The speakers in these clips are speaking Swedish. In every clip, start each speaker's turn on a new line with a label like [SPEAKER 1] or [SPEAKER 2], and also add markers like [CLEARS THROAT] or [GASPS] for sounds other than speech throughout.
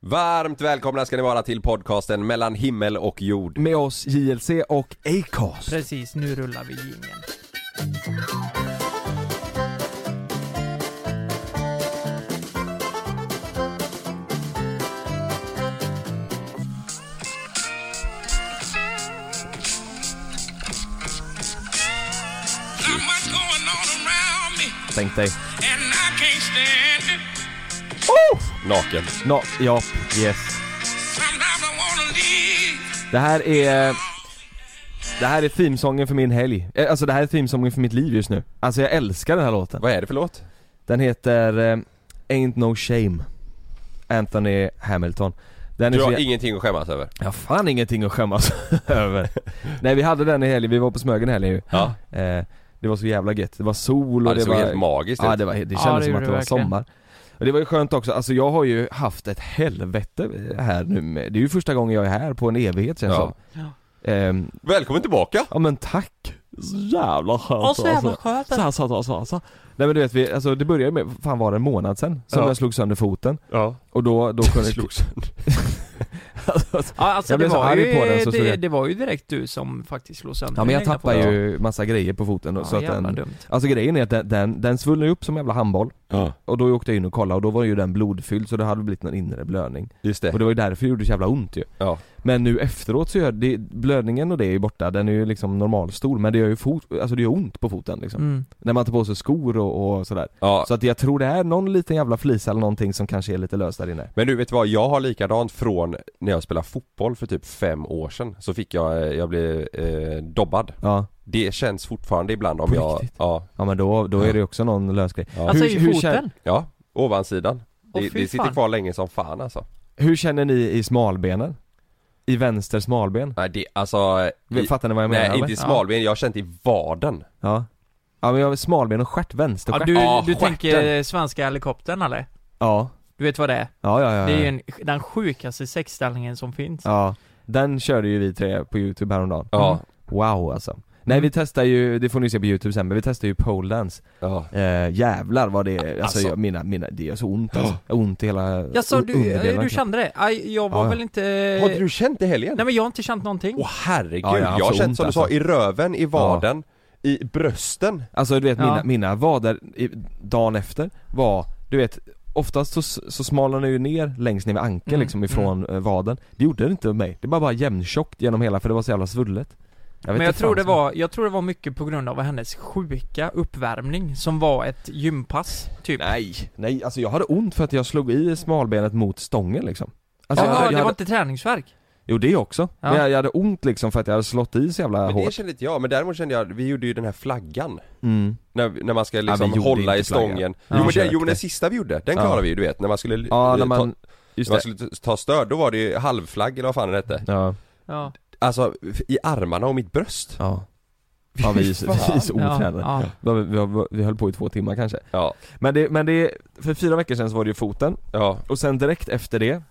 [SPEAKER 1] Varmt välkomna ska ni vara till podcasten mellan himmel och jord.
[SPEAKER 2] Med oss JLC och Acast.
[SPEAKER 3] Precis, nu rullar vi jingeln.
[SPEAKER 4] Not much going on around me,
[SPEAKER 2] Tänk dig.
[SPEAKER 4] and I can't stand it.
[SPEAKER 1] Naken.
[SPEAKER 2] No, Oh! ja, yes.
[SPEAKER 4] Sometimes I wanna leave.
[SPEAKER 2] Det här är... Det här är themesången för min helg. Eh, Alltså det här är themesången för mitt liv just nu. Alltså jag älskar den här låten.
[SPEAKER 1] Vad är det för låt?
[SPEAKER 2] Den heter eh, Ain't No Shame. Anthony Hamilton. Den
[SPEAKER 1] Du
[SPEAKER 2] så
[SPEAKER 1] har
[SPEAKER 2] jä-
[SPEAKER 1] ingenting att skämmas över.
[SPEAKER 2] Jag har fan ingenting att skämmas [LAUGHS] över. Nej vi hade den i helgen, vi var på Smögen i helgen ju.
[SPEAKER 1] Ja.
[SPEAKER 2] Eh, det var så jävla gett, det var sol och
[SPEAKER 1] Ja, det såg
[SPEAKER 2] var...
[SPEAKER 1] helt magiskt
[SPEAKER 2] Ja
[SPEAKER 1] ut.
[SPEAKER 2] det, var, det
[SPEAKER 3] Ja,
[SPEAKER 2] kändes
[SPEAKER 3] det
[SPEAKER 2] som
[SPEAKER 3] gjorde
[SPEAKER 2] att det
[SPEAKER 3] det
[SPEAKER 2] var
[SPEAKER 3] verkligen.
[SPEAKER 2] sommar. Och det var ju skönt också, alltså jag har ju haft ett helvete här nu med, det är ju första gången jag är här på en evighet känns det
[SPEAKER 1] Ja.
[SPEAKER 2] som. Ehm,
[SPEAKER 1] Välkommen tillbaka!
[SPEAKER 2] ja men tack! Så jävla skönt
[SPEAKER 3] Och så jävla
[SPEAKER 2] alltså.
[SPEAKER 3] skönt.
[SPEAKER 2] Så här, så här, så här, så här, så här. Nej men du vet vi, alltså det började med, fan var det en månad sen? Som
[SPEAKER 1] Ja.
[SPEAKER 2] jag slog sönder foten
[SPEAKER 1] Ja.
[SPEAKER 2] och
[SPEAKER 1] [LAUGHS]
[SPEAKER 2] då, då kunde
[SPEAKER 1] Slog sönder.
[SPEAKER 3] Ja, alltså,
[SPEAKER 2] Jag blev
[SPEAKER 3] det
[SPEAKER 2] så
[SPEAKER 3] var
[SPEAKER 2] arg
[SPEAKER 3] ju,
[SPEAKER 2] på den så slog
[SPEAKER 3] det,
[SPEAKER 2] jag-
[SPEAKER 3] det var ju direkt du som faktiskt slog sönder
[SPEAKER 2] Ja men jag
[SPEAKER 3] den egna
[SPEAKER 2] tappar
[SPEAKER 3] foten.
[SPEAKER 2] ju massa grejer på foten då,
[SPEAKER 3] Ja,
[SPEAKER 2] så att
[SPEAKER 3] jävla
[SPEAKER 2] den,
[SPEAKER 3] dumt.
[SPEAKER 2] Alltså grejen är att den, den, den svullnade ju upp som en jävla handboll
[SPEAKER 1] Ja,
[SPEAKER 2] Och då åkte jag in och kollade och då var ju den blodfylld så det hade blivit någon inre blödning
[SPEAKER 1] just det.
[SPEAKER 2] Och det var ju därför det gjorde så jävla ont ju
[SPEAKER 1] Ja.
[SPEAKER 2] Men nu efteråt så gör det, blödningen och det är ju borta, den är ju liksom normalstor men det gör ju fot, alltså det gör ont på foten liksom
[SPEAKER 3] Mm.
[SPEAKER 2] När man tar på sig skor och, och sådär
[SPEAKER 1] Ja.
[SPEAKER 2] Så att jag tror det är någon liten jävla flisa eller någonting som kanske är lite lös där inne
[SPEAKER 1] Men du vet du vad, jag har likadant från när jag spelade fotboll för typ fem år sedan. Så fick jag, eh, jag blev eh, dobbad.
[SPEAKER 2] Ja,
[SPEAKER 1] Det känns fortfarande ibland om
[SPEAKER 2] På
[SPEAKER 1] jag...
[SPEAKER 2] riktigt?
[SPEAKER 1] Ja.
[SPEAKER 2] ja men då, då är det ju också någon lös grej
[SPEAKER 1] ja.
[SPEAKER 3] Alltså
[SPEAKER 2] Hur-
[SPEAKER 3] i
[SPEAKER 2] hur
[SPEAKER 3] foten?
[SPEAKER 2] kän-
[SPEAKER 1] Ja, ovansidan.
[SPEAKER 3] Åh,
[SPEAKER 1] det
[SPEAKER 3] fy
[SPEAKER 1] det sitter
[SPEAKER 3] fan.
[SPEAKER 1] kvar länge som fan alltså.
[SPEAKER 2] Hur känner ni i smalbenen? I vänster smalben?
[SPEAKER 1] Nej det, alltså... I,
[SPEAKER 2] Fattar ni vad jag menar?
[SPEAKER 1] nej
[SPEAKER 2] eller?
[SPEAKER 1] inte i smalben, jag har känt i vaden.
[SPEAKER 2] Ja Ja men jag har smalben och stjärt, vänster
[SPEAKER 3] Ja,
[SPEAKER 2] stjärt.
[SPEAKER 3] du
[SPEAKER 1] Ja,
[SPEAKER 3] du
[SPEAKER 1] stjärten.
[SPEAKER 3] tänker eh, svenska helikoptern eller?
[SPEAKER 2] Ja,
[SPEAKER 3] Du vet vad det är?
[SPEAKER 2] ja ja ja, ja.
[SPEAKER 3] Det är ju en, den sjukaste sexställningen som finns.
[SPEAKER 2] Eh.
[SPEAKER 3] Mm.
[SPEAKER 2] Ja, den körde ju vi tre på youtube häromdagen
[SPEAKER 1] Ja.
[SPEAKER 2] Wow alltså Nej
[SPEAKER 3] Mm.
[SPEAKER 2] vi testar ju, det får ni se på youtube sen, men vi testar ju pole dance
[SPEAKER 1] Ja.
[SPEAKER 2] eh, Jävlar vad det är, alltså,
[SPEAKER 1] Alltså.
[SPEAKER 2] jag, mina, mina, det gör så ont
[SPEAKER 3] [GASPS]
[SPEAKER 2] alltså. Ont i hela
[SPEAKER 3] Ja, så
[SPEAKER 2] un-
[SPEAKER 3] du,
[SPEAKER 2] underdelen
[SPEAKER 3] eh, du
[SPEAKER 2] knappt.
[SPEAKER 3] kände det? Aj, jag var
[SPEAKER 2] Ja, ja.
[SPEAKER 3] väl inte...
[SPEAKER 1] Har du känt det i helgen?
[SPEAKER 3] Nej men jag har inte känt någonting.
[SPEAKER 1] Åh herregud,
[SPEAKER 2] Ja, jag
[SPEAKER 1] jag
[SPEAKER 2] har haft
[SPEAKER 1] har
[SPEAKER 2] så
[SPEAKER 1] känt
[SPEAKER 2] ont,
[SPEAKER 1] som du sa,
[SPEAKER 2] alltså.
[SPEAKER 1] i röven, i vaden, i brösten.
[SPEAKER 2] Alltså du vet mina,
[SPEAKER 3] Ja.
[SPEAKER 2] mina vader i, dagen efter var, du vet Oftast så, så smalnar den ju ner längst ner vid ankeln
[SPEAKER 3] Mm,
[SPEAKER 2] liksom ifrån eh, vaden Det gjorde det inte med mig, det bara var jämntjockt genom hela för det var så jävla svullet vet
[SPEAKER 3] men
[SPEAKER 2] inte
[SPEAKER 3] jag
[SPEAKER 2] fan
[SPEAKER 3] tror, det
[SPEAKER 2] som-
[SPEAKER 3] var, jag tror det var mycket på grund av hennes sjuka uppvärmning som var ett gympass, typ.
[SPEAKER 2] Nej, nej alltså jag hade ont för att jag slog i smalbenet mot stången liksom alltså,
[SPEAKER 3] Jaha,
[SPEAKER 2] jag, jag
[SPEAKER 3] det var
[SPEAKER 2] hade,
[SPEAKER 3] inte träningsvärk?
[SPEAKER 2] Jo det också,
[SPEAKER 3] Ja.
[SPEAKER 2] men jag, jag hade ont liksom för att jag hade slått i så jävla
[SPEAKER 1] Men det
[SPEAKER 2] hårt
[SPEAKER 1] kände inte jag, men däremot kände jag, vi gjorde ju den här flaggan.
[SPEAKER 2] mm.
[SPEAKER 1] När, när man ska
[SPEAKER 2] vi
[SPEAKER 1] liksom
[SPEAKER 2] gjorde
[SPEAKER 1] hålla i
[SPEAKER 2] inte flaggan.
[SPEAKER 1] stången.
[SPEAKER 2] Vi
[SPEAKER 1] Jo, men det,
[SPEAKER 2] försökte.
[SPEAKER 1] jo men den sista vi gjorde, den
[SPEAKER 2] Ja.
[SPEAKER 1] klarade vi ju du vet, när man skulle,
[SPEAKER 2] Ja
[SPEAKER 1] eh,
[SPEAKER 2] när man,
[SPEAKER 1] ta,
[SPEAKER 2] just
[SPEAKER 1] när man
[SPEAKER 2] det
[SPEAKER 1] skulle t- ta stöd, då var det ju halvflagg eller vad fan den hette.
[SPEAKER 2] Ja,
[SPEAKER 3] Ja.
[SPEAKER 1] Alltså, f- i armarna och mitt bröst.
[SPEAKER 2] ja Ja vi är så, vi är så otränade
[SPEAKER 3] Ja, ja.
[SPEAKER 2] Vi, vi, vi höll på i två timmar kanske
[SPEAKER 1] Ja,
[SPEAKER 2] Men det, men det, för fyra veckor sedan så var det ju foten
[SPEAKER 1] ja,
[SPEAKER 2] och sen direkt efter det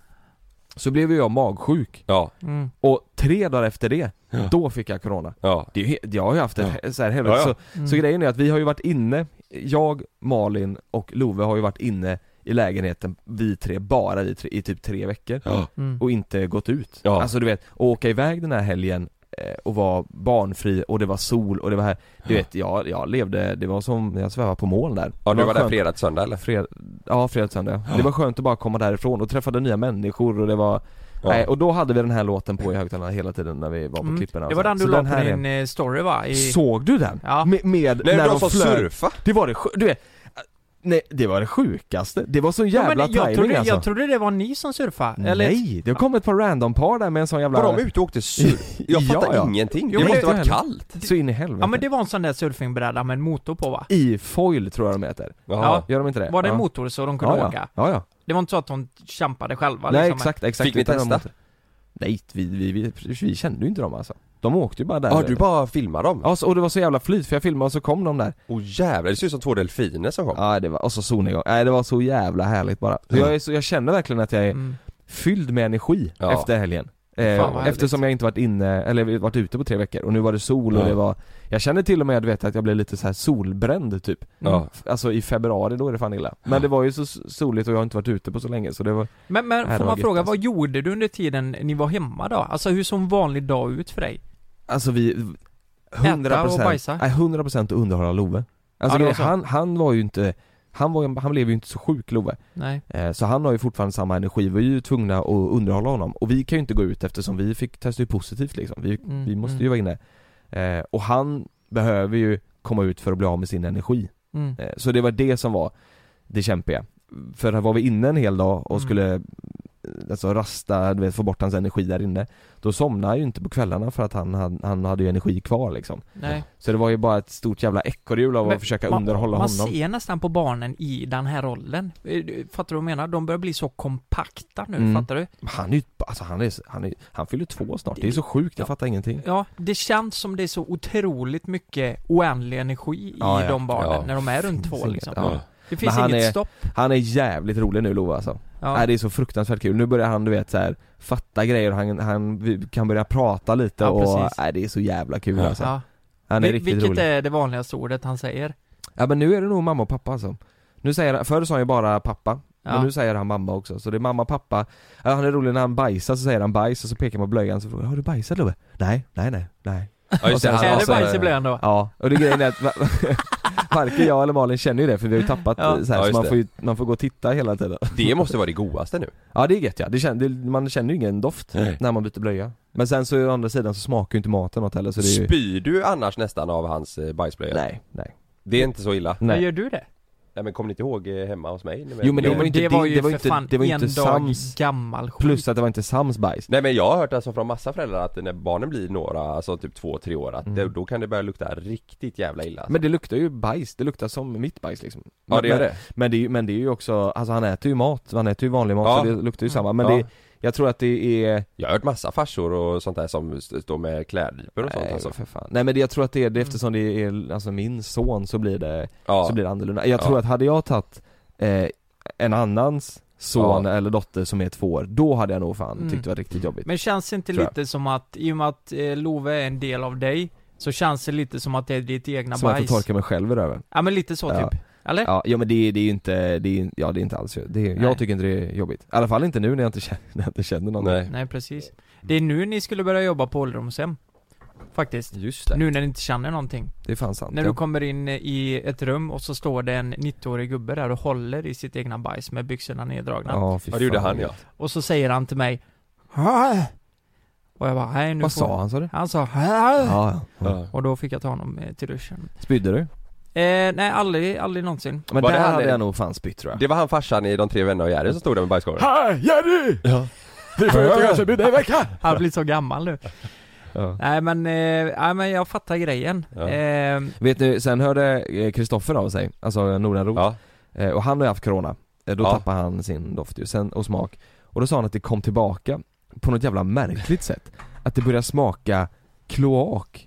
[SPEAKER 2] Så blev ju jag magsjuk
[SPEAKER 1] ja,
[SPEAKER 3] Mm.
[SPEAKER 2] och tre dagar efter det, då fick jag corona
[SPEAKER 1] ja.
[SPEAKER 2] det är ju, he- jag har ju haft ett ja. så här helvete
[SPEAKER 1] Ja, ja.
[SPEAKER 2] Så,
[SPEAKER 3] Mm.
[SPEAKER 2] så grejen är att vi har ju varit inne, jag, Malin och Love har ju varit inne i lägenheten, vi tre, bara vi tre, i typ tre veckor
[SPEAKER 1] Ja.
[SPEAKER 3] Mm.
[SPEAKER 2] och inte gått ut
[SPEAKER 1] Ja.
[SPEAKER 2] Alltså du vet, och åka iväg den här helgen eh, och vara barnfri och det var sol och det var här Du vet, jag, jag levde, det var som, jag svävade på moln där
[SPEAKER 1] Ja,
[SPEAKER 2] Det
[SPEAKER 1] du var där
[SPEAKER 2] skönt.
[SPEAKER 1] fredag till söndag eller?
[SPEAKER 2] Fred, ja, fredag till söndag. Det var skönt att bara komma därifrån och träffade nya människor och det var
[SPEAKER 1] Ja.
[SPEAKER 2] Nej, och då hade vi den här låten på i högtalarna hela tiden när vi var på
[SPEAKER 3] Mm.
[SPEAKER 2] klipporna
[SPEAKER 3] Det var den du
[SPEAKER 2] Så
[SPEAKER 3] la på
[SPEAKER 2] här är-
[SPEAKER 3] din eh, story va? I...
[SPEAKER 2] Såg du den?
[SPEAKER 3] Ja.
[SPEAKER 2] Med, med
[SPEAKER 1] Nej,
[SPEAKER 2] när
[SPEAKER 1] de
[SPEAKER 2] de
[SPEAKER 1] som
[SPEAKER 2] flög.
[SPEAKER 1] surfa.
[SPEAKER 2] Det var det sj- du vet, äh, nej det var det sjukaste. Det var så
[SPEAKER 3] Ja, men
[SPEAKER 2] jävla
[SPEAKER 3] jag,
[SPEAKER 2] timing
[SPEAKER 3] trodde,
[SPEAKER 2] alltså.
[SPEAKER 3] jag trodde det var ni som surfade, eller?
[SPEAKER 2] Nej, det kom ett par random par där med en sån jävla...
[SPEAKER 1] Var de ute och åkte surf? Jag
[SPEAKER 2] [LAUGHS] Ja,
[SPEAKER 1] fattar
[SPEAKER 2] ja.
[SPEAKER 1] ingenting.
[SPEAKER 3] Jo,
[SPEAKER 1] det
[SPEAKER 3] men
[SPEAKER 1] måste
[SPEAKER 3] det-
[SPEAKER 1] varit kallt.
[SPEAKER 2] Så in i helvete.
[SPEAKER 3] Ja men det var en sån där surfingbräda med en motor på va?
[SPEAKER 2] I foil tror jag de heter.
[SPEAKER 1] Jaha.
[SPEAKER 2] Gör de inte det?
[SPEAKER 3] Var det
[SPEAKER 2] ja.
[SPEAKER 3] en motor så de kunde
[SPEAKER 2] ja, ja.
[SPEAKER 3] åka?
[SPEAKER 2] ja, ja.
[SPEAKER 3] Det var inte så att de kämpade själva
[SPEAKER 2] Nej
[SPEAKER 3] liksom?
[SPEAKER 2] exakt, exakt.
[SPEAKER 1] Fick ni
[SPEAKER 2] utan de
[SPEAKER 1] testa?
[SPEAKER 2] åkte- Nej, vi, vi, vi, vi kände ju inte dem alltså. De åkte ju bara där.
[SPEAKER 1] Ja, du bara filmar dem?
[SPEAKER 2] Ja, så, och det var så jävla flyt för jag filmade och så kom de där.
[SPEAKER 1] Åh jävlar, det ser ut som två delfiner som kom.
[SPEAKER 2] Ja, det var, och så solnedgång. Nej, det var så jävla härligt bara. Så jag, är så, jag känner verkligen att jag är
[SPEAKER 3] Mm.
[SPEAKER 2] fylld med energi
[SPEAKER 1] Ja.
[SPEAKER 2] efter helgen.
[SPEAKER 3] Fan, vad
[SPEAKER 2] Eh,
[SPEAKER 3] härligt.
[SPEAKER 2] eftersom jag inte varit inne, eller varit ute på tre veckor och nu var det sol och
[SPEAKER 1] Ja.
[SPEAKER 2] det var Jag kände till och med du vet, att jag blev lite så här solbränd typ
[SPEAKER 1] Ja.
[SPEAKER 2] Alltså i februari då är det fan illa
[SPEAKER 1] Ja.
[SPEAKER 2] Men det var ju så s- soligt och jag har inte varit ute på så länge så det var
[SPEAKER 3] Men, men
[SPEAKER 2] Det här
[SPEAKER 3] får
[SPEAKER 2] var
[SPEAKER 3] man
[SPEAKER 2] gött,
[SPEAKER 3] fråga,
[SPEAKER 2] alltså.
[SPEAKER 3] vad gjorde du under tiden ni var hemma då? Alltså hur såg en vanlig dag ut för dig?
[SPEAKER 2] Alltså vi, 100%
[SPEAKER 3] och bajsa?
[SPEAKER 2] Nej 100% att underhålla Love Alltså
[SPEAKER 3] Ja, det var
[SPEAKER 2] grejen-
[SPEAKER 3] så.
[SPEAKER 2] han, han var ju inte han, var, ju- han blev ju inte så sjuk Love,
[SPEAKER 3] Nej.
[SPEAKER 2] eh, så han har ju fortfarande samma energi, vi är ju tvungna att underhålla honom och vi kan ju inte gå ut eftersom vi fick testa ju positivt liksom, vi,
[SPEAKER 3] Mm,
[SPEAKER 2] vi måste
[SPEAKER 3] mm.
[SPEAKER 2] ju vara inne eh, Och han behöver ju komma ut för att bli av med sin energi
[SPEAKER 3] Mm.
[SPEAKER 2] Eh, Så det var det som var det kämpiga. För här var vi inne en hel dag och
[SPEAKER 3] Mm.
[SPEAKER 2] skulle eh, alltså rasta, du vet, få bort hans energi där inne. Då somnade han ju inte på kvällarna för att han, han, han hade ju energi kvar liksom.
[SPEAKER 3] Nej.
[SPEAKER 2] Så det var ju bara ett stort jävla ekorrhjul av
[SPEAKER 3] Men
[SPEAKER 2] att försöka
[SPEAKER 3] man-
[SPEAKER 2] underhålla
[SPEAKER 3] Man
[SPEAKER 2] honom.
[SPEAKER 3] ser nästan på barnen i den här rollen. Eh, du- Fattar du vad jag menar? De börjar bli så kompakta nu,
[SPEAKER 2] Mm.
[SPEAKER 3] fattar du?
[SPEAKER 2] Han är ju, alltså han är, han är, han fyller två snart. Det är så sjukt, jag fattar ingenting.
[SPEAKER 3] Ja, det känns som det är så otroligt mycket oändlig energi i
[SPEAKER 2] Ja, ja.
[SPEAKER 3] de barnen
[SPEAKER 1] Ja.
[SPEAKER 3] när de är runt
[SPEAKER 2] Finns
[SPEAKER 3] två
[SPEAKER 2] inget.
[SPEAKER 3] liksom.
[SPEAKER 2] Ja.
[SPEAKER 3] Det finns
[SPEAKER 2] Men han
[SPEAKER 3] inget
[SPEAKER 2] är-
[SPEAKER 3] stopp.
[SPEAKER 2] Han är jävligt rolig nu Lova alltså.
[SPEAKER 3] Ja.
[SPEAKER 2] Nej, det är så fruktansvärt kul. Nu börjar han du vet så här fatta grejer, han, han vi- kan börja prata lite
[SPEAKER 3] Ja,
[SPEAKER 2] och,
[SPEAKER 3] precis.
[SPEAKER 2] nej, det är så jävla kul
[SPEAKER 1] Ja.
[SPEAKER 2] alltså.
[SPEAKER 3] Ja.
[SPEAKER 2] Han är
[SPEAKER 3] Vil-
[SPEAKER 2] riktigt
[SPEAKER 3] Vilket
[SPEAKER 2] rolig.
[SPEAKER 3] är det vanligaste ordet han säger?
[SPEAKER 2] Ja men nu är det nog mamma och pappa alltså. Nu säger han, förr sa han ju bara pappa,
[SPEAKER 3] Ja.
[SPEAKER 2] men nu säger han mamma också. Så det är mamma, pappa, ja, han är rolig när han bajsar så säger han bajs och så pekar man på blöjan så frågar han, har du bajsat Love? Nej, nej, nej, nej.
[SPEAKER 1] Ja, just det,
[SPEAKER 2] Och sen-
[SPEAKER 1] han,
[SPEAKER 3] är det
[SPEAKER 2] alltså-
[SPEAKER 3] bajs i blöjan då?
[SPEAKER 2] Ja, och det grejen är att va- [LAUGHS] varken jag eller Malin känner ju det för vi har ju tappat
[SPEAKER 3] Ja.
[SPEAKER 2] eh, så, här,
[SPEAKER 1] Ja,
[SPEAKER 2] så
[SPEAKER 1] just
[SPEAKER 2] man,
[SPEAKER 1] det.
[SPEAKER 2] får ju, man får gå och titta hela tiden.
[SPEAKER 1] det måste vara det godaste nu
[SPEAKER 2] Ja det är gött ja, det känner, det, man känner ju ingen doft
[SPEAKER 1] Nej.
[SPEAKER 2] när man byter blöja. Men sen så å andra sidan så smakar ju inte maten något heller så det är ju...
[SPEAKER 1] Spyr du annars nästan av hans eh, bajsblöja?
[SPEAKER 2] Nej, nej,
[SPEAKER 1] Det är inte så illa?
[SPEAKER 3] Men
[SPEAKER 2] nej.
[SPEAKER 3] gör du det?
[SPEAKER 1] Nej men kommer ni inte ihåg eh, hemma hos mig?
[SPEAKER 2] Jo, men det
[SPEAKER 3] Jo,
[SPEAKER 2] var
[SPEAKER 3] men
[SPEAKER 2] ju inte
[SPEAKER 3] det
[SPEAKER 2] din-
[SPEAKER 3] var ju
[SPEAKER 2] det var
[SPEAKER 3] för
[SPEAKER 2] inte-
[SPEAKER 3] fan
[SPEAKER 2] det var ju
[SPEAKER 3] en
[SPEAKER 2] inte
[SPEAKER 3] dag
[SPEAKER 2] sams-
[SPEAKER 3] gammal skit.
[SPEAKER 2] Plus att det var inte Sams bajs.
[SPEAKER 1] Nej men jag har hört alltså från massa föräldrar att när barnen blir några, alltså typ två, tre år att det, då kan det börja lukta riktigt jävla illa alltså.
[SPEAKER 2] Mm. Men det luktar ju bajs, det luktar som mitt bajs liksom
[SPEAKER 1] Ja det gör
[SPEAKER 2] men,
[SPEAKER 1] det
[SPEAKER 2] Men det, är ju- men det är ju också, alltså han äter ju mat, han äter ju vanlig mat
[SPEAKER 1] Ja.
[SPEAKER 2] så det luktar ju samma men
[SPEAKER 1] Ja.
[SPEAKER 2] det, jag tror att det är,
[SPEAKER 1] Jag har hört massa farsor och sånt där som st- står med klädnypor och sånt
[SPEAKER 2] nej,
[SPEAKER 1] alltså Mm.
[SPEAKER 2] för fan. nej men det, jag tror att det är det eftersom det är, alltså min son så blir det,
[SPEAKER 1] Ja,
[SPEAKER 2] så blir det annorlunda Jag tror
[SPEAKER 1] Ja.
[SPEAKER 2] att hade jag tagit eh, en annans son
[SPEAKER 1] Ja.
[SPEAKER 2] eller dotter som är två år, då hade jag nog fan
[SPEAKER 3] Mm.
[SPEAKER 2] tyckt det var riktigt jobbigt
[SPEAKER 3] Men känns det inte
[SPEAKER 2] Tror jag.
[SPEAKER 3] lite som att, i och med att eh, Love är en del av dig, så känns det lite som att det är ditt egna
[SPEAKER 2] Som att jag
[SPEAKER 3] bajs?
[SPEAKER 2] får torka mig själv i röven
[SPEAKER 3] Ja men lite så
[SPEAKER 2] Ja.
[SPEAKER 3] typ. Eller?
[SPEAKER 2] Ja, ja men det, det är ju inte, det är, ja det är inte alls, det är,
[SPEAKER 3] Nej.
[SPEAKER 2] jag tycker inte det är jobbigt I alla fall inte nu när jag inte känner, när jag inte känner någon
[SPEAKER 1] nej
[SPEAKER 3] Nej precis. Det är nu ni skulle börja jobba på ålderdomshem. Faktiskt.
[SPEAKER 2] Just det,
[SPEAKER 3] Nu när ni inte känner någonting.
[SPEAKER 2] det är fan sant
[SPEAKER 3] När
[SPEAKER 2] ja.
[SPEAKER 3] du kommer in i ett rum och så står det en 90-årig gubbe där och håller i sitt egna bajs med byxorna neddragna.
[SPEAKER 2] Ja, fy
[SPEAKER 1] Ja det gjorde
[SPEAKER 2] fan.
[SPEAKER 1] han ja
[SPEAKER 3] Och så säger han till mig "Hä?" Och jag bara, nej nu
[SPEAKER 2] Vad
[SPEAKER 3] får...
[SPEAKER 2] sa han sa du?
[SPEAKER 3] Han sa "Hä?"
[SPEAKER 2] Ja, ja.
[SPEAKER 1] Ja.
[SPEAKER 3] Och då fick jag ta honom eh, till duschen.
[SPEAKER 2] Spydde du?
[SPEAKER 3] Eh, nej aldrig,
[SPEAKER 2] [LAUGHS]
[SPEAKER 3] aldrig någonsin.
[SPEAKER 2] Men
[SPEAKER 1] Var
[SPEAKER 2] där
[SPEAKER 1] det han
[SPEAKER 2] hade
[SPEAKER 1] eller-
[SPEAKER 2] jag nog fan spytt tror jag
[SPEAKER 1] Det var han farsan i De tre vännerna och Jerry som stod där med bajskorven
[SPEAKER 2] Hej Jerry! Ja. Vi får
[SPEAKER 1] inte göra
[SPEAKER 2] bjuda i veckan!
[SPEAKER 3] Han blir så gammal nu.
[SPEAKER 2] Ja.
[SPEAKER 3] Nej men, eh, nej men jag fattar grejen.
[SPEAKER 1] Ja.
[SPEAKER 3] Eh,
[SPEAKER 2] Vet ni, sen hörde eh, Kristoffer av sig, alltså Nordenros,
[SPEAKER 1] Ja,
[SPEAKER 2] Eh, och han har ju haft corona Eh, Då
[SPEAKER 1] Ja.
[SPEAKER 2] tappade han sin doft ju, sen, och smak Och då sa han att det kom tillbaka på något jävla märkligt sätt Att det började smaka kloak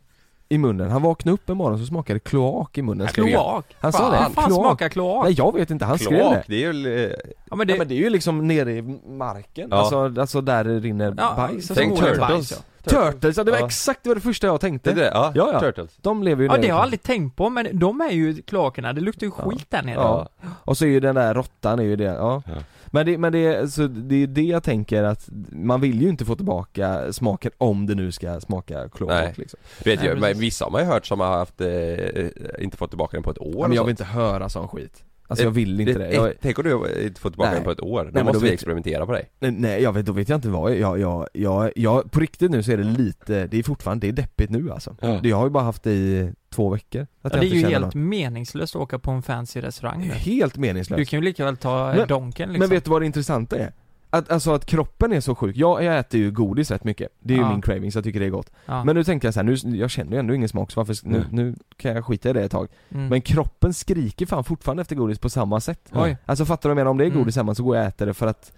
[SPEAKER 2] i munnen, han vaknade upp en morgon så smakade det kloak i munnen skrev jag.
[SPEAKER 3] kloak.
[SPEAKER 2] Han sa det,
[SPEAKER 3] Fan, fan
[SPEAKER 2] kloak.
[SPEAKER 3] smakar kloak.
[SPEAKER 2] Nej jag vet inte, han skrev det
[SPEAKER 1] kloak, det är ju... eh,
[SPEAKER 3] Ja men
[SPEAKER 2] Det...
[SPEAKER 3] det,
[SPEAKER 2] Ja, men det är ju liksom nere i marken,
[SPEAKER 1] Ja.
[SPEAKER 2] alltså, alltså där det rinner
[SPEAKER 3] Ja,
[SPEAKER 2] bajs och
[SPEAKER 3] tänk
[SPEAKER 2] sånt.
[SPEAKER 1] Turtles.
[SPEAKER 3] bajs, ja.
[SPEAKER 2] Turtles, ja, det var
[SPEAKER 1] Ja.
[SPEAKER 2] exakt det var det första jag tänkte
[SPEAKER 1] Det är det, ja,
[SPEAKER 2] Ja, ja.
[SPEAKER 1] Turtles
[SPEAKER 2] De lever ju
[SPEAKER 3] ja
[SPEAKER 2] nere
[SPEAKER 3] det har
[SPEAKER 2] i-
[SPEAKER 3] jag aldrig tänkt på men de är ju kloakerna, det luktar ju
[SPEAKER 2] liksom? Ja.
[SPEAKER 3] skit där nere.
[SPEAKER 2] Ja. Och så är ju den där råttan är ju det, ja.
[SPEAKER 1] Ja.
[SPEAKER 2] Men det, men det, så det är det jag tänker att man vill ju inte få tillbaka smaken om det nu ska smaka
[SPEAKER 1] Nej.
[SPEAKER 2] kloak liksom.
[SPEAKER 1] Du vet
[SPEAKER 3] Nej,
[SPEAKER 1] ju, men
[SPEAKER 3] precis.
[SPEAKER 1] vissa har man ju hört som har haft, eh, eh, inte fått tillbaka den på ett år
[SPEAKER 2] Ja,
[SPEAKER 1] och
[SPEAKER 2] men jag
[SPEAKER 1] sånt.
[SPEAKER 2] vill inte höra sån skit. Alltså jag vill inte
[SPEAKER 1] Det-
[SPEAKER 2] det. Jag,
[SPEAKER 1] eh, [LAUGHS] Tänk om du inte får tillbaka
[SPEAKER 2] Nej.
[SPEAKER 1] den på ett år, då
[SPEAKER 2] men
[SPEAKER 1] måste
[SPEAKER 2] då
[SPEAKER 1] vi
[SPEAKER 2] vet-
[SPEAKER 1] experimentera på dig
[SPEAKER 2] nej jag vet, då vet jag inte vad jag, jag, jag, jag, jag, på riktigt nu så är det lite, det är fortfarande, det är deppigt nu alltså.
[SPEAKER 1] Ja.
[SPEAKER 2] Det, jag har ju bara haft det i två veckor. Att
[SPEAKER 3] Ja,
[SPEAKER 2] jag
[SPEAKER 3] det är
[SPEAKER 2] inte
[SPEAKER 3] ju
[SPEAKER 2] känner
[SPEAKER 3] helt
[SPEAKER 2] något.
[SPEAKER 3] meningslöst att åka på en fancy restaurang nu.
[SPEAKER 2] helt meningslöst.
[SPEAKER 3] Du kan ju lika väl ta eh,
[SPEAKER 2] Men-
[SPEAKER 3] Donken liksom.
[SPEAKER 2] Men vet du vad det intressanta är? Att, alltså att kroppen är så sjuk, jag, jag äter ju godis rätt mycket, det är ju
[SPEAKER 3] Ja.
[SPEAKER 2] min craving så jag tycker det är gott
[SPEAKER 3] ja.
[SPEAKER 2] Men nu tänkte jag så här, nu, jag känner ju ändå ingen smak så varför, nu,
[SPEAKER 1] Nej.
[SPEAKER 2] nu kan jag skita i det ett tag
[SPEAKER 3] mm.
[SPEAKER 2] Men kroppen skriker fan fortfarande efter godis på samma sätt
[SPEAKER 3] Oj.
[SPEAKER 2] Alltså fattar du vad jag menar? Om det är
[SPEAKER 3] Mm.
[SPEAKER 2] godis hemma så går jag och äter det för att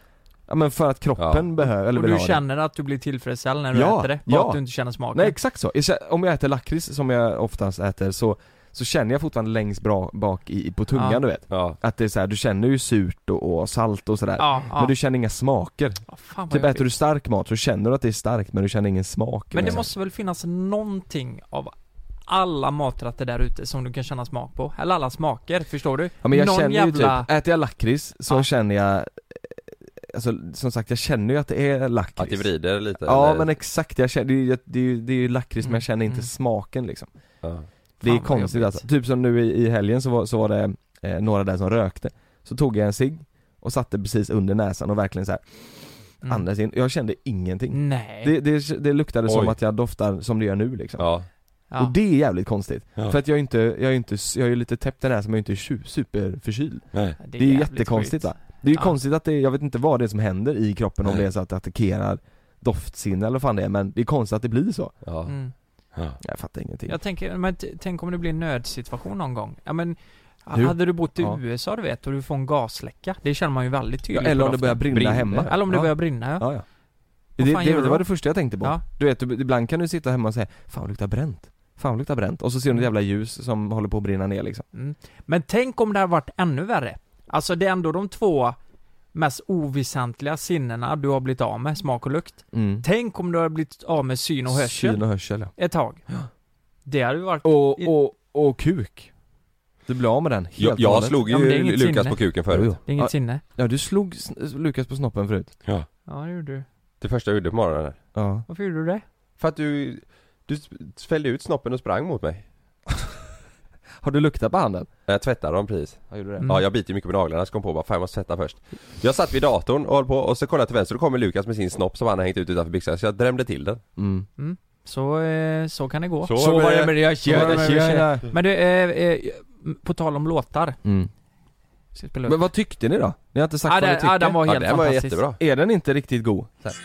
[SPEAKER 2] Ja men för att kroppen
[SPEAKER 1] Ja.
[SPEAKER 2] behöver, eller
[SPEAKER 3] Och
[SPEAKER 2] vill
[SPEAKER 3] du
[SPEAKER 2] ha det
[SPEAKER 3] känner att du blir tillfredsställd när du
[SPEAKER 2] Ja,
[SPEAKER 3] äter det? Bara
[SPEAKER 2] ja.
[SPEAKER 3] att du inte känner smaken?
[SPEAKER 2] Nej exakt så, Jag kä- om jag äter lakrits som jag oftast äter så så känner jag fortfarande längst bra bak i, i- på tungan
[SPEAKER 3] Ja.
[SPEAKER 2] du vet
[SPEAKER 1] Ja,
[SPEAKER 2] Att det är så här, du känner ju surt och, och salt och sådär
[SPEAKER 3] Ja, ja.
[SPEAKER 2] Men du känner inga smaker
[SPEAKER 3] Ja, fan vad
[SPEAKER 2] Typ äter
[SPEAKER 3] jobbigt.
[SPEAKER 2] du stark mat så känner du att det är starkt men du känner ingen smak Liksom.
[SPEAKER 3] Men det
[SPEAKER 2] Så-
[SPEAKER 3] måste väl finnas någonting av alla maträtter där ute som du kan känna smak på? Eller alla smaker, förstår du?
[SPEAKER 2] Ja men jag
[SPEAKER 3] Någon
[SPEAKER 2] känner
[SPEAKER 3] jävla-
[SPEAKER 2] ju typ, äter jag lakrits så
[SPEAKER 3] Ja.
[SPEAKER 2] känner jag eh, Alltså som sagt jag känner ju att det är lakrits
[SPEAKER 1] att det vrider lite
[SPEAKER 2] Ja
[SPEAKER 1] eller-
[SPEAKER 2] men exakt, jag känner, det, är ju- det, är ju- det är ju lakrits men
[SPEAKER 3] Mm,
[SPEAKER 2] jag känner inte
[SPEAKER 3] mm.
[SPEAKER 2] smaken liksom
[SPEAKER 1] ja.
[SPEAKER 2] Det
[SPEAKER 3] Fan,
[SPEAKER 2] är
[SPEAKER 3] vad
[SPEAKER 2] konstigt
[SPEAKER 3] jobbigt.
[SPEAKER 2] alltså, typ som nu i, i helgen så var, så var det eh, några där som rökte Så tog jag en cigg och satte precis under näsan och verkligen så här
[SPEAKER 3] Mm.
[SPEAKER 2] andades in, jag kände ingenting
[SPEAKER 3] Nej.
[SPEAKER 2] det, det, det luktade som
[SPEAKER 1] Oj.
[SPEAKER 2] att jag doftar som det gör nu liksom
[SPEAKER 1] ja.
[SPEAKER 3] ja.
[SPEAKER 2] Och det är jävligt konstigt,
[SPEAKER 1] Ja.
[SPEAKER 2] för att jag är inte, jag är inte, jag är ju lite täppt i näsan men jag är inte tju- superförkyld
[SPEAKER 1] Nej.
[SPEAKER 3] Ja,
[SPEAKER 2] Det är, ju
[SPEAKER 3] jävligt
[SPEAKER 2] jättekonstigt
[SPEAKER 3] sjukt.
[SPEAKER 2] va? Det är ju
[SPEAKER 3] Ja.
[SPEAKER 2] konstigt att det, jag vet inte vad det är som händer i kroppen om
[SPEAKER 1] Nej.
[SPEAKER 2] det är så att det attackerar doftsinne eller vad fan det är men det är konstigt att det blir så
[SPEAKER 1] Ja.
[SPEAKER 3] Mm.
[SPEAKER 1] Ja.
[SPEAKER 2] Jag fattar ingenting
[SPEAKER 3] Jag tänker, men t- tänk om det blir en nödsituation någon gång? Ja men,
[SPEAKER 2] Du?
[SPEAKER 3] hade du bott i
[SPEAKER 2] Ja.
[SPEAKER 3] USA du vet och du får en gasläcka, det känner man ju väldigt
[SPEAKER 2] ja,
[SPEAKER 3] tydligt
[SPEAKER 2] Eller
[SPEAKER 3] på
[SPEAKER 2] om det
[SPEAKER 3] doften.
[SPEAKER 2] börjar brinna
[SPEAKER 1] Brinner.
[SPEAKER 2] hemma
[SPEAKER 3] Eller om det
[SPEAKER 2] ja.
[SPEAKER 3] börjar brinna ja.
[SPEAKER 2] Ja, ja. Det,
[SPEAKER 3] Vad fan
[SPEAKER 2] det,
[SPEAKER 3] gör
[SPEAKER 2] det
[SPEAKER 3] du
[SPEAKER 2] var
[SPEAKER 3] då?
[SPEAKER 2] det första jag tänkte på
[SPEAKER 3] Ja.
[SPEAKER 2] Du vet, ibland kan du sitta hemma och säga 'Fan vad luktar bränt' 'Fan vad luktar bränt' och så ser du något jävla ljus som håller på att brinna ner liksom
[SPEAKER 3] Mm. Men tänk om det hade varit ännu värre. Alltså det är ändå de två mest oväsentliga sinnena du har blivit av med, smak och lukt.
[SPEAKER 2] mm.
[SPEAKER 3] Tänk om du hade blivit av med syn och hörsel
[SPEAKER 2] Syn och hörsel ja.
[SPEAKER 3] ett tag. Det hade ju varit...
[SPEAKER 2] och, och, och kuk Du blir av med den helt
[SPEAKER 1] Jag,
[SPEAKER 2] och
[SPEAKER 1] jag
[SPEAKER 2] hållet.
[SPEAKER 1] slog
[SPEAKER 3] Ja, men det är
[SPEAKER 1] ju
[SPEAKER 3] inget
[SPEAKER 1] Lukas
[SPEAKER 3] sinne.
[SPEAKER 1] på kuken
[SPEAKER 2] Jo,
[SPEAKER 1] förut
[SPEAKER 2] jo.
[SPEAKER 3] Det är inget
[SPEAKER 2] Ja,
[SPEAKER 3] sinne.
[SPEAKER 2] Ja du slog s- Lukas på snoppen förut
[SPEAKER 3] Ja, det gjorde du.
[SPEAKER 1] Det första jag gjorde på morgonen där.
[SPEAKER 2] Ja
[SPEAKER 3] Varför gjorde du det?
[SPEAKER 1] För att du, du sp- fällde ut snoppen och sprang mot mig
[SPEAKER 2] Har du luktat på handen?
[SPEAKER 1] Jag tvättade dem precis
[SPEAKER 2] Ja gjorde det
[SPEAKER 3] Mm.
[SPEAKER 1] Ja jag biter mycket på naglarna så kom jag på bara fan jag måste tvätta först Jag satt vid datorn och höll på och så kollade jag till vänster och då kommer Lukas med sin snopp som han har hängt ut utanför byxan så jag drämde till den
[SPEAKER 2] Mm.
[SPEAKER 3] Så, eh, så kan det gå.
[SPEAKER 1] Så var det med
[SPEAKER 2] det,
[SPEAKER 3] tjena, tjena. Men du, eh, eh, på tal om låtar.
[SPEAKER 2] Mm.
[SPEAKER 3] Ska jag spela upp?
[SPEAKER 2] Men vad tyckte ni då? Ni har inte sagt
[SPEAKER 3] Ja,
[SPEAKER 2] vad ni
[SPEAKER 3] den, ja,
[SPEAKER 2] tyckte?
[SPEAKER 3] den var
[SPEAKER 1] Ja
[SPEAKER 3] helt
[SPEAKER 1] den var
[SPEAKER 3] fantastisk.
[SPEAKER 1] jättebra
[SPEAKER 2] Är den inte riktigt god? Så här.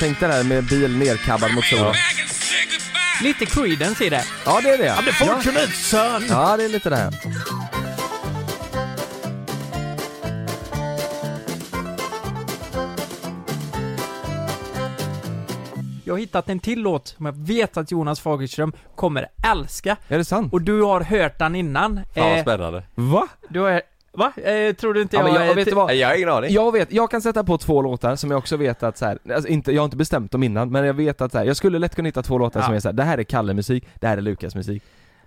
[SPEAKER 2] Tänk dig det här med bil nerkabbad mot solen
[SPEAKER 4] Back and say goodbye.
[SPEAKER 3] Lite Creedence i det.
[SPEAKER 2] Ja det är det ja. ja.
[SPEAKER 3] Fortunate son!
[SPEAKER 2] ja det är lite det här
[SPEAKER 3] Jag har hittat en till låt som jag vet att Jonas Fagerström kommer älska.
[SPEAKER 2] Är det sant?
[SPEAKER 3] Och du har hört den innan.
[SPEAKER 1] Fan vad
[SPEAKER 3] Eh,
[SPEAKER 1] spännande
[SPEAKER 2] Va?
[SPEAKER 3] du har, va? Eh, tror du inte
[SPEAKER 2] Ja, men jag,
[SPEAKER 3] eh,
[SPEAKER 2] vet
[SPEAKER 3] t-
[SPEAKER 2] du vad?
[SPEAKER 1] Nej, Jag har ingen aning
[SPEAKER 2] Jag vet, jag kan sätta på två låtar som jag också vet att så här, alltså inte, jag har inte bestämt dem innan men jag vet att så här, jag skulle lätt kunna hitta två låtar
[SPEAKER 3] Ja.
[SPEAKER 2] som är så här, det här är Kalle-musik, det här är Lukas-musik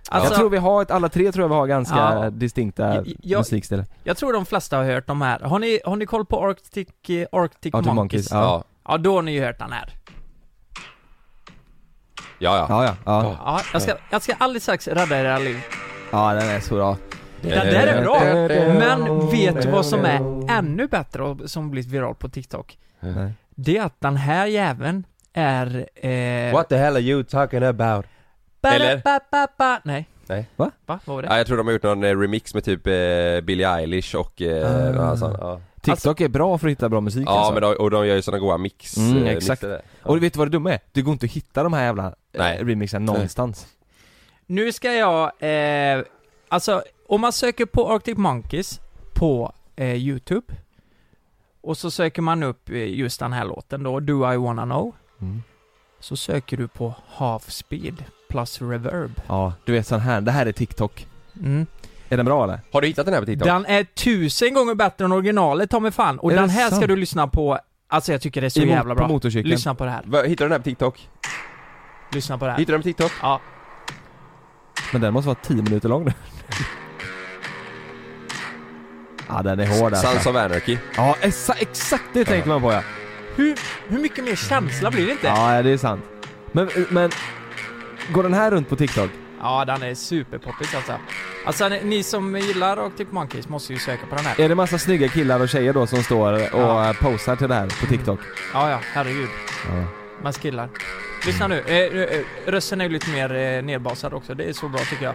[SPEAKER 3] Alltså,
[SPEAKER 2] Jag tror vi har ett, alla tre tror jag vi har ganska
[SPEAKER 3] Ja.
[SPEAKER 2] distinkta
[SPEAKER 3] Jag- jag-
[SPEAKER 2] musikstilar
[SPEAKER 3] jag tror de flesta har hört de här. Har ni, har ni koll på Arctic, eh, Arctic,
[SPEAKER 2] Arctic
[SPEAKER 3] Monkeys?
[SPEAKER 2] Monkeys,
[SPEAKER 3] ja.
[SPEAKER 2] ja.
[SPEAKER 1] Ja,
[SPEAKER 3] då har ni ju hört den här.
[SPEAKER 1] ja, ja.
[SPEAKER 2] Ja ja, ja,
[SPEAKER 3] Ja, jag ska, jag ska alldeles strax rädda era liv.
[SPEAKER 2] ja den är så bra
[SPEAKER 3] Det där är bra! Men vet du vad som är ännu bättre och som blivit viral på TikTok?
[SPEAKER 2] Nej.
[SPEAKER 3] Det är att den här jäveln är... Eh,
[SPEAKER 1] What the hell are you talking about? eller?
[SPEAKER 3] Ba-da-ba-ba-ba. Nej.
[SPEAKER 1] Nej.
[SPEAKER 2] Va?
[SPEAKER 3] Va? Vad var det?
[SPEAKER 1] Ja, jag tror de har gjort någon eh, remix med typ eh, Billie Eilish och eh,
[SPEAKER 2] Ah.
[SPEAKER 1] någon annan sån. Ja,
[SPEAKER 2] TikTok är bra för att hitta bra musik
[SPEAKER 1] ja
[SPEAKER 2] alltså.
[SPEAKER 1] men de, och de gör ju såna goa mix
[SPEAKER 2] Mm,
[SPEAKER 1] eh,
[SPEAKER 2] exakt.
[SPEAKER 1] mixer där. Ja.
[SPEAKER 2] Och vet du vad det dumma är? Det går inte att hitta de här jävla
[SPEAKER 1] Nej.
[SPEAKER 2] eh, remixen någonstans
[SPEAKER 3] Nu ska jag, eh, alltså om man söker på Arctic Monkeys på eh, Youtube och så söker man upp eh, just den här låten då, Do I Wanna Know,
[SPEAKER 2] Mm.
[SPEAKER 3] så söker du på Half Speed plus Reverb.
[SPEAKER 2] Ja, du vet sån här, det här är TikTok
[SPEAKER 3] Mm.
[SPEAKER 2] Är den bra eller?
[SPEAKER 1] Har du hittat den här på TikTok?
[SPEAKER 3] Den är tusen gånger bättre än originalet ta mig fan, och
[SPEAKER 2] Är
[SPEAKER 3] den
[SPEAKER 2] det
[SPEAKER 3] här ska
[SPEAKER 2] sant?
[SPEAKER 3] du lyssna på, alltså jag tycker det är så
[SPEAKER 2] I mot-
[SPEAKER 3] jävla bra.
[SPEAKER 2] På motorcykeln?
[SPEAKER 3] Lyssna på det här,
[SPEAKER 1] Va, Hittar du den här på TikTok?
[SPEAKER 3] lyssna på det här.
[SPEAKER 1] Hittar du den på TikTok?
[SPEAKER 3] Ja,
[SPEAKER 2] Men den måste vara 10 minuter lång nu. [LAUGHS] Ja den är hård
[SPEAKER 1] Sons
[SPEAKER 2] alltså.
[SPEAKER 1] of Anarchy
[SPEAKER 2] Ja exa- exakt det tänkte man på ja.
[SPEAKER 3] hur, hur mycket mer känsla blir det inte?
[SPEAKER 2] Ja det är sant. Men, men går den här runt på TikTok?
[SPEAKER 3] Ja, den är superpoppis alltså. Alltså ni, ni som gillar Arctic Monkeys måste ju söka på den här.
[SPEAKER 2] Är det massa snygga killar och tjejer då som står och
[SPEAKER 3] Ja.
[SPEAKER 2] eh, posar till det här på TikTok?
[SPEAKER 3] Ja, ja, herregud.
[SPEAKER 2] Ja.
[SPEAKER 3] Man skillar. Lyssna nu, eh, eh, rösten är ju lite mer eh, nedbasad också. Det är så bra tycker jag.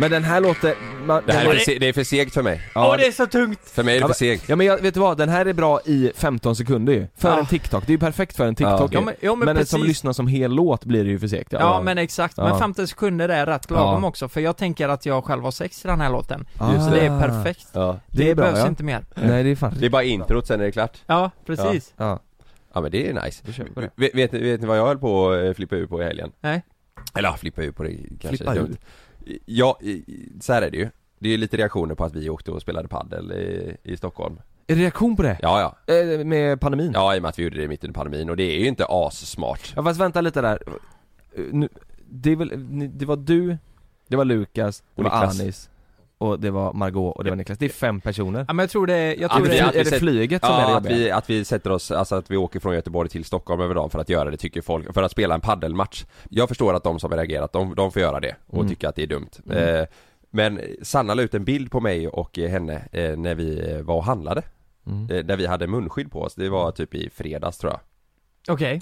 [SPEAKER 2] Men den här låter... Man,
[SPEAKER 1] Det, här
[SPEAKER 2] den,
[SPEAKER 1] är för, se- det är för segt för mig.
[SPEAKER 3] Åh
[SPEAKER 2] ja,
[SPEAKER 3] det är så tungt!
[SPEAKER 1] För mig är det
[SPEAKER 2] Ja,
[SPEAKER 1] för
[SPEAKER 2] men-
[SPEAKER 1] segt.
[SPEAKER 2] Ja men jag, vet du vad, den här är bra i 15 sekunder ju. För
[SPEAKER 3] Ja.
[SPEAKER 2] en TikTok, det är ju perfekt för en TikTok
[SPEAKER 1] Ja,
[SPEAKER 2] ju.
[SPEAKER 3] Ja, men, ja, men,
[SPEAKER 2] men
[SPEAKER 3] precis.
[SPEAKER 2] som lyssnar som hel låt blir det ju för segt
[SPEAKER 3] Ja, men exakt,
[SPEAKER 2] Ja.
[SPEAKER 3] men 15 sekunder är rätt lagom
[SPEAKER 2] Ja.
[SPEAKER 3] också för jag tänker att jag själv har sex i den här låten.
[SPEAKER 2] Just
[SPEAKER 3] Så
[SPEAKER 2] det.
[SPEAKER 3] det är perfekt.
[SPEAKER 1] Ja.
[SPEAKER 2] Det är bra,
[SPEAKER 3] behövs
[SPEAKER 2] ja.
[SPEAKER 3] inte mer.
[SPEAKER 2] Ah. Nej det är fan
[SPEAKER 1] Det är bara introt sen är det klart.
[SPEAKER 3] Ja, precis.
[SPEAKER 2] Ja,
[SPEAKER 1] Ja men det är nice.
[SPEAKER 2] då kör vi på det.
[SPEAKER 1] Vet, vet, ni- vet ni vad jag höll på att eh, flippa ur på i helgen?
[SPEAKER 3] Nej.
[SPEAKER 1] Eller ja, flippa ur på det kanske
[SPEAKER 2] Flippa
[SPEAKER 1] är
[SPEAKER 2] ur?
[SPEAKER 1] dumt. Ja, i- i- så här är det ju. Det är ju lite reaktioner på att vi åkte och spelade paddel i, i Stockholm.
[SPEAKER 2] Är det reaktion på det?
[SPEAKER 1] Ja, ja.
[SPEAKER 2] Eh, med pandemin?
[SPEAKER 1] [LAUGHS] Ja, i och med att vi gjorde det mitt under pandemin och det är ju inte assmart.
[SPEAKER 2] Ja fast vänta lite där. Eh, Nu, det, är väl, ni- det var du, det var Lukas, det
[SPEAKER 1] Och
[SPEAKER 2] var
[SPEAKER 1] Niklas.
[SPEAKER 2] Anis, och det var Margot och det var Niklas. Det är fem personer.
[SPEAKER 3] Ja men jag tror det, jag
[SPEAKER 1] Ja,
[SPEAKER 3] tror
[SPEAKER 1] men
[SPEAKER 3] det
[SPEAKER 2] är,
[SPEAKER 1] att vi
[SPEAKER 2] det, är det
[SPEAKER 1] sätter-
[SPEAKER 2] flyget som är det
[SPEAKER 1] Ja, att
[SPEAKER 2] jobbiga?
[SPEAKER 1] vi, att vi sätter oss, alltså att vi åker från Göteborg till Stockholm över dagen för att göra det tycker folk, för att spela en paddelmatch. Jag förstår att de som har reagerat, de, de får göra det och
[SPEAKER 2] Mm.
[SPEAKER 1] tycka att det är dumt.
[SPEAKER 2] Mm.
[SPEAKER 1] Eh, men Sanna la ut en bild på mig och eh, henne eh, när vi eh, var och handlade.
[SPEAKER 2] Mm.
[SPEAKER 1] eh, där vi hade munskydd på oss, det var typ i fredags tror jag.
[SPEAKER 3] Okej.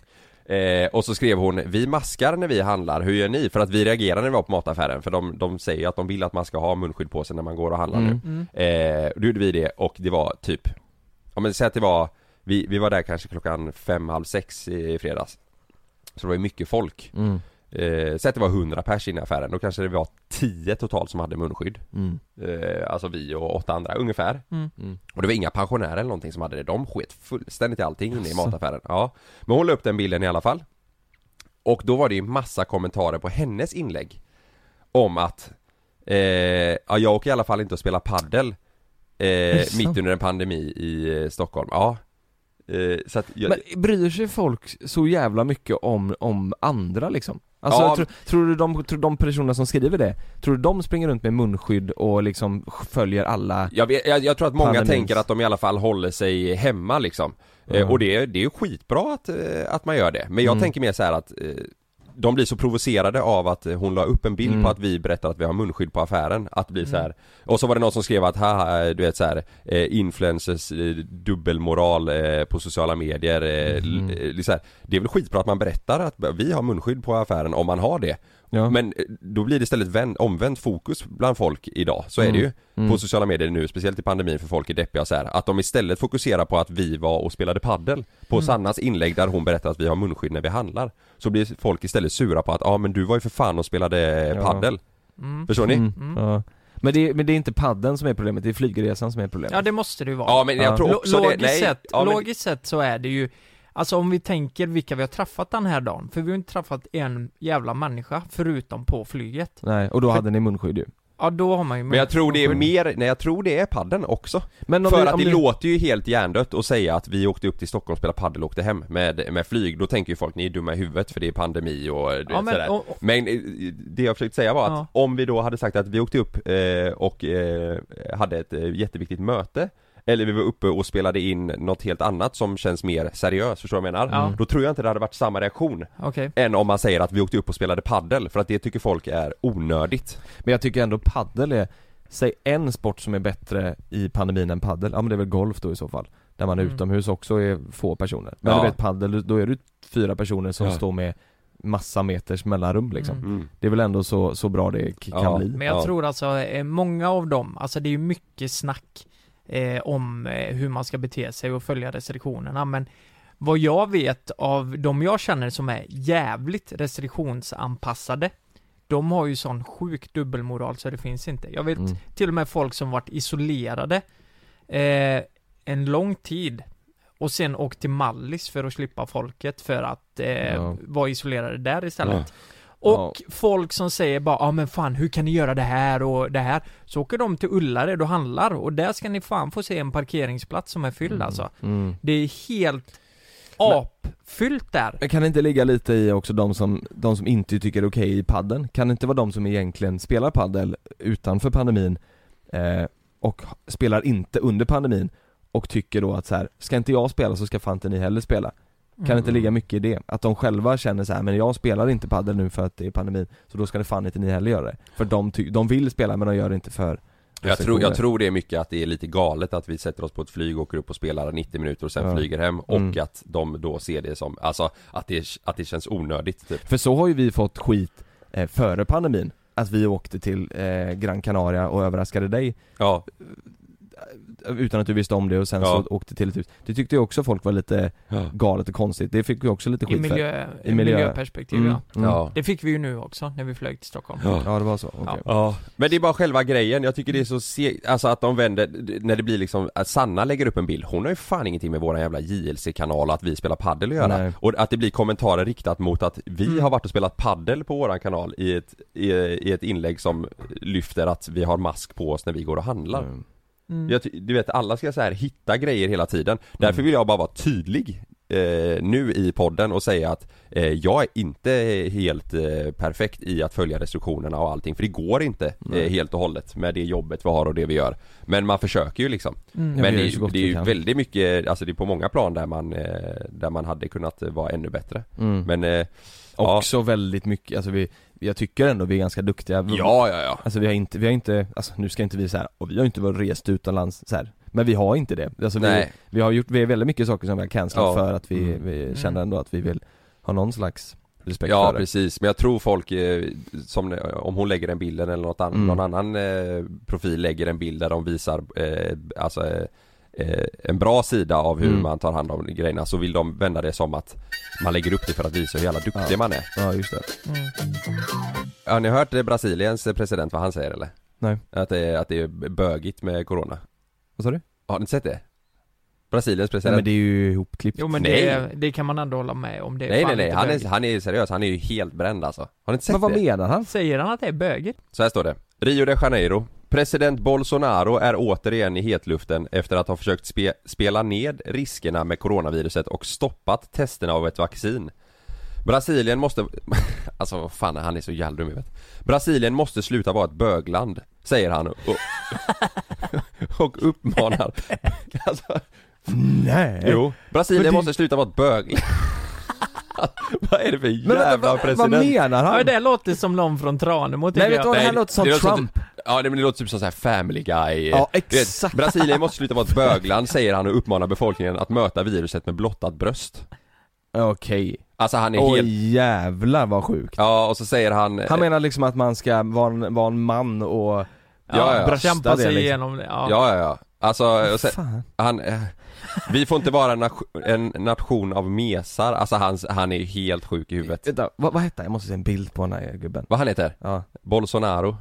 [SPEAKER 1] Eh, och så skrev hon, vi maskar när vi handlar, hur gör ni? För att vi reagerar när vi var på mataffären, för de, de säger ju att de vill att man ska ha munskydd på sig när man går och handlar
[SPEAKER 2] Mm.
[SPEAKER 1] nu. Eh, och då gjorde vi det och det var typ, ja men säg att det var, vi, vi var där kanske klockan fem, halv sex i, i fredags. Så det var ju mycket folk.
[SPEAKER 2] Mm.
[SPEAKER 1] Eh, säg att det var 100 pers inne i affären, då kanske det var 10 totalt som hade munskydd.
[SPEAKER 2] Mm.
[SPEAKER 1] Eh, alltså vi och åtta andra ungefär.
[SPEAKER 3] Mm.
[SPEAKER 2] Mm.
[SPEAKER 1] Och det var inga pensionärer eller någonting som hade det. De sket fullständigt i allting inne i
[SPEAKER 2] Jaså.
[SPEAKER 1] mataffären. Ja. Men hon la upp den bilden i alla fall. Och då var det ju massa kommentarer på hennes inlägg. Om att, eh, ja jag åker i alla fall inte och spelar paddel eh,
[SPEAKER 2] det sant?
[SPEAKER 1] Mitt under en pandemi i eh, Stockholm. Ja. Eh, så att jag,
[SPEAKER 2] Men bryr sig folk så jävla mycket om, om andra liksom? Alltså,
[SPEAKER 1] Ja.
[SPEAKER 2] tro, tror du de, tror de personerna som skriver det, tror du de springer runt med munskydd och liksom följer alla?
[SPEAKER 1] Jag, vet, jag, jag tror att många
[SPEAKER 2] Pandemins.
[SPEAKER 1] tänker att de i alla fall håller sig hemma liksom. Eh,
[SPEAKER 2] Mm.
[SPEAKER 1] Och det, det är ju skitbra att, eh, att man gör det. Men jag
[SPEAKER 2] Mm.
[SPEAKER 1] tänker mer så här att eh, de blir så provocerade av att eh, hon la upp en bild
[SPEAKER 2] Mm.
[SPEAKER 1] på att vi berättar att vi har munskydd på affären. Att bli så här. Och så var det någon som skrev att haha, eh, du vet så här, eh, influencers eh, dubbelmoral eh, på sociala medier. Eh, l-
[SPEAKER 2] Mhm.
[SPEAKER 1] eh, det är så här, det är väl skitbra att man berättar att vi har munskydd på affären om man har det.
[SPEAKER 2] Ja.
[SPEAKER 1] Men eh, då blir det istället vänd, omvänt fokus bland folk idag, så är det ju
[SPEAKER 2] Mm.
[SPEAKER 1] på sociala medier nu, speciellt i pandemin för folk är deppiga och så här, att de istället fokuserar på att vi var och spelade paddel på Sannas inlägg där hon berättar att vi har munskydd när vi handlar. Så blir folk istället sura på att ja ah, men du var ju för fan och spelade
[SPEAKER 2] Ja.
[SPEAKER 1] paddel.
[SPEAKER 3] Mm.
[SPEAKER 1] Förstår ni?
[SPEAKER 2] Mm.
[SPEAKER 3] Mm.
[SPEAKER 2] Ja. Men, det, är- men det är inte padden som är problemet, det är flygresan som är problemet.
[SPEAKER 3] Ja det måste det ju vara.
[SPEAKER 1] Ja men jag
[SPEAKER 2] Ja.
[SPEAKER 1] tror
[SPEAKER 3] Lo-
[SPEAKER 1] också det,
[SPEAKER 3] logiskt,
[SPEAKER 1] nej.
[SPEAKER 3] sett,
[SPEAKER 1] ja, men,
[SPEAKER 3] logiskt sett så är det ju Alltså om vi tänker vilka vi har träffat den här dagen, för vi har ju inte träffat en jävla människa förutom på flyget.
[SPEAKER 2] Nej, och då hade ni munskydd ju.
[SPEAKER 3] Ja då har man ju
[SPEAKER 1] men jag tror det är mer, nej jag tror det är padden också.
[SPEAKER 2] Men
[SPEAKER 1] För
[SPEAKER 2] vi-
[SPEAKER 1] att det
[SPEAKER 2] ni-
[SPEAKER 1] låter ju helt hjärndött att säga att vi åkte upp till Stockholm och spelade paddel och åkte hem med, med flyg. Då tänker ju folk ni är dumma i huvudet för det är pandemi och du
[SPEAKER 3] Ja
[SPEAKER 1] vet, sådär.
[SPEAKER 3] men, och, och,
[SPEAKER 1] Men eh, det jag försökte säga var att
[SPEAKER 3] Ja.
[SPEAKER 1] om vi då hade sagt att vi åkte upp eh, och eh, hade ett eh, jätteviktigt möte eller vi var uppe och spelade in något helt annat som känns mer seriöst, förstår du vad jag menar?
[SPEAKER 3] Ja.
[SPEAKER 1] Då tror jag inte det hade varit samma reaktion
[SPEAKER 3] okej.
[SPEAKER 1] än om man säger att vi åkte upp och spelade paddel för att det tycker folk är onödigt.
[SPEAKER 2] Men jag tycker ändå paddel är, säg en sport som är bättre i pandemin än paddel. ja men det är väl golf då i så fall. Där man är
[SPEAKER 3] Mm.
[SPEAKER 2] utomhus också är få personer. Men
[SPEAKER 1] Ja.
[SPEAKER 2] du vet paddel, då är du fyra personer som
[SPEAKER 1] Ja.
[SPEAKER 2] står med massa meters mellanrum liksom.
[SPEAKER 3] Mm.
[SPEAKER 2] Det är väl ändå så, så bra det k- kan
[SPEAKER 1] Ja.
[SPEAKER 2] bli.
[SPEAKER 3] Men jag
[SPEAKER 1] Ja.
[SPEAKER 3] tror alltså, eh, många av dem, alltså det är ju mycket snack eh, om eh, hur man ska bete sig och följa restriktionerna, men vad jag vet av de jag känner som är jävligt restriktionsanpassade, de har ju sån sjuk dubbelmoral så det finns inte. Jag vet
[SPEAKER 2] Mm.
[SPEAKER 3] till och med folk som varit isolerade eh, en lång tid och sen åkt till Mallis för att slippa folket för att eh,
[SPEAKER 2] Ja.
[SPEAKER 3] vara isolerade där
[SPEAKER 1] Ja.
[SPEAKER 3] istället. Och folk som säger bara ja ah, men fan hur kan ni göra det här och det här? Så åker de till Ullared och handlar och där ska ni fan få se en parkeringsplats som är fylld alltså.
[SPEAKER 2] Mm.
[SPEAKER 3] Det är helt apfyllt där.
[SPEAKER 2] Men kan det inte ligga lite i också de som, de som inte tycker det är okej i padden? Kan det inte vara de som egentligen spelar paddel utanför pandemin eh, och h- spelar inte under pandemin och tycker då att så här, ska inte jag spela så ska fan inte ni heller spela. Kan det inte
[SPEAKER 3] Mm.
[SPEAKER 2] ligga mycket i det? Att de själva känner så här, men jag spelar inte paddel nu för att det är pandemin, så då ska det fan inte ni heller göra det. För de, ty- de vill spela men de gör det inte för
[SPEAKER 1] Jag tror, jag tror det är mycket att det är lite galet att vi sätter oss på ett flyg, åker upp och spelar 90 minuter och sen
[SPEAKER 2] Ja.
[SPEAKER 1] flyger hem och
[SPEAKER 2] Mm.
[SPEAKER 1] att de då ser det som, alltså att det, att det känns onödigt typ.
[SPEAKER 2] För så har ju vi fått skit eh, före pandemin, att vi åkte till eh, Gran Canaria och överraskade dig
[SPEAKER 1] Ja,
[SPEAKER 2] utan att du visste om det och sen
[SPEAKER 1] Ja.
[SPEAKER 2] så åkte till ett hus. Det tyckte ju också folk var lite
[SPEAKER 1] ja.
[SPEAKER 2] galet och konstigt, det fick vi också lite
[SPEAKER 3] I,
[SPEAKER 2] skit för.
[SPEAKER 3] miljö, i
[SPEAKER 2] miljö.
[SPEAKER 3] miljöperspektiv
[SPEAKER 2] Mm,
[SPEAKER 3] ja.
[SPEAKER 2] mm.
[SPEAKER 1] ja.
[SPEAKER 3] Det fick vi ju nu också när vi flög till Stockholm.
[SPEAKER 1] ja.
[SPEAKER 2] Ja det var så, okej.
[SPEAKER 3] Ja.
[SPEAKER 1] Ja, men det är bara själva grejen. Jag tycker det är så segt, alltså att de vänder, när det blir liksom, att Sanna lägger upp en bild, hon har ju fan ingenting med våran jävla JLC-kanal och att vi spelar paddel att göra.
[SPEAKER 2] Nej.
[SPEAKER 1] Och att det blir kommentarer riktat mot att vi
[SPEAKER 3] Mm.
[SPEAKER 1] har varit och spelat paddel på våran kanal i ett, i, i ett inlägg som lyfter att vi har mask på oss när vi går och handlar.
[SPEAKER 2] Mm. Mm.
[SPEAKER 3] Mm.
[SPEAKER 1] Jag, ty- du vet, alla ska så här hitta grejer hela tiden. Därför vill jag bara vara tydlig eh, nu i podden och säga att eh, jag är inte helt eh, perfekt i att följa restriktionerna och allting. För det går inte eh,
[SPEAKER 2] Nej.
[SPEAKER 1] helt och hållet med det jobbet vi har och det vi gör. Men man försöker ju liksom.
[SPEAKER 3] Mm.
[SPEAKER 2] Ja, vi
[SPEAKER 1] Men
[SPEAKER 2] gör
[SPEAKER 1] det,
[SPEAKER 2] ju så gott
[SPEAKER 1] är- det är
[SPEAKER 2] vi
[SPEAKER 1] ju
[SPEAKER 2] kan.
[SPEAKER 1] väldigt mycket, alltså det är på många plan där man, eh, där man hade kunnat eh, vara ännu bättre.
[SPEAKER 2] Mm.
[SPEAKER 1] Men eh, ja,
[SPEAKER 2] Också väldigt mycket, alltså vi, jag tycker ändå vi är ganska duktiga
[SPEAKER 1] ja, ja, ja.
[SPEAKER 2] Alltså vi har inte, vi har inte, alltså nu ska inte vi så här, och vi har inte varit rest utomlands så här. Men vi har inte det, alltså vi,
[SPEAKER 1] Nej.
[SPEAKER 2] vi har gjort, vi har väldigt mycket saker som vi har cancelat
[SPEAKER 1] Ja.
[SPEAKER 2] för att vi,
[SPEAKER 1] Mm.
[SPEAKER 2] vi känner ändå att vi vill ha någon slags respekt
[SPEAKER 1] Ja
[SPEAKER 2] för det
[SPEAKER 1] precis, men jag tror folk, eh, som, eh, om hon lägger en bild eller något annan,
[SPEAKER 2] Mm.
[SPEAKER 1] någon annan eh, profil lägger en bild där de visar eh, alltså, eh, eh, en bra sida av hur
[SPEAKER 2] Mm.
[SPEAKER 1] man tar hand om grejerna så vill de vända det som att man lägger upp det för att visa hur jävla duktig
[SPEAKER 2] Ja.
[SPEAKER 1] man är.
[SPEAKER 2] Ja just det,
[SPEAKER 3] Mm.
[SPEAKER 1] Har ni hört eh, Brasiliens president vad han säger eller?
[SPEAKER 2] Nej.
[SPEAKER 1] Att det, är- att det är bögigt med corona.
[SPEAKER 2] vad sa du?
[SPEAKER 1] Har ni sett det? Brasiliens
[SPEAKER 2] Nej
[SPEAKER 1] president?
[SPEAKER 2] men det är ju ihopklippt
[SPEAKER 3] Jo men det,
[SPEAKER 1] Nej.
[SPEAKER 3] det kan man ändå hålla med om. Det är
[SPEAKER 1] nej
[SPEAKER 3] fan
[SPEAKER 1] nej nej,
[SPEAKER 3] inte
[SPEAKER 1] han
[SPEAKER 3] bögigt.
[SPEAKER 1] är, han är seriös, han är ju helt bränd alltså. Har ni inte sett
[SPEAKER 2] Men vad
[SPEAKER 1] det?
[SPEAKER 2] menar han?
[SPEAKER 3] Säger han att det är böget?
[SPEAKER 1] Så här står det. Rio de Janeiro. President Bolsonaro är återigen i hetluften efter att ha försökt spe spela ned riskerna med coronaviruset och stoppat testerna av ett vaccin. Brasilien måste... [LAUGHS] Alltså vad fan, han är så jävla dum i huvudet. Brasilien måste sluta vara ett bögland, säger han och, [LAUGHS] och
[SPEAKER 2] [LAUGHS]
[SPEAKER 1] uppmanar... Alltså,
[SPEAKER 2] Nej!
[SPEAKER 1] jo. Brasilien
[SPEAKER 2] Eh, Men det-
[SPEAKER 1] måste sluta vara ett
[SPEAKER 2] [LAUGHS]
[SPEAKER 1] bögland. vad är det för
[SPEAKER 2] Men vänta,
[SPEAKER 1] jävla
[SPEAKER 2] vad, vad
[SPEAKER 1] president?
[SPEAKER 2] menar
[SPEAKER 3] Ja.
[SPEAKER 2] han?
[SPEAKER 3] det låter som någon från Tranemo tycker
[SPEAKER 2] Nej vet
[SPEAKER 3] jag.
[SPEAKER 2] du vad,
[SPEAKER 1] Nej,
[SPEAKER 2] han låter som
[SPEAKER 1] det låter som-
[SPEAKER 2] Trump
[SPEAKER 1] Ja nej, men det låter typ som så här family guy
[SPEAKER 2] Ja,
[SPEAKER 1] Du vet,
[SPEAKER 2] exakt.
[SPEAKER 1] Brasilien måste sluta vara ett bögland säger han och uppmanar befolkningen att möta viruset med blottat bröst
[SPEAKER 2] Okej,
[SPEAKER 1] Alltså han är helt
[SPEAKER 2] oj jävlar vad sjukt
[SPEAKER 1] Ja och så säger han,
[SPEAKER 2] Han menar liksom att man ska vara en, vara en man och
[SPEAKER 1] Ja, ja.
[SPEAKER 2] brösta
[SPEAKER 3] Kämpa
[SPEAKER 2] det
[SPEAKER 3] sig
[SPEAKER 2] liksom.
[SPEAKER 3] igenom det. Ja.
[SPEAKER 1] Ja ja ja Alltså, och sen,
[SPEAKER 2] Fan.
[SPEAKER 1] han, eh, vi får inte vara en, nation, en nation av mesar, alltså han, han är helt sjuk i huvudet
[SPEAKER 2] Vänta, vad, vad hette han? Jag måste se en bild på den här gubben
[SPEAKER 1] Vad han heter?
[SPEAKER 2] Ja,
[SPEAKER 1] Bolsonaro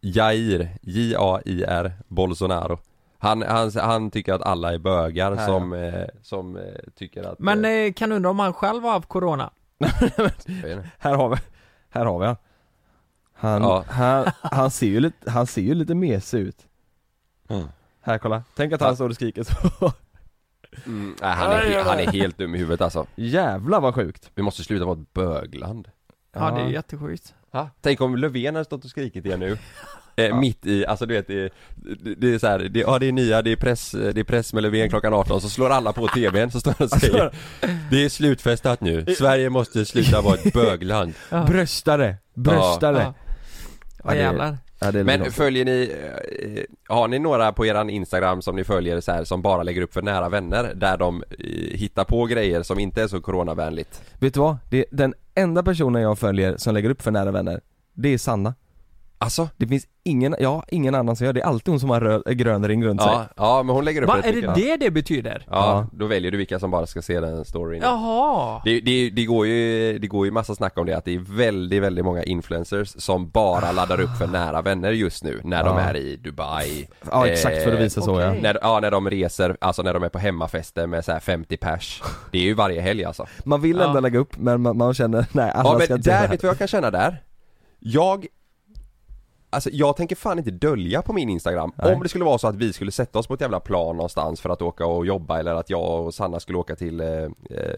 [SPEAKER 1] Jair, J-A-I-R, Bolsonaro han, han, han tycker att alla är bögar
[SPEAKER 2] Ja, ja.
[SPEAKER 1] som, eh, som eh, tycker att
[SPEAKER 3] Men
[SPEAKER 1] eh,
[SPEAKER 3] eh, kan undra om han själv har haft corona?
[SPEAKER 2] eh,
[SPEAKER 1] jag vet inte.
[SPEAKER 2] här har vi, här har vi han han,
[SPEAKER 1] Ja.
[SPEAKER 2] han, han ser ju lite, han ser ju lite mesig ut
[SPEAKER 1] Mm.
[SPEAKER 2] Här kolla, tänk att
[SPEAKER 1] Ja.
[SPEAKER 2] han står och skriker så
[SPEAKER 1] Mm, nej, han, är, han är helt dum i huvudet alltså.
[SPEAKER 2] Jävlar vad sjukt
[SPEAKER 1] Vi måste sluta vara ett bögland.
[SPEAKER 3] Ja, det är jättesjukt.
[SPEAKER 1] Tänk om Löfven hade stått och skrikit det nu. [LAUGHS] Eh, Mitt i, alltså du vet, det, det- det är så här, det, ja det är nya, det är press, det är press med Löfven klockan 18, så slår alla på tvn, så står han och säger Det är slutfestat nu, Sverige måste sluta vara ett bögland.
[SPEAKER 3] Ja.
[SPEAKER 2] Bröstare, bröstare
[SPEAKER 3] Ja.
[SPEAKER 2] Ja,
[SPEAKER 3] Vad
[SPEAKER 2] det-
[SPEAKER 3] jävlar.
[SPEAKER 2] Ja, det
[SPEAKER 1] [LAUGHS]
[SPEAKER 2] är
[SPEAKER 1] Men
[SPEAKER 2] lite-
[SPEAKER 1] följer ni, eh, har ni några på eran Instagram som ni följer så här, som bara lägger upp för nära vänner, där de eh, hittar på grejer som inte är så coronavänligt?
[SPEAKER 2] Vet du vad? Det är den enda personen jag följer som lägger upp för nära vänner Det är Sanna
[SPEAKER 1] Alltså?
[SPEAKER 2] Det finns ingen, ja ingen annan som gör det, det är alltid hon som har en röd, grön ring runt sig
[SPEAKER 1] Ja, ja men hon lägger upp
[SPEAKER 3] Va,
[SPEAKER 1] ett
[SPEAKER 3] är
[SPEAKER 1] stycke,
[SPEAKER 3] det
[SPEAKER 1] va?
[SPEAKER 3] det det betyder?
[SPEAKER 1] Ja, då väljer du vilka som bara ska se den storyn.
[SPEAKER 3] Jaha!
[SPEAKER 1] Det, det, det går ju, det går ju massa snack om det att det är väldigt, väldigt många influencers som
[SPEAKER 2] Ah.
[SPEAKER 1] bara laddar upp för nära vänner just nu när de
[SPEAKER 2] Ja.
[SPEAKER 1] är i Dubai.
[SPEAKER 2] Ah. Ja exakt för att
[SPEAKER 1] Eh,
[SPEAKER 2] visa så
[SPEAKER 3] okej.
[SPEAKER 2] ja
[SPEAKER 1] När, ja, när de reser, alltså när de är på hemmafester med så här 50
[SPEAKER 2] [LAUGHS]
[SPEAKER 1] pers. Det är ju varje helg alltså.
[SPEAKER 2] Man vill
[SPEAKER 3] Ja.
[SPEAKER 2] ändå lägga upp men man, man känner, nej alla
[SPEAKER 1] Ja
[SPEAKER 2] Alltså, ska
[SPEAKER 1] men
[SPEAKER 2] inte göra
[SPEAKER 1] där,
[SPEAKER 2] det här.
[SPEAKER 1] vet du vad jag kan känna där? Jag Alltså jag tänker fan inte dölja på min instagram
[SPEAKER 2] Nej.
[SPEAKER 1] Om det skulle vara så att vi skulle sätta oss på ett jävla plan någonstans för att åka och jobba eller att jag och Sanna skulle åka till eh, eh,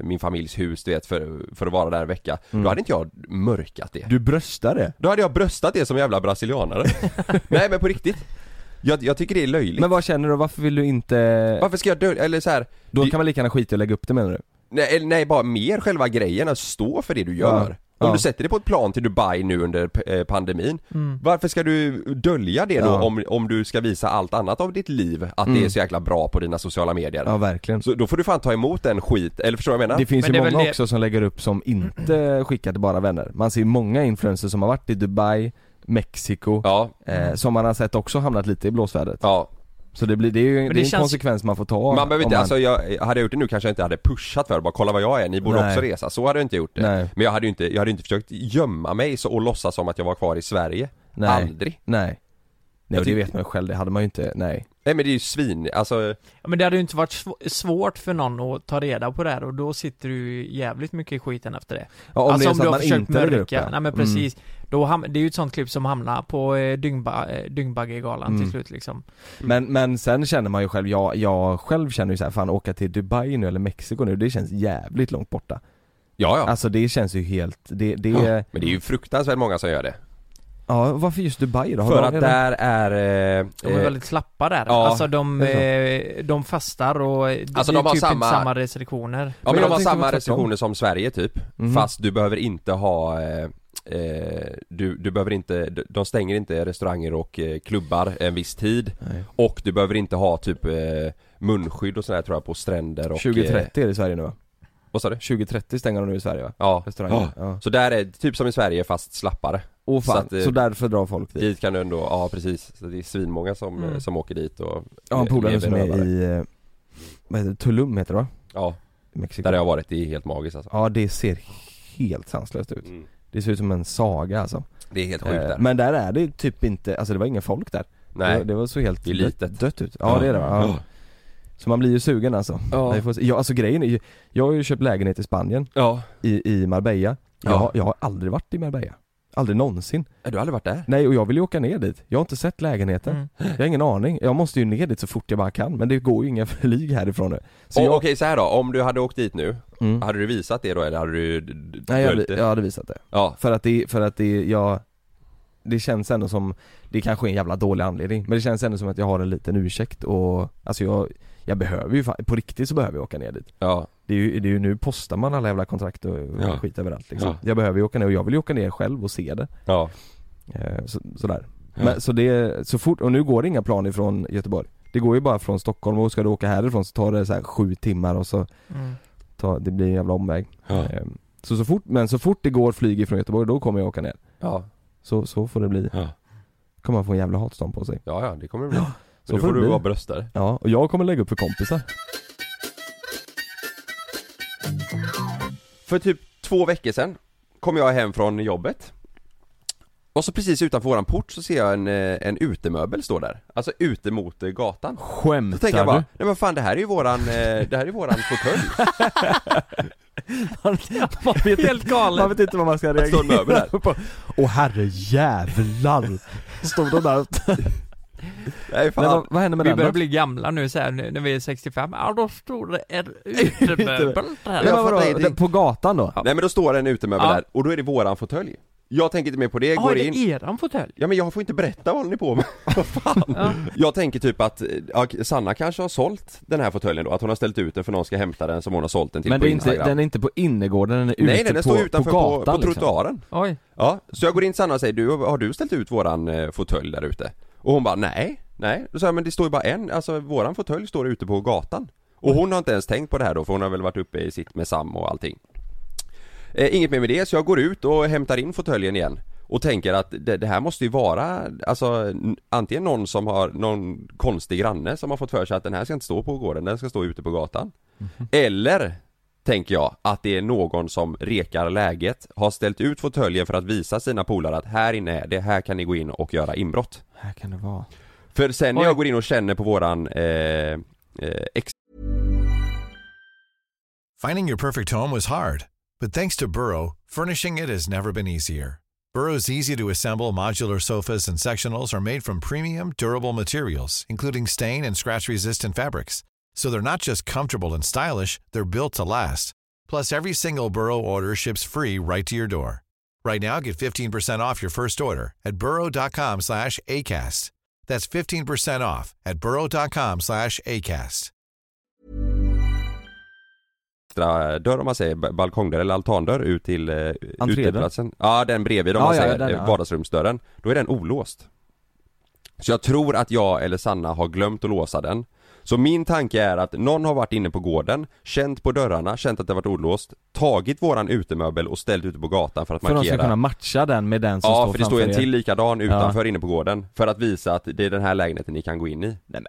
[SPEAKER 1] min familjs hus du vet för, för att vara där en vecka
[SPEAKER 2] Mm.
[SPEAKER 1] Då hade inte jag mörkat det
[SPEAKER 2] Du bröstar det?
[SPEAKER 1] Då hade jag bröstat det som jävla
[SPEAKER 2] [LAUGHS]
[SPEAKER 1] brasilianare Nej men på riktigt jag, jag tycker det är löjligt
[SPEAKER 2] Men vad känner du, varför vill du inte...
[SPEAKER 1] Varför ska jag dölja, eller så här,
[SPEAKER 2] Då
[SPEAKER 1] det-
[SPEAKER 2] kan man lika gärna skita i att lägga upp det menar du?
[SPEAKER 1] nej, eller nej bara mer själva grejen att stå för det du gör Om
[SPEAKER 2] Ja.
[SPEAKER 1] du sätter dig på ett plan till Dubai nu under eh, pandemin
[SPEAKER 3] Mm.
[SPEAKER 1] Varför ska du dölja det då
[SPEAKER 2] Ja.
[SPEAKER 1] om, om du ska visa allt annat av ditt liv? Att det
[SPEAKER 2] Mm.
[SPEAKER 1] är så jäkla bra på dina sociala medier
[SPEAKER 2] Ja verkligen.
[SPEAKER 1] Så då får du fan ta emot den skit, eller förstår du vad jag menar?
[SPEAKER 2] Det finns
[SPEAKER 3] Men
[SPEAKER 2] ju
[SPEAKER 3] det är väl
[SPEAKER 2] många
[SPEAKER 3] det-
[SPEAKER 2] också som lägger upp som inte skickar till bara vänner. Man ser ju många influencers som har varit i Dubai, Mexiko,
[SPEAKER 1] Ja,
[SPEAKER 2] eh, som man har sett också hamnat lite i blåsvädret.
[SPEAKER 1] ja.
[SPEAKER 2] Så det, blir, det är ju det
[SPEAKER 3] det
[SPEAKER 2] är en
[SPEAKER 3] känns-
[SPEAKER 2] konsekvens man får ta.
[SPEAKER 1] man behöver
[SPEAKER 2] om
[SPEAKER 1] inte, alltså jag, hade jag gjort det nu kanske jag inte hade pushat för det, bara kolla vad jag är, ni borde
[SPEAKER 2] Nej.
[SPEAKER 1] också resa. Så hade jag inte gjort det.
[SPEAKER 2] Nej.
[SPEAKER 1] Men jag hade ju inte, jag hade inte försökt gömma mig så, och låtsas som att jag var kvar i Sverige.
[SPEAKER 2] Nej.
[SPEAKER 1] Aldrig.
[SPEAKER 2] Nej. Nej, och det
[SPEAKER 1] tycker-
[SPEAKER 2] vet man ju själv, det hade man ju inte, nej.
[SPEAKER 1] Nej men det är ju svin, alltså
[SPEAKER 3] Ja, Men det hade ju inte varit sv- svårt för någon att ta reda på det här och då sitter du ju jävligt mycket i skiten efter det.
[SPEAKER 2] Ja, om det
[SPEAKER 3] alltså
[SPEAKER 2] är Mm. så att man inte lägger upp det.
[SPEAKER 3] Nej men precis. Då ham- det är ju ett sånt klipp som hamnar på eh, dyngba- eh, Dyngbaggegalan
[SPEAKER 2] Mm.
[SPEAKER 3] till slut liksom.
[SPEAKER 2] Mm. Men, men sen känner man ju själv, jag, jag själv känner ju så här, fan åka till Dubai nu eller Mexiko nu, det känns jävligt långt borta.
[SPEAKER 1] ja, ja.
[SPEAKER 2] Alltså det känns ju helt, det, det
[SPEAKER 1] ja.
[SPEAKER 2] är,
[SPEAKER 1] Men det är ju fruktansvärt många som gör det.
[SPEAKER 2] ja varför just Dubai då? Har
[SPEAKER 1] För
[SPEAKER 2] de
[SPEAKER 1] att
[SPEAKER 2] redan-
[SPEAKER 1] där är... Eh,
[SPEAKER 3] De är
[SPEAKER 1] eh,
[SPEAKER 3] väldigt slappa där.
[SPEAKER 1] ja,
[SPEAKER 3] alltså de,
[SPEAKER 2] det
[SPEAKER 3] eh, de fastar och eh, det
[SPEAKER 1] Alltså,
[SPEAKER 3] är
[SPEAKER 1] de har
[SPEAKER 3] typ
[SPEAKER 1] samma-
[SPEAKER 3] inte samma restriktioner.
[SPEAKER 1] ja men
[SPEAKER 2] Men jag
[SPEAKER 1] de har
[SPEAKER 2] tänkte
[SPEAKER 1] samma
[SPEAKER 2] väl tvärtom.
[SPEAKER 1] restriktioner som Sverige typ.
[SPEAKER 2] Mhm.
[SPEAKER 1] Fast du behöver inte ha... Eh, eh, du, du behöver inte, de- de stänger inte restauranger och eh, klubbar en viss tid.
[SPEAKER 2] Nej.
[SPEAKER 1] Och du behöver inte ha typ eh, munskydd och sådär tror jag på stränder och... Eh,
[SPEAKER 2] 2030 är det i Sverige nu va?
[SPEAKER 1] vad sa du?
[SPEAKER 2] 2030 stänger de nu i Sverige va?
[SPEAKER 1] Ja.
[SPEAKER 2] Restauranger.
[SPEAKER 1] Ja.
[SPEAKER 2] Ja.
[SPEAKER 1] Så där är det typ som i Sverige fast slappare.
[SPEAKER 2] Åh fan,
[SPEAKER 1] Så
[SPEAKER 2] så,
[SPEAKER 1] att, eh,
[SPEAKER 2] därför drar folk dit.
[SPEAKER 1] Dit kan du ändå, ja precis. Så det är svinmånga som,
[SPEAKER 3] Mm.
[SPEAKER 1] eh, som åker dit och...
[SPEAKER 2] Jag har en polare
[SPEAKER 1] lever
[SPEAKER 2] som är
[SPEAKER 1] över.
[SPEAKER 2] i, eh, vad heter det, Tulum heter det va?
[SPEAKER 1] Ja,
[SPEAKER 2] I Mexiko.
[SPEAKER 1] där har jag varit. Det är helt magiskt alltså.
[SPEAKER 2] Ja det ser helt sanslöst ut.
[SPEAKER 1] Mm.
[SPEAKER 2] Det ser ut som en saga alltså.
[SPEAKER 1] Det är helt sjukt
[SPEAKER 2] Eh,
[SPEAKER 1] där.
[SPEAKER 2] Men där är det typ inte, alltså det var inga folk där. Det,
[SPEAKER 1] Nej.
[SPEAKER 2] var- det var så helt
[SPEAKER 1] Det är
[SPEAKER 2] dött-
[SPEAKER 1] litet.
[SPEAKER 2] dött ut. Ja, det är det va? ja. Så man blir ju sugen alltså.
[SPEAKER 1] Ja.
[SPEAKER 2] Vi får se. Ja, alltså grejen är ju, jag har ju köpt lägenhet i Spanien,
[SPEAKER 1] Ja.
[SPEAKER 2] i, i Marbella. Jag,
[SPEAKER 1] Ja.
[SPEAKER 2] har- jag har aldrig varit i Marbella. Aldrig någonsin.
[SPEAKER 1] Du har aldrig varit där?
[SPEAKER 2] Nej och jag vill ju åka ner dit. Jag har inte sett lägenheten.
[SPEAKER 3] Mm.
[SPEAKER 2] Jag har ingen aning. Jag måste ju ner dit så fort jag bara kan men det går ju inga [LAUGHS] flyg härifrån nu. Så
[SPEAKER 1] Så
[SPEAKER 2] jag...
[SPEAKER 1] Okej Ah, så här då, om du hade åkt dit nu,
[SPEAKER 2] Mm.
[SPEAKER 1] hade du visat det då eller hade du d- d-
[SPEAKER 2] Nej jag,
[SPEAKER 1] döljt
[SPEAKER 2] hade-
[SPEAKER 1] det?
[SPEAKER 2] jag hade visat det.
[SPEAKER 1] Ja.
[SPEAKER 2] För att det, för att det, jag Det känns ändå som, det kanske är en jävla dålig anledning men det känns ändå som att jag har en liten ursäkt och Alltså jag, jag behöver ju fa- på riktigt så behöver jag åka ner dit.
[SPEAKER 1] ja,
[SPEAKER 2] Det är ju, det är ju nu postar man alla jävla kontrakt och och
[SPEAKER 1] Ja.
[SPEAKER 2] skit överallt liksom.
[SPEAKER 1] Ja.
[SPEAKER 2] Jag behöver ju åka ner och jag vill ju åka ner själv och se det.
[SPEAKER 1] ja,
[SPEAKER 2] Eh, Så, sådär.
[SPEAKER 1] Ja.
[SPEAKER 2] Men, så det, så fort, och nu går det inga plan ifrån Göteborg. Det går ju bara från Stockholm och ska du åka härifrån så tar det så här sju timmar och så
[SPEAKER 3] Mm.
[SPEAKER 2] tar, det blir en jävla omväg.
[SPEAKER 1] ja,
[SPEAKER 2] Eh, Så, så fort, men så fort det går flyg ifrån Göteborg då kommer jag åka ner.
[SPEAKER 1] ja,
[SPEAKER 2] Så, så får det bli.
[SPEAKER 1] ja,
[SPEAKER 2] Kommer man få en jävla hatstorm på sig.
[SPEAKER 1] ja, det kommer det bli.
[SPEAKER 2] Så
[SPEAKER 1] Men då
[SPEAKER 2] får
[SPEAKER 1] får
[SPEAKER 2] det
[SPEAKER 1] du
[SPEAKER 2] bli.
[SPEAKER 1] vara bröstare.
[SPEAKER 2] Ja, och jag kommer lägga upp för kompisar.
[SPEAKER 1] För typ två veckor sedan kom jag hem från jobbet och så precis utanför våran port så ser jag en, eh, en utemöbel stå där, alltså ute mot eh, gatan
[SPEAKER 2] Skämtar
[SPEAKER 1] Då tänker jag bara, nej men fan det här är ju våran, eh, det här är våran fåtölj,
[SPEAKER 2] [LAUGHS] Man vet, man
[SPEAKER 3] Helt galet!
[SPEAKER 2] vet inte vad man ska
[SPEAKER 1] det står en möbel
[SPEAKER 2] reagera
[SPEAKER 1] där
[SPEAKER 2] på.
[SPEAKER 1] [LAUGHS]
[SPEAKER 2] Åh herrejävlar! Stod de där och...
[SPEAKER 1] Nej
[SPEAKER 2] Nej,
[SPEAKER 1] fan,
[SPEAKER 2] vad, vad händer med
[SPEAKER 3] Vi
[SPEAKER 2] den
[SPEAKER 3] börjar
[SPEAKER 2] då?
[SPEAKER 3] bli gamla nu så här, nu- när vi är 65. Ja, då står det [LAUGHS] en utemöbel
[SPEAKER 1] Jag
[SPEAKER 2] Nej,
[SPEAKER 3] där.
[SPEAKER 2] men
[SPEAKER 1] fattar
[SPEAKER 2] vadå,
[SPEAKER 1] ingenting.
[SPEAKER 2] på gatan då?
[SPEAKER 1] nej men då står det en utemöbel
[SPEAKER 3] Ja.
[SPEAKER 1] där och då är det våran fåtölj Jag tänker inte mer på det,
[SPEAKER 3] Ja, är
[SPEAKER 1] går
[SPEAKER 3] det
[SPEAKER 1] in
[SPEAKER 3] eran fåtölj?
[SPEAKER 1] Ja men jag får inte berätta vad ni på med, [LAUGHS] vad fan?
[SPEAKER 3] Ja.
[SPEAKER 1] Jag tänker typ att, eh, ja, Sanna kanske har sålt den här fåtöljen då, att hon har ställt ut den för någon ska hämta den som hon har sålt den till
[SPEAKER 2] Men
[SPEAKER 1] på
[SPEAKER 2] det är inte,
[SPEAKER 1] Instagram
[SPEAKER 2] den är inte på innergården, den är
[SPEAKER 1] Nej
[SPEAKER 2] ute
[SPEAKER 1] nej, den
[SPEAKER 2] på,
[SPEAKER 1] står utanför
[SPEAKER 2] på
[SPEAKER 1] på,
[SPEAKER 2] gatan liksom.
[SPEAKER 1] på trottoaren
[SPEAKER 3] Oj.
[SPEAKER 1] Ja, så jag går in till Sanna och säger du, har du ställt ut våran eh, fåtölj där ute? Och hon bara nej, nej. Då sa jag men det står ju bara en, alltså våran fåtölj står ute på gatan. Och hon har inte ens tänkt på det här då för hon har väl varit uppe i sitt med Sam och allting. Eh, inget mer med det, så jag går ut och hämtar in fåtöljen igen. Och tänker att det, det här måste ju vara, alltså n- antingen någon som har, någon konstig granne som har fått för sig att den här ska inte stå på gården, den ska stå ute på gatan. Eller tänker jag, att det är någon som rekar läget, har ställt ut fåtöljen för att visa sina polare att här inne är det, här kan ni gå in och göra inbrott.
[SPEAKER 2] Här kan det vara.
[SPEAKER 1] För sen när
[SPEAKER 3] Oj.
[SPEAKER 1] jag går in och känner på våran eh, eh, ex
[SPEAKER 5] Finding your perfect home was hard, but thanks to Burrow, furnishing it has never been easier. Burrow's easy to assemble modular sofas and sectionals are made from premium, durable materials, including stain and scratch resistant fabrics. So they're not just comfortable and stylish, they're built to last. Plus, every single Burrow order ships free right to your door. Right now, get 15% off your first order at burrow.com slash ACAST. That's 15% off at burrow.com slash ACAST.
[SPEAKER 1] extra dörr om man säger, ba- balkongdörr eller altandörr ut till eh,
[SPEAKER 2] Entrédörr?
[SPEAKER 1] uteplatsen. Ja den bredvid om
[SPEAKER 2] Ja,
[SPEAKER 1] man
[SPEAKER 2] ja,
[SPEAKER 1] säger,
[SPEAKER 2] den,
[SPEAKER 1] eh,
[SPEAKER 2] ja.
[SPEAKER 1] vardagsrumsdörren. Då är den olåst. Så jag tror att jag eller Sanna har glömt att låsa den. Så min tanke är att någon har varit inne på gården, känt på dörrarna, känt att det varit olåst, tagit våran utemöbel och ställt ute på gatan för att
[SPEAKER 2] För de ska
[SPEAKER 1] markera.
[SPEAKER 2] kunna matcha den med den som
[SPEAKER 1] ja,
[SPEAKER 2] står
[SPEAKER 1] för det står ju en
[SPEAKER 2] framför er.
[SPEAKER 1] till likadan utanför inne på gården. För att visa att det är den här lägenheten ni kan gå in i.
[SPEAKER 2] Nej, men.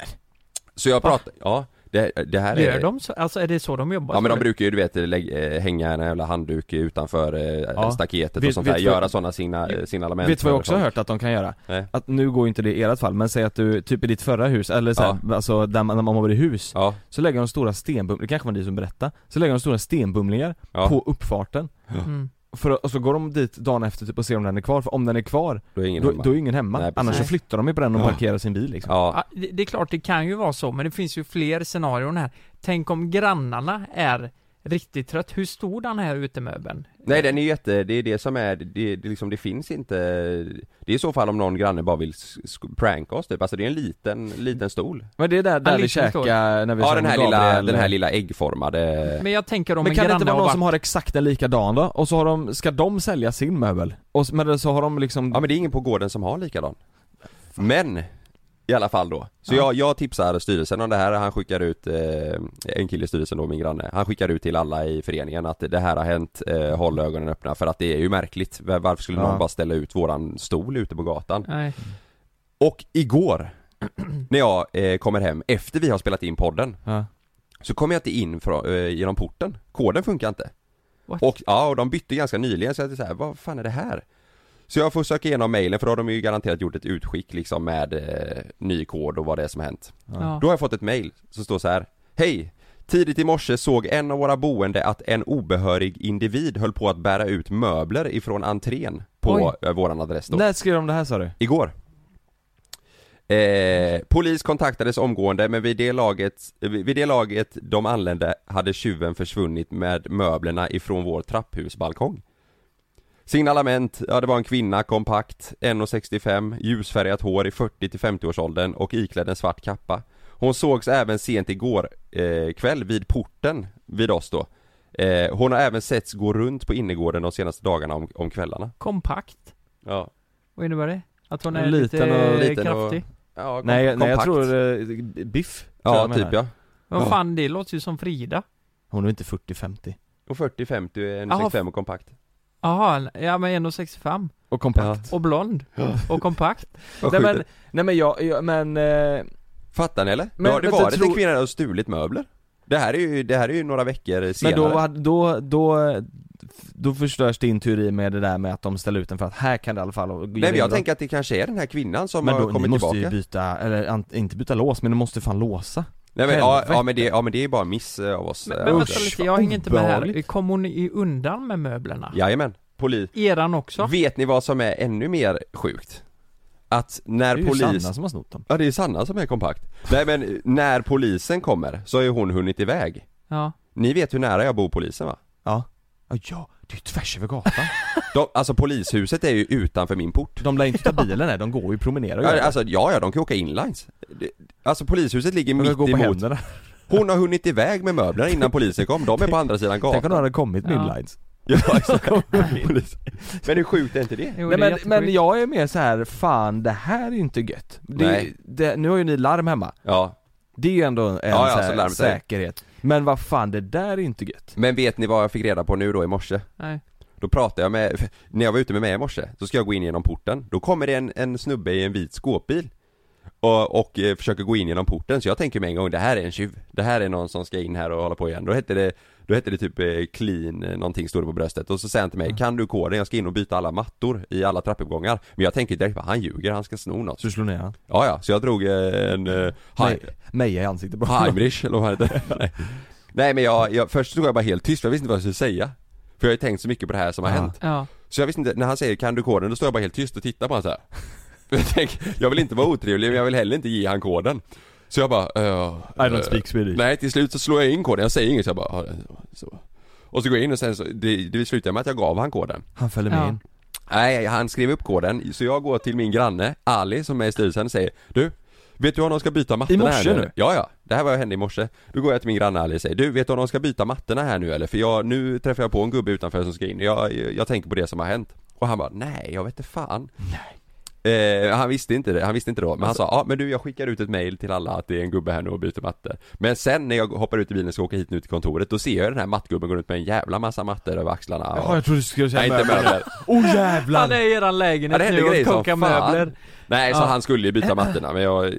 [SPEAKER 1] Så jag pratar, ja, det, det här är...
[SPEAKER 3] Gör de så? Alltså är det så de jobbar?
[SPEAKER 1] Ja men de brukar ju du vet lägg, eh, hänga en jävla handduk utanför eh,
[SPEAKER 2] Ja.
[SPEAKER 1] staketet och
[SPEAKER 2] Vet-
[SPEAKER 1] sånt
[SPEAKER 2] vet
[SPEAKER 1] där,
[SPEAKER 2] du-
[SPEAKER 1] göra sådana signa, eh, signalement
[SPEAKER 2] Vet du vad jag också har
[SPEAKER 1] härifrån.
[SPEAKER 2] hört att de kan göra?
[SPEAKER 1] Nej.
[SPEAKER 2] Att nu går ju inte det i ert fall, men säg att du, typ i ditt förra hus, eller så här, alltså där man, när man bor i hus
[SPEAKER 1] Ja,
[SPEAKER 2] Så lägger de stora stenbumlingar, det kanske var du som berättade, så lägger de stora stenbumlingar
[SPEAKER 1] Ja.
[SPEAKER 2] på uppfarten
[SPEAKER 3] Mm.
[SPEAKER 2] för, att- och så går de dit dagen efter typ och ser om den är kvar, för om den är kvar,
[SPEAKER 1] då är ingen
[SPEAKER 2] då,
[SPEAKER 1] hemma.
[SPEAKER 2] då är ingen hemma.
[SPEAKER 1] Nej, precis.
[SPEAKER 2] Annars så
[SPEAKER 3] Nej.
[SPEAKER 2] flyttar de ju på den och
[SPEAKER 1] Ja.
[SPEAKER 2] parkerar sin bil liksom.
[SPEAKER 1] Ja,
[SPEAKER 3] Ja, det, det är klart, det kan ju vara så, men det finns ju fler scenarion här. Tänk om grannarna är riktigt trött. Hur stor den här utemöbeln?
[SPEAKER 1] nej den är jätte, det är det som är, det, det liksom det finns inte Det är i så fall om någon granne bara vill sk- sk- pranka oss typ, alltså det är en liten, liten stol
[SPEAKER 2] Men det är där, där
[SPEAKER 3] Ja,
[SPEAKER 2] vi
[SPEAKER 3] lite
[SPEAKER 2] käkar
[SPEAKER 3] stor.
[SPEAKER 2] när vi
[SPEAKER 1] Ja
[SPEAKER 2] såg
[SPEAKER 1] den här
[SPEAKER 2] Gabriel.
[SPEAKER 1] lilla, den här lilla äggformade
[SPEAKER 3] Men jag tänker om
[SPEAKER 2] Men
[SPEAKER 3] en
[SPEAKER 2] kan det
[SPEAKER 3] granne
[SPEAKER 2] inte vara
[SPEAKER 3] har
[SPEAKER 2] någon
[SPEAKER 3] varit...
[SPEAKER 2] som har exakt en likadan då? Och så har de, ska de sälja sin möbel? Och, s- men så har de liksom
[SPEAKER 1] Ja men det är ingen på gården som har likadan Men i alla fall då. Så jag, jag tipsar styrelsen om det här, han skickar ut, eh, en kille i styrelsen då, min granne, han skickar ut till alla i föreningen att det här har hänt, eh, håll ögonen öppna för att det är ju märkligt. Va- Varför skulle
[SPEAKER 2] Ja.
[SPEAKER 1] någon bara ställa ut våran stol ute på gatan?
[SPEAKER 3] Nej.
[SPEAKER 1] Och igår, [CLEARS THROAT] när jag eh, kommer hem efter vi har spelat in podden,
[SPEAKER 2] Ja.
[SPEAKER 1] så kom jag inte in från, eh, genom porten, koden funkar inte
[SPEAKER 3] What?
[SPEAKER 1] Och ja, och de bytte ganska nyligen så jag tänkte så här, vad fan är det här? Så jag får söka igenom mailen för då har de ju garanterat gjort ett utskick liksom med eh, ny kod och vad det är som hänt
[SPEAKER 3] Ja.
[SPEAKER 1] Då har jag fått ett mail som står så här Hej! Tidigt i morse såg en av våra boende att en obehörig individ höll på att bära ut möbler ifrån entrén på eh, våran adress då
[SPEAKER 2] När skrev de det här sa du?
[SPEAKER 1] Igår. Eh, polis kontaktades omgående men vid det, laget, vid det laget de anlände hade tjuven försvunnit med möblerna ifrån vår trapphusbalkong. Signalement, ja det var en kvinna, kompakt, 1,65, ljusfärgat hår i 40-50-årsåldern och iklädd en svart kappa. Hon sågs även sent igår eh, kväll vid porten vid oss då. Eh, hon har även setts gå runt på innergården de senaste dagarna om, om kvällarna.
[SPEAKER 3] Kompakt.
[SPEAKER 1] Ja,
[SPEAKER 3] Vad innebär det? Att hon är
[SPEAKER 2] Liten
[SPEAKER 3] lite
[SPEAKER 2] och-
[SPEAKER 1] liten och-
[SPEAKER 3] kraftig?
[SPEAKER 1] ja kom,
[SPEAKER 2] Nej, nej jag
[SPEAKER 1] kompakt.
[SPEAKER 2] tror eh, Biff tror
[SPEAKER 1] Ja,
[SPEAKER 2] jag menar.
[SPEAKER 1] typ ja.
[SPEAKER 3] Vad fan, det låter ju som Frida.
[SPEAKER 2] Hon är inte 40-50
[SPEAKER 1] Och 40-50 är en
[SPEAKER 3] Jaha.
[SPEAKER 1] 65 och kompakt.
[SPEAKER 3] Jaha, ja men 1,65.
[SPEAKER 2] och kompakt
[SPEAKER 3] Och blond. Och kompakt.
[SPEAKER 2] Nej
[SPEAKER 1] Nej,
[SPEAKER 2] men, nej men jag, jag men, eh,
[SPEAKER 1] Fattar ni eller?
[SPEAKER 2] Men-
[SPEAKER 1] då har det
[SPEAKER 2] men jag
[SPEAKER 1] varit
[SPEAKER 2] tror-
[SPEAKER 1] en kvinna som har stulit möbler. Det här är ju, det här är ju några veckor senare.
[SPEAKER 2] men då, hade- då, då, då förstörs din teori med det där med att de ställer ut den för att här kan det i alla fall
[SPEAKER 1] Nej men jag tänker att det kanske är den här kvinnan som
[SPEAKER 2] men
[SPEAKER 1] har
[SPEAKER 2] då, ni
[SPEAKER 1] kommit
[SPEAKER 2] måste
[SPEAKER 1] tillbaka.
[SPEAKER 2] ju byta, eller an, inte byta lås, men du måste fan låsa
[SPEAKER 1] Nej, men, ja,
[SPEAKER 2] Helvete.
[SPEAKER 1] ja, men det, ja men det är bara en miss eh, av oss.
[SPEAKER 3] Men,
[SPEAKER 1] eh,
[SPEAKER 3] men
[SPEAKER 1] av
[SPEAKER 3] vänta
[SPEAKER 1] det.
[SPEAKER 3] lite, jag hänger inte med här.
[SPEAKER 2] obehagligt.
[SPEAKER 3] Kom hon i undan med möblerna?
[SPEAKER 1] Jajamän. Polis.
[SPEAKER 3] Eran också?
[SPEAKER 1] Vet ni vad som är ännu mer sjukt? Att
[SPEAKER 2] Det
[SPEAKER 1] när
[SPEAKER 2] är ju
[SPEAKER 1] polis...
[SPEAKER 2] Sanna som har snott dem
[SPEAKER 1] Ja det är Sanna som är kompakt. Nej men eh, när polisen kommer så har ju hon hunnit iväg.
[SPEAKER 3] Ja.
[SPEAKER 1] Ni vet hur nära jag bor polisen va?
[SPEAKER 2] Ja Ja, ja det är ju tvärs över gatan
[SPEAKER 1] De, alltså polishuset är ju utanför min port.
[SPEAKER 2] De lär ju inte ta bilen nej, de går ju promenerar
[SPEAKER 1] Ja,
[SPEAKER 2] ju
[SPEAKER 1] alltså, ja, ja, de kan ju åka inlines. Det- Alltså polishuset ligger
[SPEAKER 2] De
[SPEAKER 1] mitt
[SPEAKER 2] går på
[SPEAKER 1] emot.
[SPEAKER 2] händerna
[SPEAKER 1] Hon har hunnit iväg med möblerna innan polisen kom, de är på andra sidan
[SPEAKER 2] Tänk om de
[SPEAKER 1] gatan.
[SPEAKER 2] hade kommit med
[SPEAKER 3] Ja.
[SPEAKER 2] inlines
[SPEAKER 1] Ja, exakt. Polis. Men hur sjukt är inte det?
[SPEAKER 3] Jo,
[SPEAKER 2] Nej,
[SPEAKER 3] det är
[SPEAKER 2] men, men
[SPEAKER 3] jättesjukt.
[SPEAKER 2] jag är mer så här, fan det här är ju inte gött det,
[SPEAKER 1] Nej.
[SPEAKER 2] det, Nu har ju ni larm hemma
[SPEAKER 1] Ja,
[SPEAKER 2] Det är ju ändå en
[SPEAKER 1] ja, alltså
[SPEAKER 2] så här
[SPEAKER 1] så larmet säger.
[SPEAKER 2] säkerhet Men vad fan, det där är inte gött
[SPEAKER 1] men vet ni vad jag fick reda på nu då i morse?
[SPEAKER 3] Nej.
[SPEAKER 1] Då pratade jag med, [LAUGHS] när jag var ute med mig i morse, så ska jag gå in genom porten. Då kommer det en, en snubbe i en vit skåpbil och, och eh, försöker gå in genom porten, så jag tänker med en gång, det här är en tjuv. Det här är någon som ska in här och hålla på igen. Då hette det, då hette det typ eh, clean, eh, någonting stod det på bröstet. Och så säger han till mig, kan du koden? Jag ska in och byta alla mattor i alla trappuppgångar. Men jag tänker direkt, bara, han ljuger, han ska sno något.
[SPEAKER 2] Så du slår ner han?
[SPEAKER 1] Ja, ja, så jag drog eh, en eh,
[SPEAKER 2] Nej,
[SPEAKER 1] [LAUGHS] Heim-
[SPEAKER 2] Meja i ansiktet bara [LAUGHS]
[SPEAKER 1] Heimrich eller vad han heter. Nej. Nej men jag, jag, först stod jag bara helt tyst för jag visste inte vad jag skulle säga. För jag har ju tänkt så mycket på det här som har
[SPEAKER 2] Ja.
[SPEAKER 1] hänt.
[SPEAKER 3] Ja.
[SPEAKER 1] Så jag visste inte, när han säger 'Kan du koden?' då står jag bara helt tyst och tittar på honom så här. [LAUGHS] Jag tänker, jag vill inte vara otrevlig men jag vill heller inte ge han koden. Så jag bara uh,
[SPEAKER 2] I don't speak Swedish
[SPEAKER 1] Nej till slut så slår jag in koden, jag säger inget så jag bara "Ja, så. Och så går jag in och sen så, det, det slutar med att jag gav han koden.
[SPEAKER 2] Han följer med
[SPEAKER 3] Ja.
[SPEAKER 2] in
[SPEAKER 1] Nej, han skrev upp koden, så jag går till min granne Ali som är i styrelsen och säger Du, Vet du om de ska byta mattorna
[SPEAKER 6] morse
[SPEAKER 1] här
[SPEAKER 6] nu?
[SPEAKER 1] Ja, ja. Det här var hände i morse. Då går jag till min granne Ali och säger Du, vet du om de ska byta mattorna här nu eller? För jag, nu träffar jag på en gubbe utanför som ska in. Jag, jag tänker på det som har hänt. Och han bara, nej jag vet inte fan. Eh, han visste inte det, han visste inte då. Men han
[SPEAKER 6] Alltså-
[SPEAKER 1] sa, ja men du jag skickar ut ett mail till alla att det är en gubbe här nu och byter mattor. Men sen när jag hoppar ut i bilen och ska åka hit nu till kontoret, då ser jag den här mattgubben gå runt med en jävla massa mattor över axlarna. och-
[SPEAKER 2] Jaha, jag trodde du skulle säga
[SPEAKER 1] Nej, inte möbler.
[SPEAKER 2] Oh
[SPEAKER 3] Han är
[SPEAKER 2] jävlar!
[SPEAKER 3] i eran
[SPEAKER 1] Ja,
[SPEAKER 3] lägenhet
[SPEAKER 1] det hände
[SPEAKER 3] nu
[SPEAKER 1] grejer
[SPEAKER 3] och
[SPEAKER 1] som
[SPEAKER 3] kokar
[SPEAKER 1] fan.
[SPEAKER 3] möbler.
[SPEAKER 1] Nej, så
[SPEAKER 3] Ja.
[SPEAKER 1] han skulle ju byta mattorna men jag,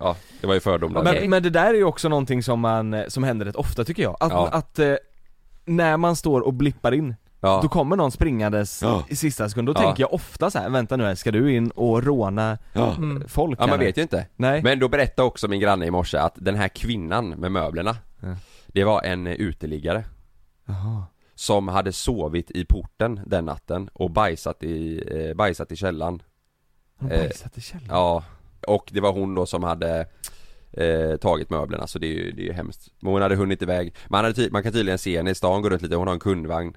[SPEAKER 1] ja det var ju fördomar.
[SPEAKER 2] Men, men det där är ju också någonting som man, eh, som händer rätt ofta tycker jag. Att,
[SPEAKER 1] Ja.
[SPEAKER 2] att eh, när man står och blippar in,
[SPEAKER 1] ja.
[SPEAKER 2] då kommer någon springandes
[SPEAKER 1] Ja.
[SPEAKER 2] i sista sekund. Då
[SPEAKER 1] Ja.
[SPEAKER 2] tänker jag ofta så här, vänta nu här, ska du in och råna
[SPEAKER 1] ja.
[SPEAKER 3] Mm.
[SPEAKER 2] folk
[SPEAKER 1] Ja man
[SPEAKER 2] eller?
[SPEAKER 1] vet ju inte.
[SPEAKER 2] Nej.
[SPEAKER 1] Men då berättade också min granne i morse att den här kvinnan med möblerna
[SPEAKER 2] Ja.
[SPEAKER 1] Det var en eh, uteliggare
[SPEAKER 2] Jaha.
[SPEAKER 1] Som hade sovit i porten den natten och bajsat i, eh, bajsat i källaren
[SPEAKER 2] Har de
[SPEAKER 1] Eh,
[SPEAKER 2] bajsat i källaren?
[SPEAKER 1] Ja Och det var hon då som hade eh, Tagit möblerna så det är ju, det är ju hemskt Men hon hade hunnit iväg Man, hade ty- man kan tydligen se henne i stan gå runt lite, hon har en kundvagn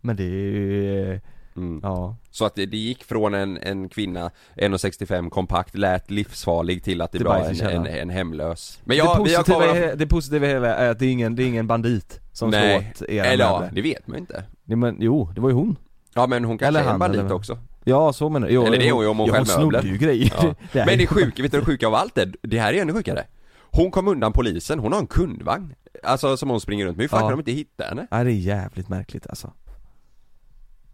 [SPEAKER 2] Men det är ju, eh,
[SPEAKER 1] mm.
[SPEAKER 2] ja.
[SPEAKER 1] Så att det, det gick från en, en kvinna 1,65 kompakt, lät livsfarlig till att det,
[SPEAKER 2] Till
[SPEAKER 1] var
[SPEAKER 2] bajs i
[SPEAKER 1] en, en,
[SPEAKER 2] källaren.
[SPEAKER 1] en hemlös Men
[SPEAKER 2] det,
[SPEAKER 1] jag, vi har
[SPEAKER 2] positiva
[SPEAKER 1] kameran-
[SPEAKER 2] är, det positiva är är att det är ingen, det är ingen bandit som
[SPEAKER 1] Nej.
[SPEAKER 2] slår åt era
[SPEAKER 1] Eller ja,
[SPEAKER 2] möbler.
[SPEAKER 1] det vet man ju inte
[SPEAKER 2] Nej, Men jo, det var ju hon.
[SPEAKER 1] Ja men hon kanske
[SPEAKER 2] Eller
[SPEAKER 1] är en
[SPEAKER 2] han,
[SPEAKER 1] bandit
[SPEAKER 2] eller- [LAUGHS]
[SPEAKER 1] också
[SPEAKER 2] Ja så menar du. Jo,
[SPEAKER 1] Eller det är hon ju om hon
[SPEAKER 2] ja,
[SPEAKER 1] stjäl möbler.
[SPEAKER 2] snodde ju grejer.
[SPEAKER 1] Ja.
[SPEAKER 2] [LAUGHS] Det är
[SPEAKER 1] Men
[SPEAKER 2] ju-
[SPEAKER 1] det sjuka, vet du det sjuka av allt är? Det här är ännu sjukare Hon kom undan polisen, hon har en kundvagn Alltså som hon springer runt med, hur fan
[SPEAKER 2] Ja.
[SPEAKER 1] kan de inte hitta henne?
[SPEAKER 2] Ja det är jävligt märkligt alltså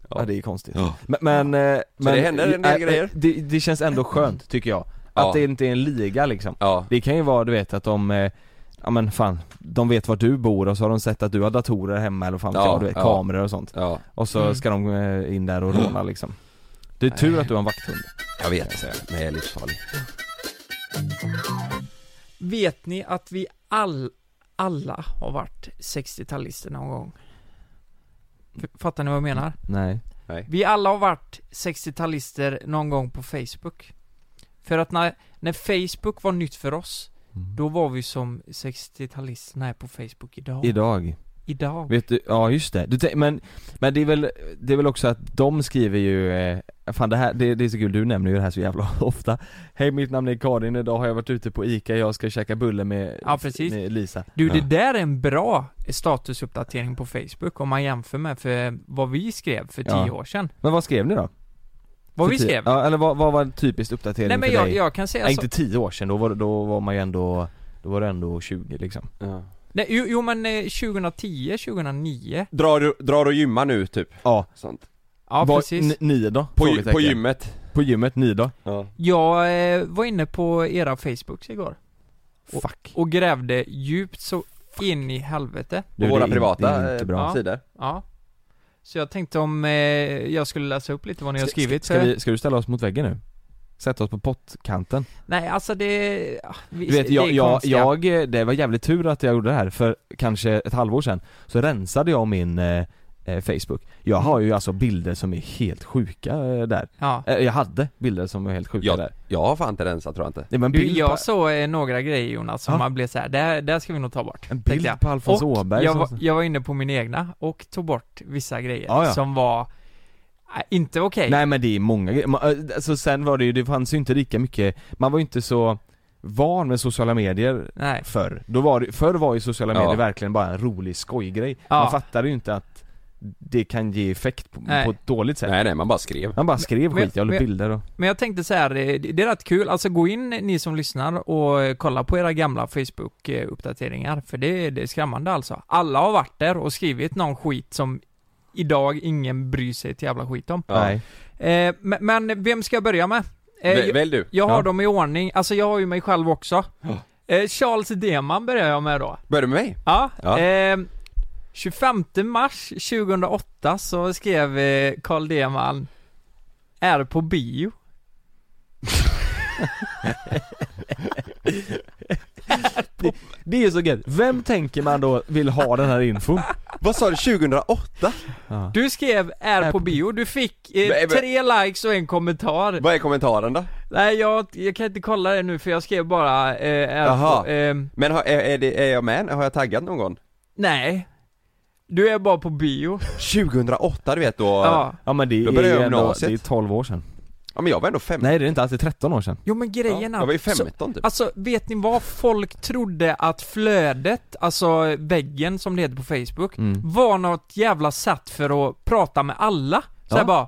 [SPEAKER 2] Ja, det är konstigt
[SPEAKER 1] Ja.
[SPEAKER 2] Men, men, eh, men
[SPEAKER 1] det händer en del
[SPEAKER 2] eh, eh,
[SPEAKER 1] grejer?
[SPEAKER 2] det, det känns ändå skönt tycker jag Att
[SPEAKER 1] Ja.
[SPEAKER 2] det inte är en liga liksom
[SPEAKER 1] Ja,
[SPEAKER 2] Det kan ju vara du vet att de eh, Ja men fan, de vet var du bor och så har de sett att du har datorer hemma eller fan vet
[SPEAKER 1] Ja,
[SPEAKER 2] jag, du vet,
[SPEAKER 1] ja. Mm.
[SPEAKER 2] kameror och sånt
[SPEAKER 1] ja,
[SPEAKER 2] Och så
[SPEAKER 3] Mm.
[SPEAKER 2] ska de eh, in där och råna liksom Det är tur att du har en vakthund
[SPEAKER 1] jag vet, men jag är livsfarlig
[SPEAKER 3] Vet ni att vi all, alla har varit 60-talister någon gång? F- Fattar ni vad jag menar?
[SPEAKER 2] Nej
[SPEAKER 3] Vi alla har varit 60-talister någon gång på Facebook. För att när, när Facebook var nytt för oss, då var vi som 60-talisterna är på Facebook idag.
[SPEAKER 2] Idag,
[SPEAKER 3] idag.
[SPEAKER 2] vet du, ja just det, du, tän- men, men det är väl, det är väl också att de skriver ju, eh, fan det här, det, det är så kul, du nämner ju det här så jävla [LAUGHS] ofta Hej mitt namn är Karin, idag har jag varit ute på Ica, jag ska käka bulle med,
[SPEAKER 3] Ja, precis.
[SPEAKER 2] med Lisa
[SPEAKER 3] Du, det där är en bra statusuppdatering på Facebook om man jämför med för vad vi skrev för
[SPEAKER 2] Ja.
[SPEAKER 3] tio år sedan.
[SPEAKER 2] Men vad skrev ni då?
[SPEAKER 3] Vad
[SPEAKER 2] För
[SPEAKER 3] vi
[SPEAKER 2] ti-
[SPEAKER 3] skrev?
[SPEAKER 2] Ja, eller vad, vad var en typisk uppdatering
[SPEAKER 3] Nej men
[SPEAKER 2] för
[SPEAKER 3] jag, alltså-
[SPEAKER 2] dig?
[SPEAKER 3] jag kan säga
[SPEAKER 2] Nej,
[SPEAKER 3] så.
[SPEAKER 2] inte tio år sedan, då var, då var man ju ändå, då var du ändå 20 liksom
[SPEAKER 3] Nej, jo, jo men eh, 2010, 2009.
[SPEAKER 1] Drar, du- drar och gymmar nu typ?
[SPEAKER 2] Ja,
[SPEAKER 1] Sånt.
[SPEAKER 3] Ja
[SPEAKER 2] var,
[SPEAKER 3] precis.
[SPEAKER 2] n- Ni då?
[SPEAKER 1] På, gy-
[SPEAKER 2] Frågetecken.
[SPEAKER 1] på gymmet?
[SPEAKER 2] På gymmet, ni då?
[SPEAKER 1] Ja.
[SPEAKER 3] Jag eh, var inne på era Facebooks igår
[SPEAKER 2] Fuck
[SPEAKER 3] och grävde djupt så in i helvete.
[SPEAKER 1] På
[SPEAKER 2] Du,
[SPEAKER 1] våra
[SPEAKER 2] det är
[SPEAKER 1] privata
[SPEAKER 2] inte- det är inte bra.
[SPEAKER 1] eh, sidor?
[SPEAKER 3] Ja. Så jag tänkte om eh, jag skulle läsa upp lite vad ni har
[SPEAKER 2] Ska-
[SPEAKER 3] skrivit.
[SPEAKER 2] Ska,
[SPEAKER 3] för-
[SPEAKER 2] vi, ska du ställa oss mot väggen nu? Sätta oss på pottkanten?
[SPEAKER 3] Nej alltså det... ah, Vi,
[SPEAKER 2] Du vet, jag,
[SPEAKER 3] det är
[SPEAKER 2] jag,
[SPEAKER 3] konstiga.
[SPEAKER 2] jag, eh, det var jävligt tur att jag gjorde det här för kanske ett halvår sedan Så rensade jag min eh, eh, Facebook Jag har ju alltså bilder som är helt sjuka eh, där
[SPEAKER 3] Ja.
[SPEAKER 2] eh, Jag hade bilder som var helt sjuka
[SPEAKER 1] Ja.
[SPEAKER 2] där
[SPEAKER 1] Jag har fan inte rensat tror jag inte
[SPEAKER 2] Nej men
[SPEAKER 3] Du,
[SPEAKER 2] bild på,
[SPEAKER 3] jag såg eh, några grejer Jonas som
[SPEAKER 2] Ja.
[SPEAKER 3] man blev så här, det här, det här ska vi nog ta bort.
[SPEAKER 2] en
[SPEAKER 3] tänkte
[SPEAKER 2] bild
[SPEAKER 3] jag.
[SPEAKER 2] på Alfons
[SPEAKER 3] Och
[SPEAKER 2] Åberg
[SPEAKER 3] jag,
[SPEAKER 2] som-
[SPEAKER 3] var, jag var inne på min egna och tog bort vissa grejer
[SPEAKER 2] Ja, ja.
[SPEAKER 3] som var eh, inte okej.
[SPEAKER 2] Nej men det är många grejer, Ma- eh, alltså sen var det ju, det fanns ju inte lika mycket Man var ju inte så van med sociala medier
[SPEAKER 3] Nej.
[SPEAKER 2] förr. Då var det, förr var ju sociala
[SPEAKER 1] Ja.
[SPEAKER 2] medier verkligen bara en rolig skojgrej.
[SPEAKER 3] Ja.
[SPEAKER 2] Man fattade ju inte att det kan ge effekt på,
[SPEAKER 3] Nej.
[SPEAKER 2] på ett dåligt sätt.
[SPEAKER 1] Nej nej, man bara skrev
[SPEAKER 2] Man bara skrev
[SPEAKER 3] Men-
[SPEAKER 2] skit, jag la
[SPEAKER 3] men-
[SPEAKER 2] upp bilder och...
[SPEAKER 3] Men jag tänkte så här, eh, det det är rätt kul, alltså gå in eh, ni som lyssnar och eh, kolla på era gamla Facebook-uppdateringar, för det, det är skrämmande alltså. Alla har varit där och skrivit någon skit som idag ingen bryr sig ett jävla skit om.
[SPEAKER 1] Ja.
[SPEAKER 2] Nej.
[SPEAKER 3] Eh, men, men vem ska jag börja med? Eh,
[SPEAKER 1] Vä-
[SPEAKER 3] jag-
[SPEAKER 1] Välj du
[SPEAKER 3] jag har
[SPEAKER 2] Ja.
[SPEAKER 3] dem i ordning, alltså jag har ju mig själv också. Eh, Charles Deman börjar jag med då.
[SPEAKER 1] Börjar du med mig?
[SPEAKER 3] Ja,
[SPEAKER 1] Ja.
[SPEAKER 3] Eh, 25 mars 2008 så skrev eh, Carl Deman Är på bio
[SPEAKER 2] Det är så gött. Vem tänker man då vill ha den här infon?
[SPEAKER 1] Vad sa du, [LAUGHS] 2008?
[SPEAKER 2] [LAUGHS] Ja.
[SPEAKER 3] Du skrev är,
[SPEAKER 2] Är
[SPEAKER 3] på
[SPEAKER 2] på
[SPEAKER 3] bio, du fick eh,
[SPEAKER 1] Nej, men-
[SPEAKER 3] tre likes och en kommentar
[SPEAKER 1] Vad är kommentaren då?
[SPEAKER 3] Nej jag, jag kan inte kolla det nu för jag skrev bara eh, är
[SPEAKER 1] Jaha.
[SPEAKER 3] på, eh,
[SPEAKER 1] Men har, är, är, det, är jag med? Har jag taggat någon?
[SPEAKER 3] Nej Du är bara på bio
[SPEAKER 1] 2008 du vet då
[SPEAKER 3] Ja
[SPEAKER 2] ja men det
[SPEAKER 1] Då börjar
[SPEAKER 2] är ju
[SPEAKER 1] jag
[SPEAKER 2] ändå,
[SPEAKER 1] gymnasiet.
[SPEAKER 2] det är 12 år sedan.
[SPEAKER 1] Ja men jag var ändå 15
[SPEAKER 2] Nej det är inte alls, det är 13 år sedan.
[SPEAKER 3] Jo men grejen
[SPEAKER 1] ja,
[SPEAKER 3] är
[SPEAKER 1] Jag var ju
[SPEAKER 3] att- så-
[SPEAKER 1] 15 typ
[SPEAKER 3] Alltså, vet ni vad? Folk trodde att flödet, alltså väggen som det heter på Facebook,
[SPEAKER 2] Mm.
[SPEAKER 3] var något jävla sätt för att prata med alla. Så
[SPEAKER 2] Ja.
[SPEAKER 3] här bara,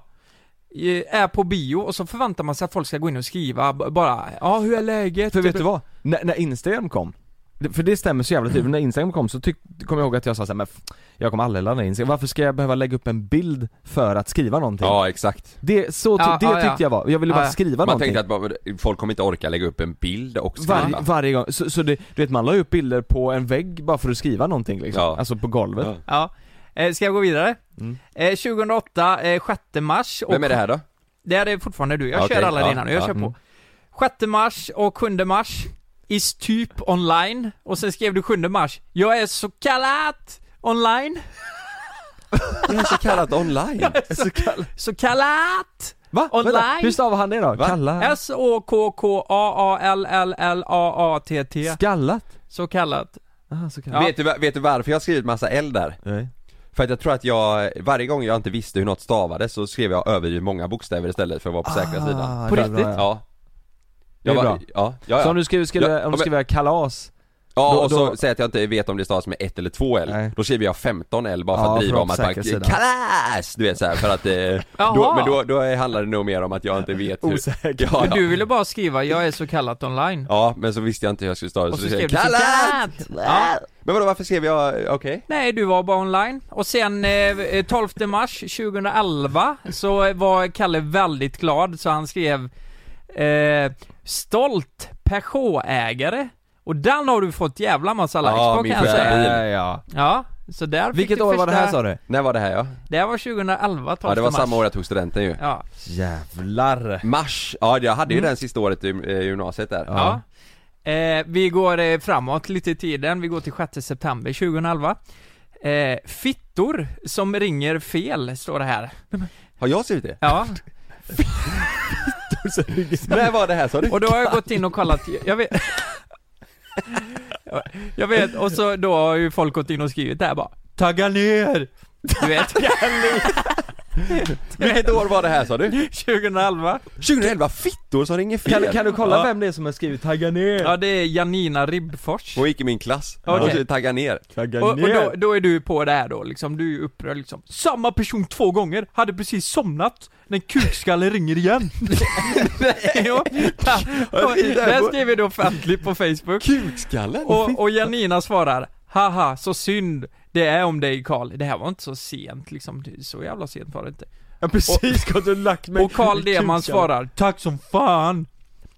[SPEAKER 3] eh, är på bio och så förväntar man sig att folk ska gå in och skriva b- bara, ja hur är läget?
[SPEAKER 2] För vet
[SPEAKER 1] Typ-
[SPEAKER 2] du vad? När, när Instagram kom, det- för det stämmer så jävla tydligt, när Instagram kom så tyck, kom jag ihåg att jag sa såhär, men f- jag kommer aldrig ladda ner Instagram, varför ska jag behöva lägga upp en bild för att skriva någonting?
[SPEAKER 1] Ja exakt
[SPEAKER 2] Det, så ty-
[SPEAKER 3] Ja,
[SPEAKER 2] det
[SPEAKER 3] ja,
[SPEAKER 2] tyckte
[SPEAKER 3] ja.
[SPEAKER 2] jag var, jag ville bara
[SPEAKER 3] Ja, ja.
[SPEAKER 2] skriva
[SPEAKER 1] Man
[SPEAKER 2] någonting
[SPEAKER 1] tänkte att bara, folk kommer inte orka lägga upp en bild och skriva
[SPEAKER 2] Var, varje gång, så, så det, du vet man la ju upp bilder på en vägg bara för att skriva någonting liksom,
[SPEAKER 1] Ja.
[SPEAKER 2] alltså på golvet
[SPEAKER 1] Ja.
[SPEAKER 3] Ja. Eh, Ska jag gå vidare?
[SPEAKER 2] Mm.
[SPEAKER 3] Eh, 2008, eh, 6 mars och
[SPEAKER 1] Vem är det här då?
[SPEAKER 3] Det här är fortfarande du, jag
[SPEAKER 1] Okej,
[SPEAKER 3] kör alla
[SPEAKER 1] ja,
[SPEAKER 3] dina nu, jag
[SPEAKER 1] ja.
[SPEAKER 3] kör på
[SPEAKER 2] Mm.
[SPEAKER 3] 6 mars och 7 mars Is typ online och sen skrev du 7 mars Jag är så kallat online
[SPEAKER 1] [LAUGHS] Det är så kallat online
[SPEAKER 2] Så kall-
[SPEAKER 3] Så kallat
[SPEAKER 2] Va?
[SPEAKER 3] Online.
[SPEAKER 2] Vänta, hur stavar han det då? Kalla?
[SPEAKER 3] S-O-K-K-A-A-L-L-L-A-A-T-T
[SPEAKER 2] Skallat?
[SPEAKER 3] Så kallat
[SPEAKER 2] Aha, så kallat.
[SPEAKER 1] [LAUGHS]
[SPEAKER 3] Ja.
[SPEAKER 1] vet, du, va- vet du varför jag har skrivit massa L där?
[SPEAKER 2] Nej.
[SPEAKER 1] För att jag tror att jag, varje gång jag inte visste hur något stavades så skrev jag överdrivet många bokstäver istället för att vara på säkra sidan
[SPEAKER 2] Ah,
[SPEAKER 3] På
[SPEAKER 2] det är
[SPEAKER 3] riktigt?
[SPEAKER 2] bra, ja.
[SPEAKER 1] Ja
[SPEAKER 2] Det är
[SPEAKER 1] Jag
[SPEAKER 2] bra.
[SPEAKER 1] var- Ja, ja,
[SPEAKER 2] Så om
[SPEAKER 1] ja.
[SPEAKER 2] du skriver, skriver,
[SPEAKER 1] Ja,
[SPEAKER 2] om
[SPEAKER 1] ja,
[SPEAKER 2] du
[SPEAKER 1] men-
[SPEAKER 2] skriver kalas, då-
[SPEAKER 1] ja och så
[SPEAKER 2] då-
[SPEAKER 1] säger jag att jag inte vet om det stavas med ett eller två L
[SPEAKER 2] Nej.
[SPEAKER 1] Då skriver jag 15 L bara för
[SPEAKER 2] Ja,
[SPEAKER 1] att
[SPEAKER 2] för
[SPEAKER 1] driva
[SPEAKER 2] att
[SPEAKER 1] om att
[SPEAKER 2] vara
[SPEAKER 1] man
[SPEAKER 2] på säkra sidan.
[SPEAKER 1] kalas! Du vet såhär för att eh, då,
[SPEAKER 3] Jaha.
[SPEAKER 1] Men då, då handlar det nog mer om att jag inte vet hur
[SPEAKER 2] osäker
[SPEAKER 1] ja,
[SPEAKER 3] Men
[SPEAKER 1] ja.
[SPEAKER 3] du ville bara skriva 'Jag är så kallat online'
[SPEAKER 1] ja, men så visste jag inte hur jag skulle stava det
[SPEAKER 3] Och så
[SPEAKER 1] då
[SPEAKER 3] skrev du typ,
[SPEAKER 1] jag,
[SPEAKER 3] så kallat! Ja.
[SPEAKER 1] Men vadå varför skrev jag, eh, okej?
[SPEAKER 3] Nej, du var bara online. Och sen eh, 12 mars 2011 så var Kalle väldigt glad så han skrev eh, Stolt Peugeot-ägare. Och den har du fått jävla massa likes
[SPEAKER 1] Ja,
[SPEAKER 3] på
[SPEAKER 1] min
[SPEAKER 3] kan jag
[SPEAKER 1] första
[SPEAKER 3] säga.
[SPEAKER 1] bil.
[SPEAKER 2] Ja, ja.
[SPEAKER 3] Ja, så där fick
[SPEAKER 2] Vilket
[SPEAKER 3] du
[SPEAKER 2] år
[SPEAKER 3] första...
[SPEAKER 2] var det här sa du?
[SPEAKER 1] När var det här ja?
[SPEAKER 3] Det här var 2011, 12
[SPEAKER 1] Ja det var
[SPEAKER 3] mars.
[SPEAKER 1] samma år jag tog studenten ju
[SPEAKER 3] Ja.
[SPEAKER 2] Jävlar!
[SPEAKER 1] Mars, ja jag hade ju
[SPEAKER 2] Mm.
[SPEAKER 1] den sista året i eh, gymnasiet där
[SPEAKER 3] ja. Eh, vi går eh, framåt lite i tiden, vi går till 6 september 2011. Eh, fittor som ringer fel, står det här.
[SPEAKER 1] Har jag skrivit det?
[SPEAKER 3] Ja.
[SPEAKER 1] När var det här sa du?
[SPEAKER 3] Och då har jag gått in och kollat, jag vet Jag vet, och så då har ju folk gått in och skrivit det här bara Tagga ner! Du vet,
[SPEAKER 1] Vilket år var det här sa
[SPEAKER 2] [LAUGHS]
[SPEAKER 1] du?
[SPEAKER 3] 2011
[SPEAKER 1] 2011, fittor som ringer fel!
[SPEAKER 2] Kan, kan du kolla
[SPEAKER 3] Ja.
[SPEAKER 2] vem det är som har skrivit 'tagga ner'?
[SPEAKER 3] Ja det är Janina Ribbfors
[SPEAKER 1] Hon gick i min klass,
[SPEAKER 3] Okej.
[SPEAKER 1] hon skulle tagga ner
[SPEAKER 2] Tagga
[SPEAKER 3] Och, och då, då är du på det här då liksom, du är ju upprörd liksom Samma person två gånger, hade precis somnat när kukskallen ringer igen [LAUGHS] Jo, och Det skrev vi då offentligt på Facebook
[SPEAKER 1] Kukskallen?
[SPEAKER 3] Och, och Janina svarar Haha, så synd det är om dig Karl. Det här var inte så sent liksom, Det- så jävla sent var det inte.
[SPEAKER 2] Jag har precis gått och lagt mig
[SPEAKER 3] Och Karl
[SPEAKER 2] i
[SPEAKER 3] Deman
[SPEAKER 2] kukan.
[SPEAKER 3] svarar Tack som fan!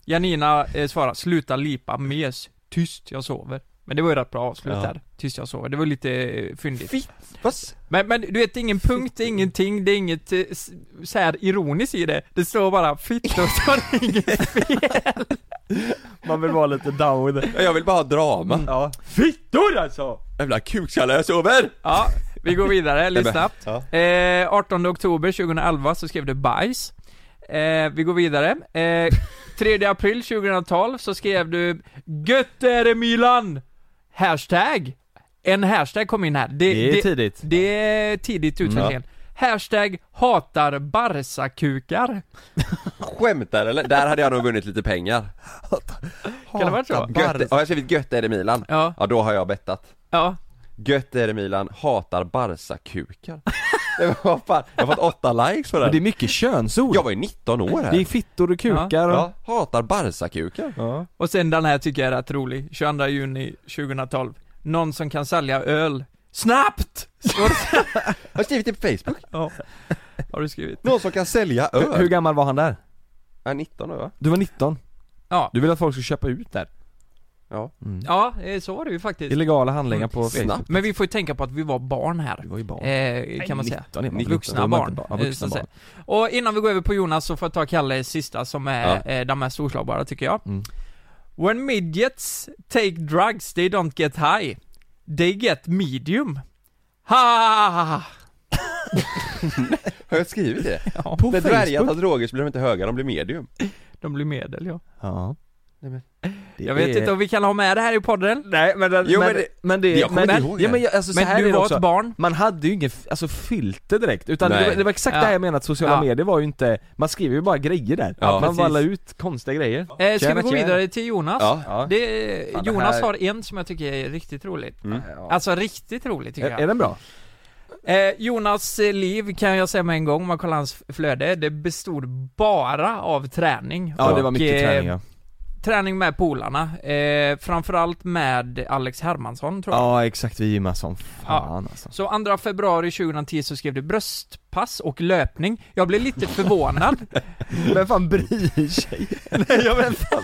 [SPEAKER 3] Janina eh, svarar Sluta lipa mes, tyst jag sover. Men det var ju rätt bra avslut
[SPEAKER 2] Ja.
[SPEAKER 3] där. Tyst jag sover, det var lite eh, fyndigt.
[SPEAKER 1] Fitt, vad s-
[SPEAKER 3] Men, men du vet, det är ingen punkt, det är ingenting, det är inget eh, s- så här ironiskt i det. Det står bara fittor som [LAUGHS] ringer fel.
[SPEAKER 2] Man vill vara lite down with it.
[SPEAKER 1] Jag vill bara ha drama
[SPEAKER 2] Ja. Fittor alltså!
[SPEAKER 1] Jävla kukskalle, jag sover!
[SPEAKER 3] Ja, vi går vidare, lite snabbt.
[SPEAKER 1] Ja.
[SPEAKER 3] Eh, 18 oktober 2011 så skrev du bajs. Eh, vi går vidare. Eh, 3 april 2012 så skrev du 'Gött är det Milan!' Hashtag! En hashtag kom in här. Det,
[SPEAKER 2] Det är
[SPEAKER 3] det,
[SPEAKER 2] tidigt.
[SPEAKER 3] det är tidigt utvecklingen. Hashtag hatar Barsakukar.
[SPEAKER 1] Skämtar eller? Där hade jag nog vunnit lite pengar
[SPEAKER 3] Kan det vara så?
[SPEAKER 1] Gött, har jag skrivit gött är det Milan?
[SPEAKER 3] Ja,
[SPEAKER 1] Ja då har jag bettat
[SPEAKER 3] ja.
[SPEAKER 1] Gött är det Milan, hatar Barca-kukar [LAUGHS] Det var- vad fan, Jag har fått åtta likes på
[SPEAKER 2] Men det är
[SPEAKER 1] den
[SPEAKER 2] mycket könsord.
[SPEAKER 1] Jag var ju 19 år här
[SPEAKER 2] Det är fittor och kukar och...
[SPEAKER 1] ja, Hatar Barca-kukar
[SPEAKER 2] Ja.
[SPEAKER 3] Och sen den här tycker jag är rätt rolig. 22 juni 2012. Någon som kan sälja öl. Snabbt! Står det-
[SPEAKER 1] Har skrivit det på Facebook?
[SPEAKER 3] ja. Har du skrivit?
[SPEAKER 1] Någon som kan sälja
[SPEAKER 2] Hur, hur
[SPEAKER 1] öl?
[SPEAKER 2] gammal var han där?
[SPEAKER 1] Ja, 19 år va?
[SPEAKER 2] Du var 19.
[SPEAKER 3] Ja.
[SPEAKER 2] Du vill att folk ska köpa ut där?
[SPEAKER 1] Ja
[SPEAKER 2] Mm.
[SPEAKER 3] Ja, eh, så var det ju faktiskt.
[SPEAKER 2] Illegala handlingar på
[SPEAKER 1] Mm.
[SPEAKER 2] Facebook.
[SPEAKER 1] Snabbt.
[SPEAKER 3] Men vi får ju tänka på att vi var barn här,
[SPEAKER 2] Du var ju barn.
[SPEAKER 3] eh, kan man säga.
[SPEAKER 2] 19 är man väl?
[SPEAKER 3] Vuxna
[SPEAKER 2] Då är man
[SPEAKER 3] barn,
[SPEAKER 2] inte Ja,
[SPEAKER 3] eh, så
[SPEAKER 2] vuxna
[SPEAKER 3] att
[SPEAKER 2] barn.
[SPEAKER 3] säga. Och innan vi går över på Jonas så får jag ta Kalles sista som är eh, den mest oslagbara tycker jag.
[SPEAKER 2] Mm.
[SPEAKER 3] When midgets take drugs they don't get high, they get medium. Ha, ha, ha, ha.
[SPEAKER 1] Har jag skrivit det?
[SPEAKER 2] På
[SPEAKER 1] När dvärgar
[SPEAKER 2] Facebook?
[SPEAKER 1] tar droger så blir de inte höga, de blir medium
[SPEAKER 3] De blir medel ja.
[SPEAKER 2] Ja.
[SPEAKER 3] Jag vet inte om vi kan ha med det här i podden.
[SPEAKER 2] Nej men, den,
[SPEAKER 1] Jo,
[SPEAKER 2] men,
[SPEAKER 1] men det-
[SPEAKER 2] men det...
[SPEAKER 1] jag kommer
[SPEAKER 2] men,
[SPEAKER 1] inte ihåg
[SPEAKER 2] ja,
[SPEAKER 1] det.
[SPEAKER 2] men jag, alltså, så här
[SPEAKER 3] Men
[SPEAKER 2] är
[SPEAKER 3] du
[SPEAKER 2] det
[SPEAKER 3] var
[SPEAKER 2] också.
[SPEAKER 3] ett barn. Eh,
[SPEAKER 2] Man hade ju ingen, f- alltså filter direkt, utan
[SPEAKER 1] Nej.
[SPEAKER 2] det var, det var exakt
[SPEAKER 3] Ja.
[SPEAKER 2] det här jag menade att sociala
[SPEAKER 3] Ja.
[SPEAKER 2] medier var ju inte, man skriver ju bara grejer där.
[SPEAKER 1] Ja.
[SPEAKER 2] man
[SPEAKER 1] Precis.
[SPEAKER 2] bara la ut konstiga grejer.
[SPEAKER 3] Eh, ska
[SPEAKER 2] Tjena,
[SPEAKER 3] vi gå
[SPEAKER 2] tjena.
[SPEAKER 3] vidare till Jonas?
[SPEAKER 1] Ja.
[SPEAKER 2] Alltså, Ja.
[SPEAKER 3] Det,
[SPEAKER 2] Fan, det
[SPEAKER 3] Jonas
[SPEAKER 2] här-
[SPEAKER 3] har en som jag tycker är riktigt roligt.
[SPEAKER 1] Mm.
[SPEAKER 2] Ja.
[SPEAKER 3] Alltså riktigt rolig tycker
[SPEAKER 2] är,
[SPEAKER 3] jag.
[SPEAKER 2] är den bra?
[SPEAKER 3] Eh, Jonas eh, liv kan jag säga med en gång, om man kollar hans flöde, det bestod bara av träning.
[SPEAKER 2] Ja, det var mycket
[SPEAKER 3] eh,
[SPEAKER 2] träning ja.
[SPEAKER 3] Träning med polarna, eh, framförallt med Alex Hermansson tror jag.
[SPEAKER 2] Ja exakt, vi gymmar som fan alltså.
[SPEAKER 3] Så 2 februari 2010 så skrev du bröstpass och löpning. Jag
[SPEAKER 2] [LAUGHS]
[SPEAKER 3] blev lite förvånad.
[SPEAKER 2] Vem fan bryr sig? Nej jag vet fan.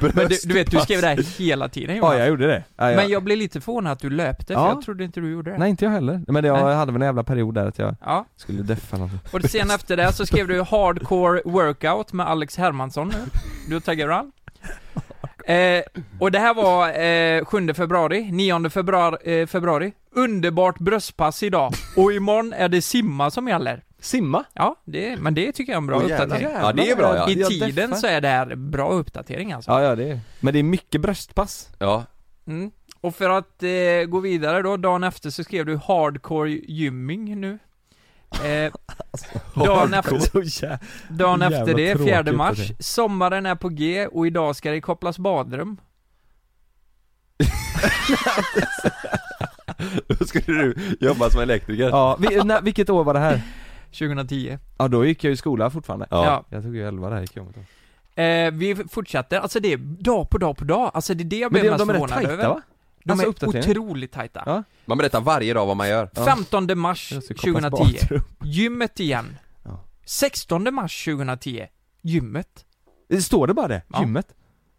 [SPEAKER 3] men du, du vet, du skrev det här hela tiden Jonas.
[SPEAKER 2] Ja jag gjorde det. Ja, jag...
[SPEAKER 3] Men jag blev lite förvånad att du löpte, för
[SPEAKER 2] Ja.
[SPEAKER 3] jag trodde inte du gjorde det.
[SPEAKER 2] Nej inte jag heller, men jag
[SPEAKER 3] Nej.
[SPEAKER 2] hade väl en jävla period där att jag
[SPEAKER 3] Ja,
[SPEAKER 2] skulle deffa någon.
[SPEAKER 3] och sen efter det så skrev du Hardcore Workout med Alex Hermansson nu. Du taggar han. Eh, och det här var eh, 7 februari, 9 februari, eh, februari. Underbart bröstpass idag, och imorgon är det simma som gäller.
[SPEAKER 2] Simma?
[SPEAKER 3] Ja, det, men det tycker jag är en bra
[SPEAKER 1] Åh, jävlar.
[SPEAKER 3] uppdatering.
[SPEAKER 1] Ja, det är bra, ja.
[SPEAKER 3] I
[SPEAKER 2] Jag
[SPEAKER 3] tiden
[SPEAKER 2] deffar.
[SPEAKER 3] så är det här bra uppdatering alltså.
[SPEAKER 2] Ja ja det är Men det är mycket bröstpass.
[SPEAKER 1] Ja, [LAUGHS]
[SPEAKER 3] Mm. Och för att eh, gå vidare då, dagen efter så skrev du hardcore gymming nu. Eh, dagen efter,
[SPEAKER 2] Så jä-
[SPEAKER 3] dagen
[SPEAKER 2] jävla
[SPEAKER 3] efter det, 4
[SPEAKER 2] tråkigt alltså.
[SPEAKER 3] mars.
[SPEAKER 2] att
[SPEAKER 3] Sommaren är på G och idag ska det kopplas badrum.
[SPEAKER 1] då skulle du jobba som elektriker
[SPEAKER 2] Ja, vi, när, vilket år var det här?
[SPEAKER 3] 2010.
[SPEAKER 2] Ja då gick jag ju i skola fortfarande.
[SPEAKER 3] Ja.
[SPEAKER 2] Jag tog ju 11 där, gick jag mot dem.
[SPEAKER 3] Eh, vi fortsätter, alltså det är dag på dag på dag. Alltså det är det jag
[SPEAKER 2] Men
[SPEAKER 3] blev
[SPEAKER 2] det,
[SPEAKER 3] mest
[SPEAKER 2] de är rätt
[SPEAKER 3] förvånad
[SPEAKER 2] tajta
[SPEAKER 3] över.
[SPEAKER 2] va?
[SPEAKER 3] De
[SPEAKER 2] Alltså,
[SPEAKER 3] är
[SPEAKER 2] uppdateringen.
[SPEAKER 3] otroligt tajta.
[SPEAKER 2] Ja.
[SPEAKER 1] Man berättar varje dag vad man gör
[SPEAKER 2] Ja.
[SPEAKER 3] 15 mars
[SPEAKER 2] Jag ska kopplas
[SPEAKER 3] 2010.
[SPEAKER 2] badrum.
[SPEAKER 3] Gymmet igen.
[SPEAKER 2] Ja.
[SPEAKER 3] 16 mars 2010. Gymmet.
[SPEAKER 2] Står det bara det?
[SPEAKER 3] Ja.
[SPEAKER 2] Gymmet?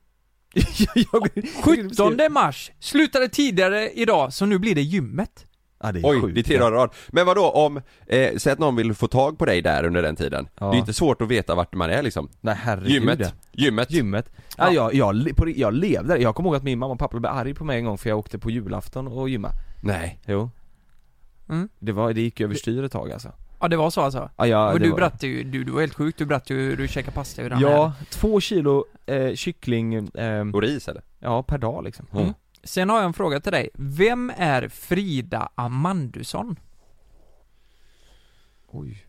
[SPEAKER 2] [LAUGHS] Jag- jag-
[SPEAKER 3] 17 mars. Slutade tidigare idag, så nu blir det gymmet.
[SPEAKER 2] Ja, det är
[SPEAKER 1] Oj,
[SPEAKER 2] sjukt.
[SPEAKER 1] det är tre dagar i rad. Men vadå om, eh, säg att någon vill få tag på dig där under den tiden
[SPEAKER 2] Ja.
[SPEAKER 1] Det är inte svårt att veta vart man är liksom
[SPEAKER 2] Nej herregud
[SPEAKER 1] Gymmet,
[SPEAKER 2] ja.
[SPEAKER 1] gymmet,
[SPEAKER 2] Gymmet. Ja.
[SPEAKER 3] Ja.
[SPEAKER 2] jag, jag, le- på, jag levde där. Jag kommer ihåg att min mamma och pappa blev arg på mig en gång för jag åkte på julafton och gymma.
[SPEAKER 1] Nej
[SPEAKER 2] Jo.
[SPEAKER 3] Mm.
[SPEAKER 2] Det, var, det gick överstyr ett tag alltså. Ah,
[SPEAKER 3] Ja, det var så alltså.
[SPEAKER 2] Ja, jag,
[SPEAKER 3] och
[SPEAKER 2] det
[SPEAKER 3] du
[SPEAKER 2] var,
[SPEAKER 3] berättade ju, du, du var helt sjuk, du berättade ju hur du käkade pasta ur den här.
[SPEAKER 2] Ja, två kilo eh, kyckling, eh,
[SPEAKER 1] Och ris eller?
[SPEAKER 2] ja per dag liksom.
[SPEAKER 1] Mm.
[SPEAKER 3] Sen har jag en fråga till dig. Vem är Frida Amandusson?
[SPEAKER 2] Oj.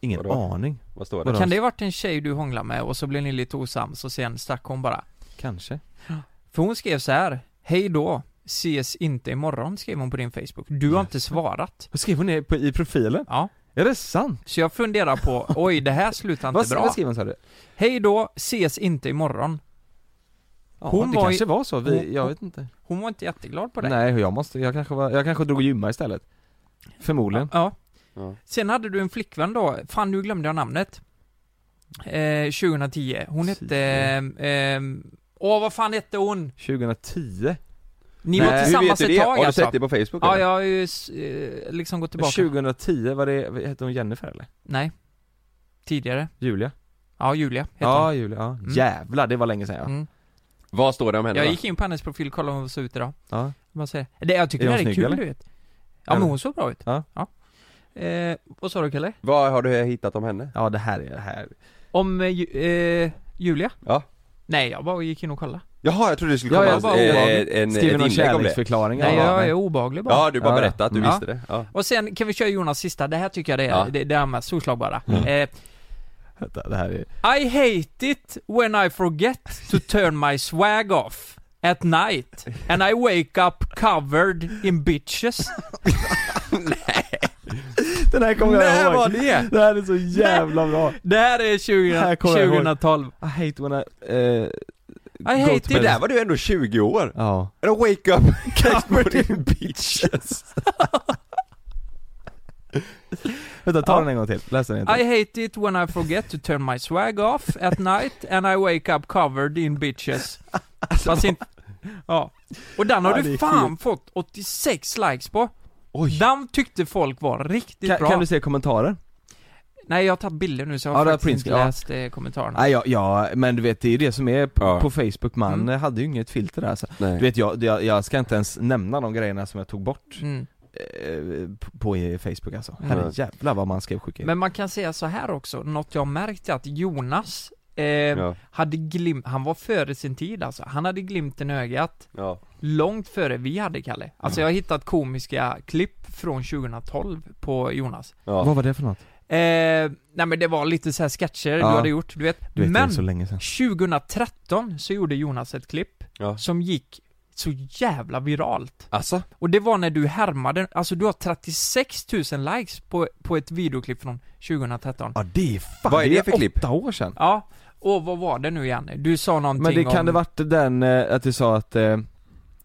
[SPEAKER 2] Ingen
[SPEAKER 1] Vadå?
[SPEAKER 2] aning.
[SPEAKER 1] Vad står det?
[SPEAKER 2] Vadå?
[SPEAKER 3] Kan det ha varit en tjej du hånglade med och så blev ni lite osams och sen stack hon bara?
[SPEAKER 2] Kanske.
[SPEAKER 3] För hon skrev så här. Hej då, ses inte imorgon skrev hon på din Facebook. Du har inte svarat.
[SPEAKER 2] Vad skrev hon i- på, i profilen?
[SPEAKER 3] Ja.
[SPEAKER 2] Är det sant?
[SPEAKER 3] Så jag funderar
[SPEAKER 2] [LAUGHS]
[SPEAKER 3] på, oj det här slutar inte
[SPEAKER 2] Vad,
[SPEAKER 3] bra.
[SPEAKER 2] vad skrev hon sa du?
[SPEAKER 3] Hej då, ses inte imorgon.
[SPEAKER 2] Ja,
[SPEAKER 3] Hon
[SPEAKER 2] det
[SPEAKER 3] var i-
[SPEAKER 2] kanske var så, vi,
[SPEAKER 3] hon-
[SPEAKER 2] jag
[SPEAKER 3] hon-
[SPEAKER 2] vet inte.
[SPEAKER 3] Hon var inte jätteglad på det.
[SPEAKER 2] Nej, jag måste, jag kanske var, jag kanske drog och gymma istället. Förmodligen.
[SPEAKER 3] Ja.
[SPEAKER 1] Ja.
[SPEAKER 3] Sen hade du en flickvän då, fan nu glömde jag namnet. Eh, 2010, hon hette... ehm, ehm, Åh vad fan hette hon?
[SPEAKER 2] 2010?
[SPEAKER 3] Ni
[SPEAKER 2] Nej,
[SPEAKER 3] var
[SPEAKER 2] hur
[SPEAKER 3] tillsammans
[SPEAKER 1] du det?
[SPEAKER 3] ett tag
[SPEAKER 1] Har du
[SPEAKER 3] alltså.
[SPEAKER 1] sett det på Facebook
[SPEAKER 3] Ja,
[SPEAKER 1] eller?
[SPEAKER 3] jag har ju s- eh, liksom gått tillbaka.
[SPEAKER 2] 2010, var det, hette hon Jennifer eller?
[SPEAKER 3] Nej. Tidigare.
[SPEAKER 2] Julia?
[SPEAKER 3] Ja, Julia hette
[SPEAKER 2] Ja, Julia, ja.
[SPEAKER 3] Mm.
[SPEAKER 2] Jävlar, det var länge sedan ja.
[SPEAKER 3] hon. Mm.
[SPEAKER 1] Vad står det om henne
[SPEAKER 3] Jag
[SPEAKER 1] då?
[SPEAKER 3] gick in på hennes profil, kollade hur hon såg ut idag.
[SPEAKER 2] ja.
[SPEAKER 3] Vad säger jag? Det, jag tycker
[SPEAKER 2] Är
[SPEAKER 3] det
[SPEAKER 2] hon
[SPEAKER 3] här är
[SPEAKER 2] snygg,
[SPEAKER 3] kul
[SPEAKER 2] eller?
[SPEAKER 3] du vet. Ja, men hon såg bra ut.
[SPEAKER 2] Ja.
[SPEAKER 3] Eh, vad sa du Kalle?
[SPEAKER 1] Vad har du hittat om henne?
[SPEAKER 2] Ja, det här är, det här.
[SPEAKER 3] Om eh, ju, eh, Julia?
[SPEAKER 1] Ja.
[SPEAKER 3] Nej, jag bara gick in och kollade.
[SPEAKER 1] Jaha, jag trodde det skulle
[SPEAKER 2] Ja,
[SPEAKER 1] komma
[SPEAKER 2] jag bara-
[SPEAKER 1] eh, en, ett
[SPEAKER 2] Skriver
[SPEAKER 1] inlägg
[SPEAKER 2] någon
[SPEAKER 1] om det
[SPEAKER 2] kärleksförklaring?
[SPEAKER 3] Nej,
[SPEAKER 2] Ja,
[SPEAKER 3] jag är obehaglig bara.
[SPEAKER 1] Ja, du bara
[SPEAKER 2] Ja, ja.
[SPEAKER 1] berättade att du
[SPEAKER 2] Mm.
[SPEAKER 1] visste det ja.
[SPEAKER 3] Och sen kan vi köra Jonas sista, det här tycker jag det är,
[SPEAKER 1] Ja.
[SPEAKER 3] det, det är mest oslagbara. Eh,
[SPEAKER 2] Vänta, Det här är...
[SPEAKER 3] I hate it when I forget to turn my swag off at night and I wake up covered in bitches.
[SPEAKER 2] Den här [LAUGHS] kommer
[SPEAKER 3] När
[SPEAKER 2] jag ihåg.
[SPEAKER 3] var det?
[SPEAKER 2] Det här är så jävla bra.
[SPEAKER 3] Det här är 20,
[SPEAKER 2] Här kommer jag ihåg.
[SPEAKER 3] 2012.
[SPEAKER 2] I hate when I... eh,
[SPEAKER 3] I
[SPEAKER 2] go
[SPEAKER 3] hate
[SPEAKER 2] to
[SPEAKER 1] Det
[SPEAKER 3] it.
[SPEAKER 2] bed.
[SPEAKER 1] där var du ändå 20 år!
[SPEAKER 2] Ja.
[SPEAKER 1] Eller wake
[SPEAKER 3] [LAUGHS]
[SPEAKER 1] up, covered in bitches
[SPEAKER 2] Vänta, ta
[SPEAKER 3] Ja.
[SPEAKER 2] den en gång till. Läs den en gång
[SPEAKER 3] I
[SPEAKER 2] till.
[SPEAKER 3] hate it when I forget to turn my swag off at night and I wake up covered in
[SPEAKER 2] [LAUGHS]
[SPEAKER 3] bitches. Fast inte... Ja. Och den har
[SPEAKER 2] Ja, det är
[SPEAKER 3] du fan fått 86 likes på.
[SPEAKER 1] Oj.
[SPEAKER 3] Den tyckte folk var riktigt
[SPEAKER 2] Kan,
[SPEAKER 3] bra.
[SPEAKER 2] kan du se kommentarer?
[SPEAKER 3] Nej jag har tagit bilder nu så jag
[SPEAKER 2] Ja,
[SPEAKER 3] har
[SPEAKER 2] du har
[SPEAKER 3] faktiskt inte
[SPEAKER 2] printscreen, ja.
[SPEAKER 3] läst eh, kommentarerna.
[SPEAKER 2] Nej, ja, ja, men du vet det är ju det som är på,
[SPEAKER 1] Ja.
[SPEAKER 2] på Facebook, man
[SPEAKER 3] Mm.
[SPEAKER 2] eh, hade ju inget filter där alltså. Du
[SPEAKER 1] Nej.
[SPEAKER 2] vet jag, jag, jag ska inte ens nämna de grejerna som jag tog bort
[SPEAKER 3] Mm.
[SPEAKER 2] eh, på- på i Facebook alltså.
[SPEAKER 3] Mm.
[SPEAKER 2] Herrejävlar vad man skrev sjuka grejer.
[SPEAKER 3] Men man kan säga så här också, något jag har märkt är att Jonas eh,
[SPEAKER 1] Ja.
[SPEAKER 3] hade glimt, han var före sin tid alltså. Han hade glimten i ögat
[SPEAKER 1] Ja.
[SPEAKER 3] långt före vi hade Kalle. Alltså jag har hittat komiska klipp från 2012 på Jonas.
[SPEAKER 1] Ja.
[SPEAKER 2] Vad var det för något?
[SPEAKER 3] Eh, nej men det var lite så här sketcher
[SPEAKER 2] Ja.
[SPEAKER 3] du hade gjort, du vet.
[SPEAKER 2] Du vet, det är
[SPEAKER 3] men
[SPEAKER 2] så länge sedan
[SPEAKER 3] 2013 så gjorde Jonas ett klipp
[SPEAKER 1] Ja.
[SPEAKER 3] som gick så jävla viralt.
[SPEAKER 1] Alltså?
[SPEAKER 3] Och det var när du härmade, alltså du har 36 000 likes på, på ett videoklipp från 2013.
[SPEAKER 2] Ja det är fan,
[SPEAKER 1] Vad är det för
[SPEAKER 2] åtta
[SPEAKER 1] klipp?
[SPEAKER 2] år sedan
[SPEAKER 3] Ja, och vad var det nu Janne? Du sa någonting
[SPEAKER 2] Men det kan
[SPEAKER 3] om...
[SPEAKER 2] det varit den, eh, att du sa att eh,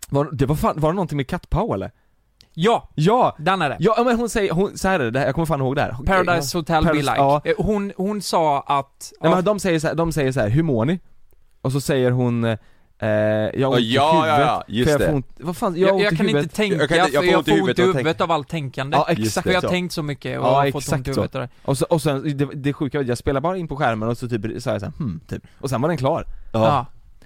[SPEAKER 2] var, det var, fan, var det någonting med kattpaow eller?
[SPEAKER 3] Ja,
[SPEAKER 2] Ja!
[SPEAKER 3] den är det.
[SPEAKER 2] Ja men hon säger, hon, så här är det, det, här- jag kommer fan ihåg det här
[SPEAKER 3] Paradise Hotel Be
[SPEAKER 2] Paradise-
[SPEAKER 3] Like.
[SPEAKER 2] ja.
[SPEAKER 3] Eh, Hon, hon sa att...
[SPEAKER 2] Nej,
[SPEAKER 3] ja,
[SPEAKER 2] men de säger så här, de säger så här, hur mår ni? Och så säger hon eh, jag har ont i
[SPEAKER 1] ja, ja,
[SPEAKER 2] huvudet,
[SPEAKER 1] ja, just
[SPEAKER 2] för jag
[SPEAKER 1] det.
[SPEAKER 2] får ont, vad fan, jag, har
[SPEAKER 3] jag,
[SPEAKER 2] ont
[SPEAKER 3] jag
[SPEAKER 2] i
[SPEAKER 3] kan
[SPEAKER 2] huvudet.
[SPEAKER 3] inte tänka,
[SPEAKER 1] Jag kan inte- jag
[SPEAKER 3] för
[SPEAKER 1] får ont i
[SPEAKER 3] jag får ont i
[SPEAKER 1] huvudet och tänk-
[SPEAKER 3] huvudet av allt tänkande.
[SPEAKER 2] Ja
[SPEAKER 1] Just
[SPEAKER 2] exakt
[SPEAKER 3] för jag
[SPEAKER 1] så.
[SPEAKER 3] har tänkt så mycket och
[SPEAKER 2] Ja,
[SPEAKER 3] har fått
[SPEAKER 2] exakt
[SPEAKER 3] ont i
[SPEAKER 2] så.
[SPEAKER 3] huvudet av det.
[SPEAKER 2] Och, så, och sen, det, det sjuka var att jag spelade bara in på skärmen och så typ sa jag såhär hmm, typ. Och sen var den klar
[SPEAKER 1] Ja.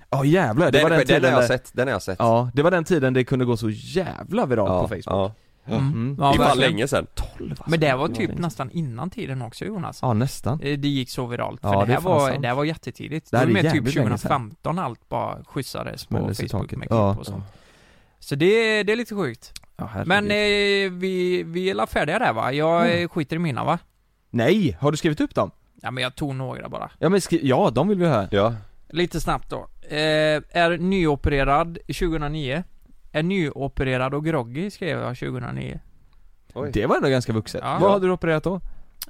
[SPEAKER 2] Ja jävlar, det
[SPEAKER 1] Den,
[SPEAKER 2] var den
[SPEAKER 1] den,
[SPEAKER 2] tiden
[SPEAKER 1] har
[SPEAKER 2] där-
[SPEAKER 1] jag sett, den har jag sett.
[SPEAKER 2] Ja, det var den tiden det kunde gå så jävla viralt på Facebook ja.
[SPEAKER 1] Ja.
[SPEAKER 3] Ja. Mm.
[SPEAKER 2] Mm.
[SPEAKER 3] Ja,
[SPEAKER 1] det var
[SPEAKER 3] verkligen.
[SPEAKER 1] länge sedan.
[SPEAKER 2] 12 alltså.
[SPEAKER 3] Men det var typ
[SPEAKER 2] länge sedan.
[SPEAKER 3] nästan innan tiden också Jonas.
[SPEAKER 2] Ja nästan
[SPEAKER 3] Eh, Det gick så viralt, för
[SPEAKER 2] Ja,
[SPEAKER 3] det,
[SPEAKER 2] det är
[SPEAKER 3] här
[SPEAKER 2] fan
[SPEAKER 3] var,
[SPEAKER 2] sant.
[SPEAKER 3] det här var jättetidigt.
[SPEAKER 2] Det
[SPEAKER 3] Det
[SPEAKER 2] här
[SPEAKER 3] var
[SPEAKER 2] är
[SPEAKER 3] med typ
[SPEAKER 2] jävligt länge sedan.
[SPEAKER 3] 2015 allt bara skjutsades på
[SPEAKER 2] Smälldes i
[SPEAKER 3] Facebook
[SPEAKER 2] taket.
[SPEAKER 3] med klipp
[SPEAKER 2] Ja.
[SPEAKER 3] och sånt. Så det, det är lite sjukt.
[SPEAKER 2] ja, herregud. Mm.
[SPEAKER 3] Men eh, vi, vi är la färdiga där va? Jag eh, skiter i mina va?
[SPEAKER 2] Nej! Har du skrivit upp dem?
[SPEAKER 3] Ja men jag tog några bara.
[SPEAKER 2] Ja men skri... ja de vill vi höra
[SPEAKER 1] Ja.
[SPEAKER 3] Lite snabbt då. Eh, är nyopererad 2009. Är nyopererad och groggy skrev jag 2009.
[SPEAKER 1] Oj.
[SPEAKER 2] Det var ändå ganska vuxet
[SPEAKER 3] Ja.
[SPEAKER 2] Eh, Vad hade du opererat då?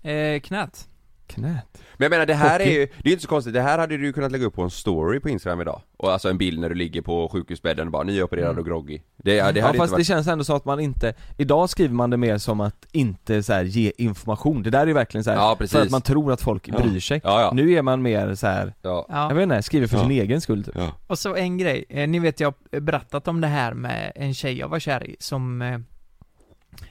[SPEAKER 3] Eh, knät.
[SPEAKER 2] Knät
[SPEAKER 1] Men jag menar det här
[SPEAKER 2] Hockey.
[SPEAKER 1] är ju, det är ju inte så konstigt, det här hade du ju kunnat lägga upp på en story på Instagram idag Och alltså en bild när du ligger på sjukhusbädden och bara nyopererad och groggy Det, ja, det
[SPEAKER 2] Mm. Ja
[SPEAKER 1] hade
[SPEAKER 2] fast
[SPEAKER 1] inte
[SPEAKER 2] det
[SPEAKER 1] varit...
[SPEAKER 2] känns ändå så att man inte, idag skriver man det mer som att inte så här ge information, det där är ju verkligen så här,
[SPEAKER 1] Ja, precis.
[SPEAKER 2] för att man tror att folk bryr sig
[SPEAKER 1] Ja, ja.
[SPEAKER 2] Nu är man mer så här.
[SPEAKER 1] Ja.
[SPEAKER 2] jag
[SPEAKER 3] Ja.
[SPEAKER 2] vet inte, skriver för
[SPEAKER 1] Ja.
[SPEAKER 2] sin egen skull typ.
[SPEAKER 3] Och så en grej. Eh, ni vet jag har berättat om det här med en tjej jag var kär i som eh,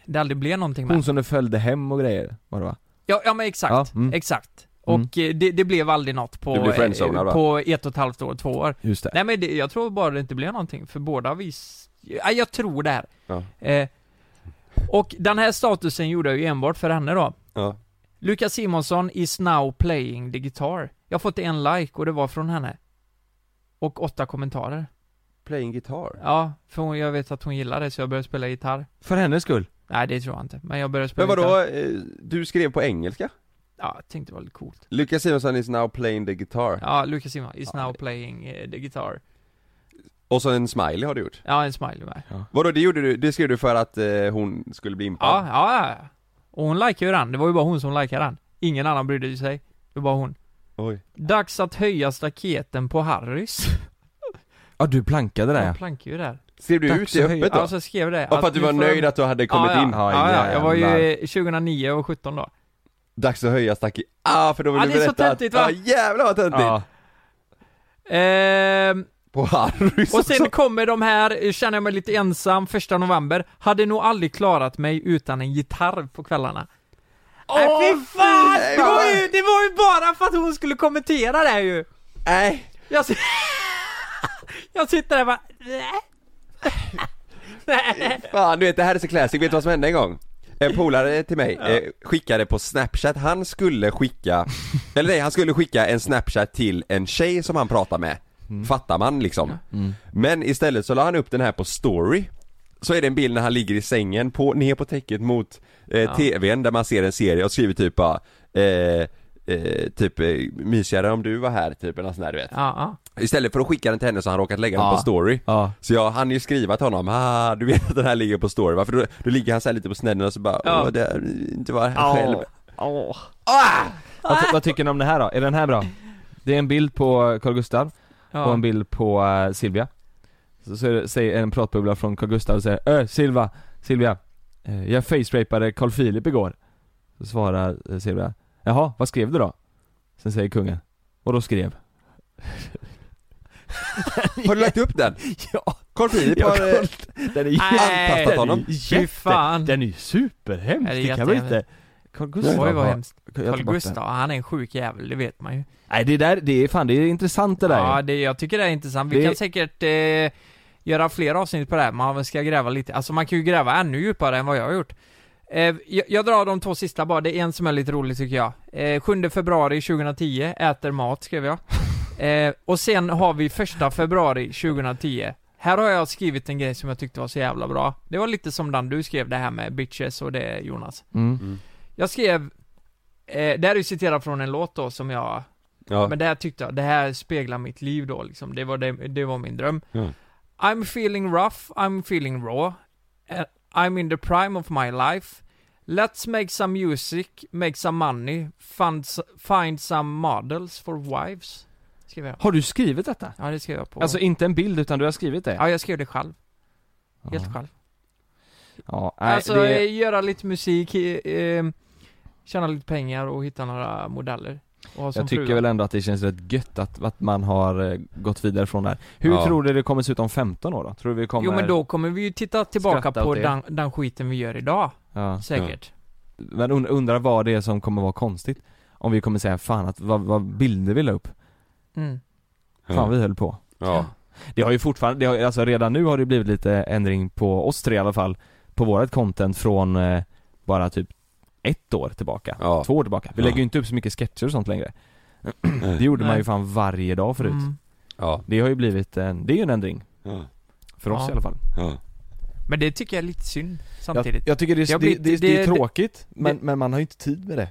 [SPEAKER 3] det aldrig blev någonting med.
[SPEAKER 2] Hon som du följde hem och grejer, var det va?
[SPEAKER 3] Ja, ja men exakt,
[SPEAKER 2] Ja, mm.
[SPEAKER 3] exakt. Och
[SPEAKER 2] Mm.
[SPEAKER 3] eh, det, det blev aldrig något på,
[SPEAKER 1] Det blev
[SPEAKER 3] eh,
[SPEAKER 1] friendzonad, va?
[SPEAKER 3] på ett och ett halvt år, två år.
[SPEAKER 2] Just det
[SPEAKER 3] Nej men det, jag tror bara det inte blev någonting, för båda vis... Ja, jag tror det här.
[SPEAKER 1] Ja.
[SPEAKER 3] Eh, och den här statusen gjorde jag ju enbart för henne då.
[SPEAKER 1] Ja.
[SPEAKER 3] Lukas Simonsson is now playing the guitar. Jag har fått en like och det var från henne. Och åtta kommentarer.
[SPEAKER 1] Playing guitar
[SPEAKER 3] Ja, för hon, jag vet att hon gillar det så jag började spela gitarr.
[SPEAKER 2] För hennes skull?
[SPEAKER 3] Nej det tror jag inte, men jag började spela
[SPEAKER 1] Men vadå,
[SPEAKER 3] gitarr.
[SPEAKER 1] eh, du skrev på engelska?
[SPEAKER 3] Ja, jag tänkte det var lite coolt.
[SPEAKER 1] Lucas Simonsson is now playing the guitar
[SPEAKER 3] Ja, Lukas Simonsson is
[SPEAKER 1] Ja,
[SPEAKER 3] now
[SPEAKER 1] det-
[SPEAKER 3] playing eh, the guitar.
[SPEAKER 1] Och så en smiley har du gjort
[SPEAKER 3] Ja, en smiley med.
[SPEAKER 1] Vadå det gjorde du, det skrev du för att eh, hon skulle bli impad?
[SPEAKER 3] Ja, ja, ja. Och hon likade ju den. Det var ju bara hon som likade den. Ingen annan brydde sig. Det var bara hon.
[SPEAKER 1] Oj
[SPEAKER 3] Dags att höja staketen på Harrys.
[SPEAKER 2] Ja du plankade där
[SPEAKER 3] Jag
[SPEAKER 2] ja.
[SPEAKER 3] plankar ju där.
[SPEAKER 1] Skrev du
[SPEAKER 2] Tack
[SPEAKER 1] ut
[SPEAKER 2] så
[SPEAKER 1] det
[SPEAKER 2] höj-
[SPEAKER 1] öppet då?
[SPEAKER 3] Ja, så skrev det.
[SPEAKER 1] ja, för att du
[SPEAKER 3] nu
[SPEAKER 1] var
[SPEAKER 3] får
[SPEAKER 1] nöjd
[SPEAKER 3] de-
[SPEAKER 1] att du hade kommit
[SPEAKER 3] ja, ja.
[SPEAKER 1] in?
[SPEAKER 3] Ja, ja, jag var
[SPEAKER 2] jävlar.
[SPEAKER 3] ju 2009 och 17 då.
[SPEAKER 1] Dags att höja staket, ah för då vill
[SPEAKER 3] Ja,
[SPEAKER 1] du
[SPEAKER 3] det är så
[SPEAKER 1] berätta
[SPEAKER 3] töntigt,
[SPEAKER 1] att,
[SPEAKER 3] va?
[SPEAKER 1] Ja jävlar vad töntigt!
[SPEAKER 2] Ja.
[SPEAKER 3] Ehm,
[SPEAKER 1] På Harrys
[SPEAKER 3] och sen
[SPEAKER 1] också.
[SPEAKER 3] kommer de här, eh, känner jag mig lite ensam, första november. Hade nog aldrig klarat mig utan en gitarr på kvällarna. Nej fy fan!
[SPEAKER 1] fy
[SPEAKER 3] Det var,
[SPEAKER 1] fan.
[SPEAKER 3] ju, det var ju bara för att hon skulle kommentera det här ju!
[SPEAKER 1] Nej!
[SPEAKER 3] Jag, si- [LAUGHS] jag sitter där och bara... [LAUGHS] "Nä." Nej.
[SPEAKER 1] Fan ah, du vet det här är så classic, vet du vad som hände en gång? En polare till mig eh, skickade på snapchat, han skulle
[SPEAKER 2] [LAUGHS]
[SPEAKER 1] skicka, eller nej han skulle skicka en snapchat till en tjej som han pratade med
[SPEAKER 2] Mm.
[SPEAKER 1] Fattar man liksom Men istället så la han upp den här på story Så är det en bild när han ligger i sängen på, ner på täcket mot eh, tvn där man ser en serie och skriver typ bara eh, Eh, typ eh, mysigare om du var här typ eller nåt sånt där du vet
[SPEAKER 3] Ja, ja.
[SPEAKER 1] Istället för att skicka den till henne så har han råkat lägga den
[SPEAKER 2] Ja.
[SPEAKER 1] på story
[SPEAKER 2] Ja.
[SPEAKER 1] Så jag hann ju skriva till honom, ah, du vet att den här ligger på story va? För då, då ligger han så här lite på snedden och så bara,
[SPEAKER 3] Ja.
[SPEAKER 1] åh det är inte vara här själv
[SPEAKER 2] Åh. Vad, ty- vad tycker ni om det här då? Är den här bra? Det är en bild på Carl Gustav och
[SPEAKER 3] ja.
[SPEAKER 2] en bild på eh, Silvia Så, så är det- säger en pratbubbla från Carl Gustav och säger Ö Silva, Silvia eh, Jag facerapade Carl Philip igår Så svarar eh, Silvia Jaha, vad skrev du då? Sen säger kungen Och då [LAUGHS] skrev
[SPEAKER 1] Har du lagt upp den?
[SPEAKER 2] Ja,
[SPEAKER 1] Carl Philip
[SPEAKER 2] jag
[SPEAKER 1] har eh,
[SPEAKER 2] har Den är ju
[SPEAKER 3] Nej.
[SPEAKER 1] antastat honom
[SPEAKER 3] Fy fan.
[SPEAKER 2] Den är ju superhemsk,
[SPEAKER 3] Ja, det är
[SPEAKER 2] det, kan man
[SPEAKER 3] jättehemskt.
[SPEAKER 2] inte Carl Gustav
[SPEAKER 3] Oj
[SPEAKER 2] har-
[SPEAKER 3] vad hemskt.
[SPEAKER 2] jag tar
[SPEAKER 3] Carl
[SPEAKER 2] bort den.
[SPEAKER 3] Gustav, han är en sjuk jävel, det vet man ju.
[SPEAKER 2] Nej det där, det är fan det är intressant det där
[SPEAKER 3] Ja,
[SPEAKER 2] ju.
[SPEAKER 3] det, jag tycker det är intressant. Vi
[SPEAKER 2] Det-
[SPEAKER 3] kan säkert eh, göra fler avsnitt på det här, man ska gräva lite. Alltså man kan ju gräva ännu djupare än vad jag har gjort. Eh, jag, jag drar de två sista bara, det är en som är lite rolig tycker jag. Eh, 7 februari 2010, äter mat
[SPEAKER 2] [LAUGHS]
[SPEAKER 3] skrev jag. Eh, och sen har vi 1 februari 2010. Här har jag skrivit en grej som jag tyckte var så jävla bra. Det var lite som den du skrev det här med bitches och det Jonas.
[SPEAKER 7] Mm.
[SPEAKER 3] Jag skrev, eh, det här är ju citerat från en låt då som jag
[SPEAKER 1] Ja.
[SPEAKER 3] men det här tyckte jag, det här speglar mitt liv då liksom. Det var, det, det var min dröm.
[SPEAKER 1] Mm.
[SPEAKER 3] I'm feeling rough, I'm feeling raw. Eh, I'm in the prime of my life. Let's make some music, make some money, find, s- find some models for wives. Skrev jag.
[SPEAKER 2] Har du skrivit detta?
[SPEAKER 3] Ja, det skrev jag på.
[SPEAKER 2] Alltså inte en bild utan du har skrivit det?
[SPEAKER 3] ja, jag skrev det själv. Helt
[SPEAKER 2] Ja.
[SPEAKER 3] själv.
[SPEAKER 2] Ja, nej,
[SPEAKER 3] alltså,
[SPEAKER 2] det,
[SPEAKER 3] eh, göra lite musik, eh, eh, tjäna lite pengar och hitta några modeller. Och ha som
[SPEAKER 2] jag tycker
[SPEAKER 3] fruar.
[SPEAKER 2] väl ändå att det känns rätt gött att, att man har eh, gått vidare från det här. Hur
[SPEAKER 1] Ja.
[SPEAKER 2] tror du det kommer se ut om 15 år då? Tror du vi kommer...
[SPEAKER 3] Jo men då kommer vi ju titta tillbaka
[SPEAKER 2] Skratta
[SPEAKER 3] på
[SPEAKER 2] åt det.
[SPEAKER 3] den, den skiten vi gör idag,
[SPEAKER 2] Ja.
[SPEAKER 3] säkert.
[SPEAKER 2] Men und- undrar vad det är som kommer vara konstigt. Om vi kommer säga fan att, vad, vad bilder vi la upp.
[SPEAKER 3] Mm.
[SPEAKER 2] Fan
[SPEAKER 1] Ja.
[SPEAKER 2] vi höll på.
[SPEAKER 1] Ja.
[SPEAKER 2] Det har ju fortfarande, det har, alltså redan nu har det blivit lite ändring på oss tre i alla fall På vårat content från eh, bara typ ett år tillbaka,
[SPEAKER 1] Ja.
[SPEAKER 2] två år tillbaka Vi
[SPEAKER 1] Ja.
[SPEAKER 2] lägger ju inte upp så mycket sketcher och sånt längre [CLEARS THROAT] Det gjorde man
[SPEAKER 3] Nej.
[SPEAKER 2] ju fan varje dag förut
[SPEAKER 3] Mm.
[SPEAKER 1] Ja.
[SPEAKER 2] Det har ju blivit en, det är ju en ändring
[SPEAKER 1] Ja.
[SPEAKER 2] För oss
[SPEAKER 3] Ja.
[SPEAKER 2] i alla fall
[SPEAKER 1] Ja.
[SPEAKER 3] Men det tycker jag är lite synd
[SPEAKER 2] jag,
[SPEAKER 3] samtidigt.
[SPEAKER 2] jag tycker det, är-
[SPEAKER 3] Jag
[SPEAKER 2] det,
[SPEAKER 3] blir-
[SPEAKER 2] det, det, är
[SPEAKER 3] det-
[SPEAKER 2] tråkigt men,
[SPEAKER 3] det-
[SPEAKER 2] men man har ju inte tid med det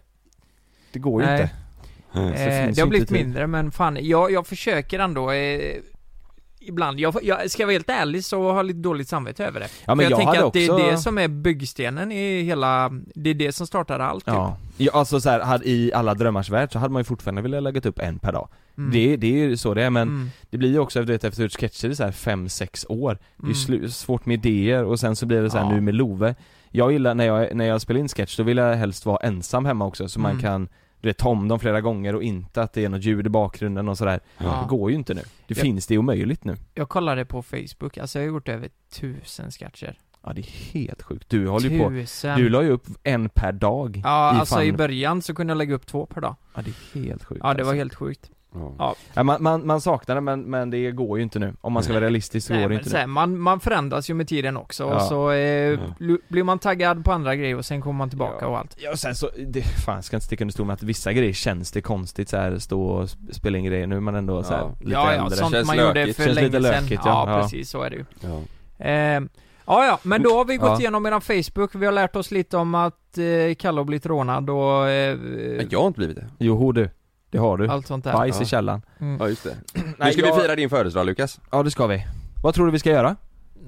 [SPEAKER 2] Det går ju
[SPEAKER 3] Nej.
[SPEAKER 2] inte
[SPEAKER 1] Ja.
[SPEAKER 2] det
[SPEAKER 3] eh,
[SPEAKER 2] finns
[SPEAKER 3] det har
[SPEAKER 2] ju
[SPEAKER 3] blivit
[SPEAKER 2] inte typ. tid.
[SPEAKER 3] mindre men fan, jag, jag försöker ändå eh, Ibland, jag, jag ska jag vara helt ärlig så har jag lite dåligt samvete över det.
[SPEAKER 2] Ja
[SPEAKER 3] För jag, tänker
[SPEAKER 2] hade
[SPEAKER 3] att det
[SPEAKER 2] också-
[SPEAKER 3] är det som är byggstenen i hela, det är det som startar allt. typ.
[SPEAKER 2] Ja, ja alltså så här, hade, i alla drömmars värld så hade man ju fortfarande velat lägga upp en per dag
[SPEAKER 3] Mm.
[SPEAKER 2] det, det är ju så det är men
[SPEAKER 3] Mm.
[SPEAKER 2] Det blir ju också, du vet, efter att ha gjort sketcher i så här 5-6 år Det är ju
[SPEAKER 3] Mm.
[SPEAKER 2] slu- svårt med idéer och sen så blir det så här
[SPEAKER 3] Ja.
[SPEAKER 2] nu med Love Jag gillar, när jag, när jag spelar in sketch, då vill jag helst vara ensam hemma också så man
[SPEAKER 3] Mm.
[SPEAKER 2] kan du vet, ta om dem flera gånger och inte att det är något ljud i bakgrunden och sådär
[SPEAKER 3] Ja.
[SPEAKER 2] Det går ju inte nu, det
[SPEAKER 3] Ja.
[SPEAKER 2] finns, det är omöjligt nu
[SPEAKER 3] Jag kollade på Facebook, alltså jag har gjort över tusen sketcher.
[SPEAKER 2] Ja det är helt sjukt, du håller ju på
[SPEAKER 3] Tusen!
[SPEAKER 2] Du la ju upp en per dag
[SPEAKER 3] ja,
[SPEAKER 2] i
[SPEAKER 3] alltså
[SPEAKER 2] fan-
[SPEAKER 3] i början så kunde jag lägga upp två per dag.
[SPEAKER 2] Ja det är helt sjukt
[SPEAKER 3] Ja, det var
[SPEAKER 2] alltså.
[SPEAKER 3] helt sjukt.
[SPEAKER 1] Ja.
[SPEAKER 3] Ja.
[SPEAKER 2] ja, man, man, man saknar det men, men det går ju inte nu, om man ska vara realistisk så
[SPEAKER 3] Nej,
[SPEAKER 2] går det
[SPEAKER 3] men
[SPEAKER 2] inte
[SPEAKER 3] så
[SPEAKER 2] nu
[SPEAKER 3] här, man, man förändras ju med tiden också
[SPEAKER 2] Ja.
[SPEAKER 3] och så eh,
[SPEAKER 1] Ja.
[SPEAKER 3] lu- blir man taggad på andra grejer och sen kommer man tillbaka
[SPEAKER 2] Ja.
[SPEAKER 3] och allt.
[SPEAKER 2] Ja och sen så, det, fan jag ska inte sticka under stol med att vissa grejer känns det konstigt så här stå och sp- spela in grejer, nu är man ändå så här,
[SPEAKER 1] Ja.
[SPEAKER 2] lite
[SPEAKER 3] ja, ja,
[SPEAKER 2] äldre
[SPEAKER 3] sånt
[SPEAKER 1] Känns
[SPEAKER 3] man gjorde
[SPEAKER 1] lökigt.
[SPEAKER 3] för
[SPEAKER 2] Känns
[SPEAKER 3] länge
[SPEAKER 2] lite lökigt,
[SPEAKER 3] sedan.
[SPEAKER 2] ja.
[SPEAKER 3] Ja,
[SPEAKER 2] Ja.
[SPEAKER 3] precis så är det ju.
[SPEAKER 1] Ja.
[SPEAKER 3] Eh, ja, ja, men då har vi gått
[SPEAKER 1] Ja.
[SPEAKER 3] igenom eran Facebook, vi har lärt oss lite om att eh, Kalle har blivit rånad och eh,
[SPEAKER 1] Men Jag har inte blivit det.
[SPEAKER 2] Joho du, det har du,
[SPEAKER 3] allt sånt där.
[SPEAKER 2] bajs i
[SPEAKER 1] Ja.
[SPEAKER 2] källaren
[SPEAKER 3] Mm.
[SPEAKER 1] Ja just det. nu
[SPEAKER 2] Nej,
[SPEAKER 1] ska
[SPEAKER 2] jag-
[SPEAKER 1] vi fira din födelsedag Lukas.
[SPEAKER 2] Ja det ska vi Vad tror du vi ska göra?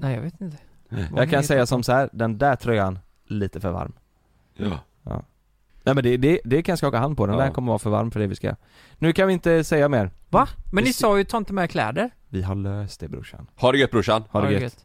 [SPEAKER 3] Nej, jag vet inte. Vad
[SPEAKER 2] Jag kan
[SPEAKER 3] heter-
[SPEAKER 2] säga som så här, den där tröjan, lite för varm
[SPEAKER 1] Ja.
[SPEAKER 2] Nej men det, det, det kan jag skaka hand på, den
[SPEAKER 1] Ja.
[SPEAKER 2] där kommer vara för varm för det vi ska göra. Nu kan vi inte säga mer
[SPEAKER 3] Va? Men ni
[SPEAKER 2] Just-
[SPEAKER 3] sa ju ta inte med kläder.
[SPEAKER 2] Vi har löst det brorsan
[SPEAKER 1] Ha det gött brorsan.
[SPEAKER 2] Ha det
[SPEAKER 3] Ja,
[SPEAKER 2] gött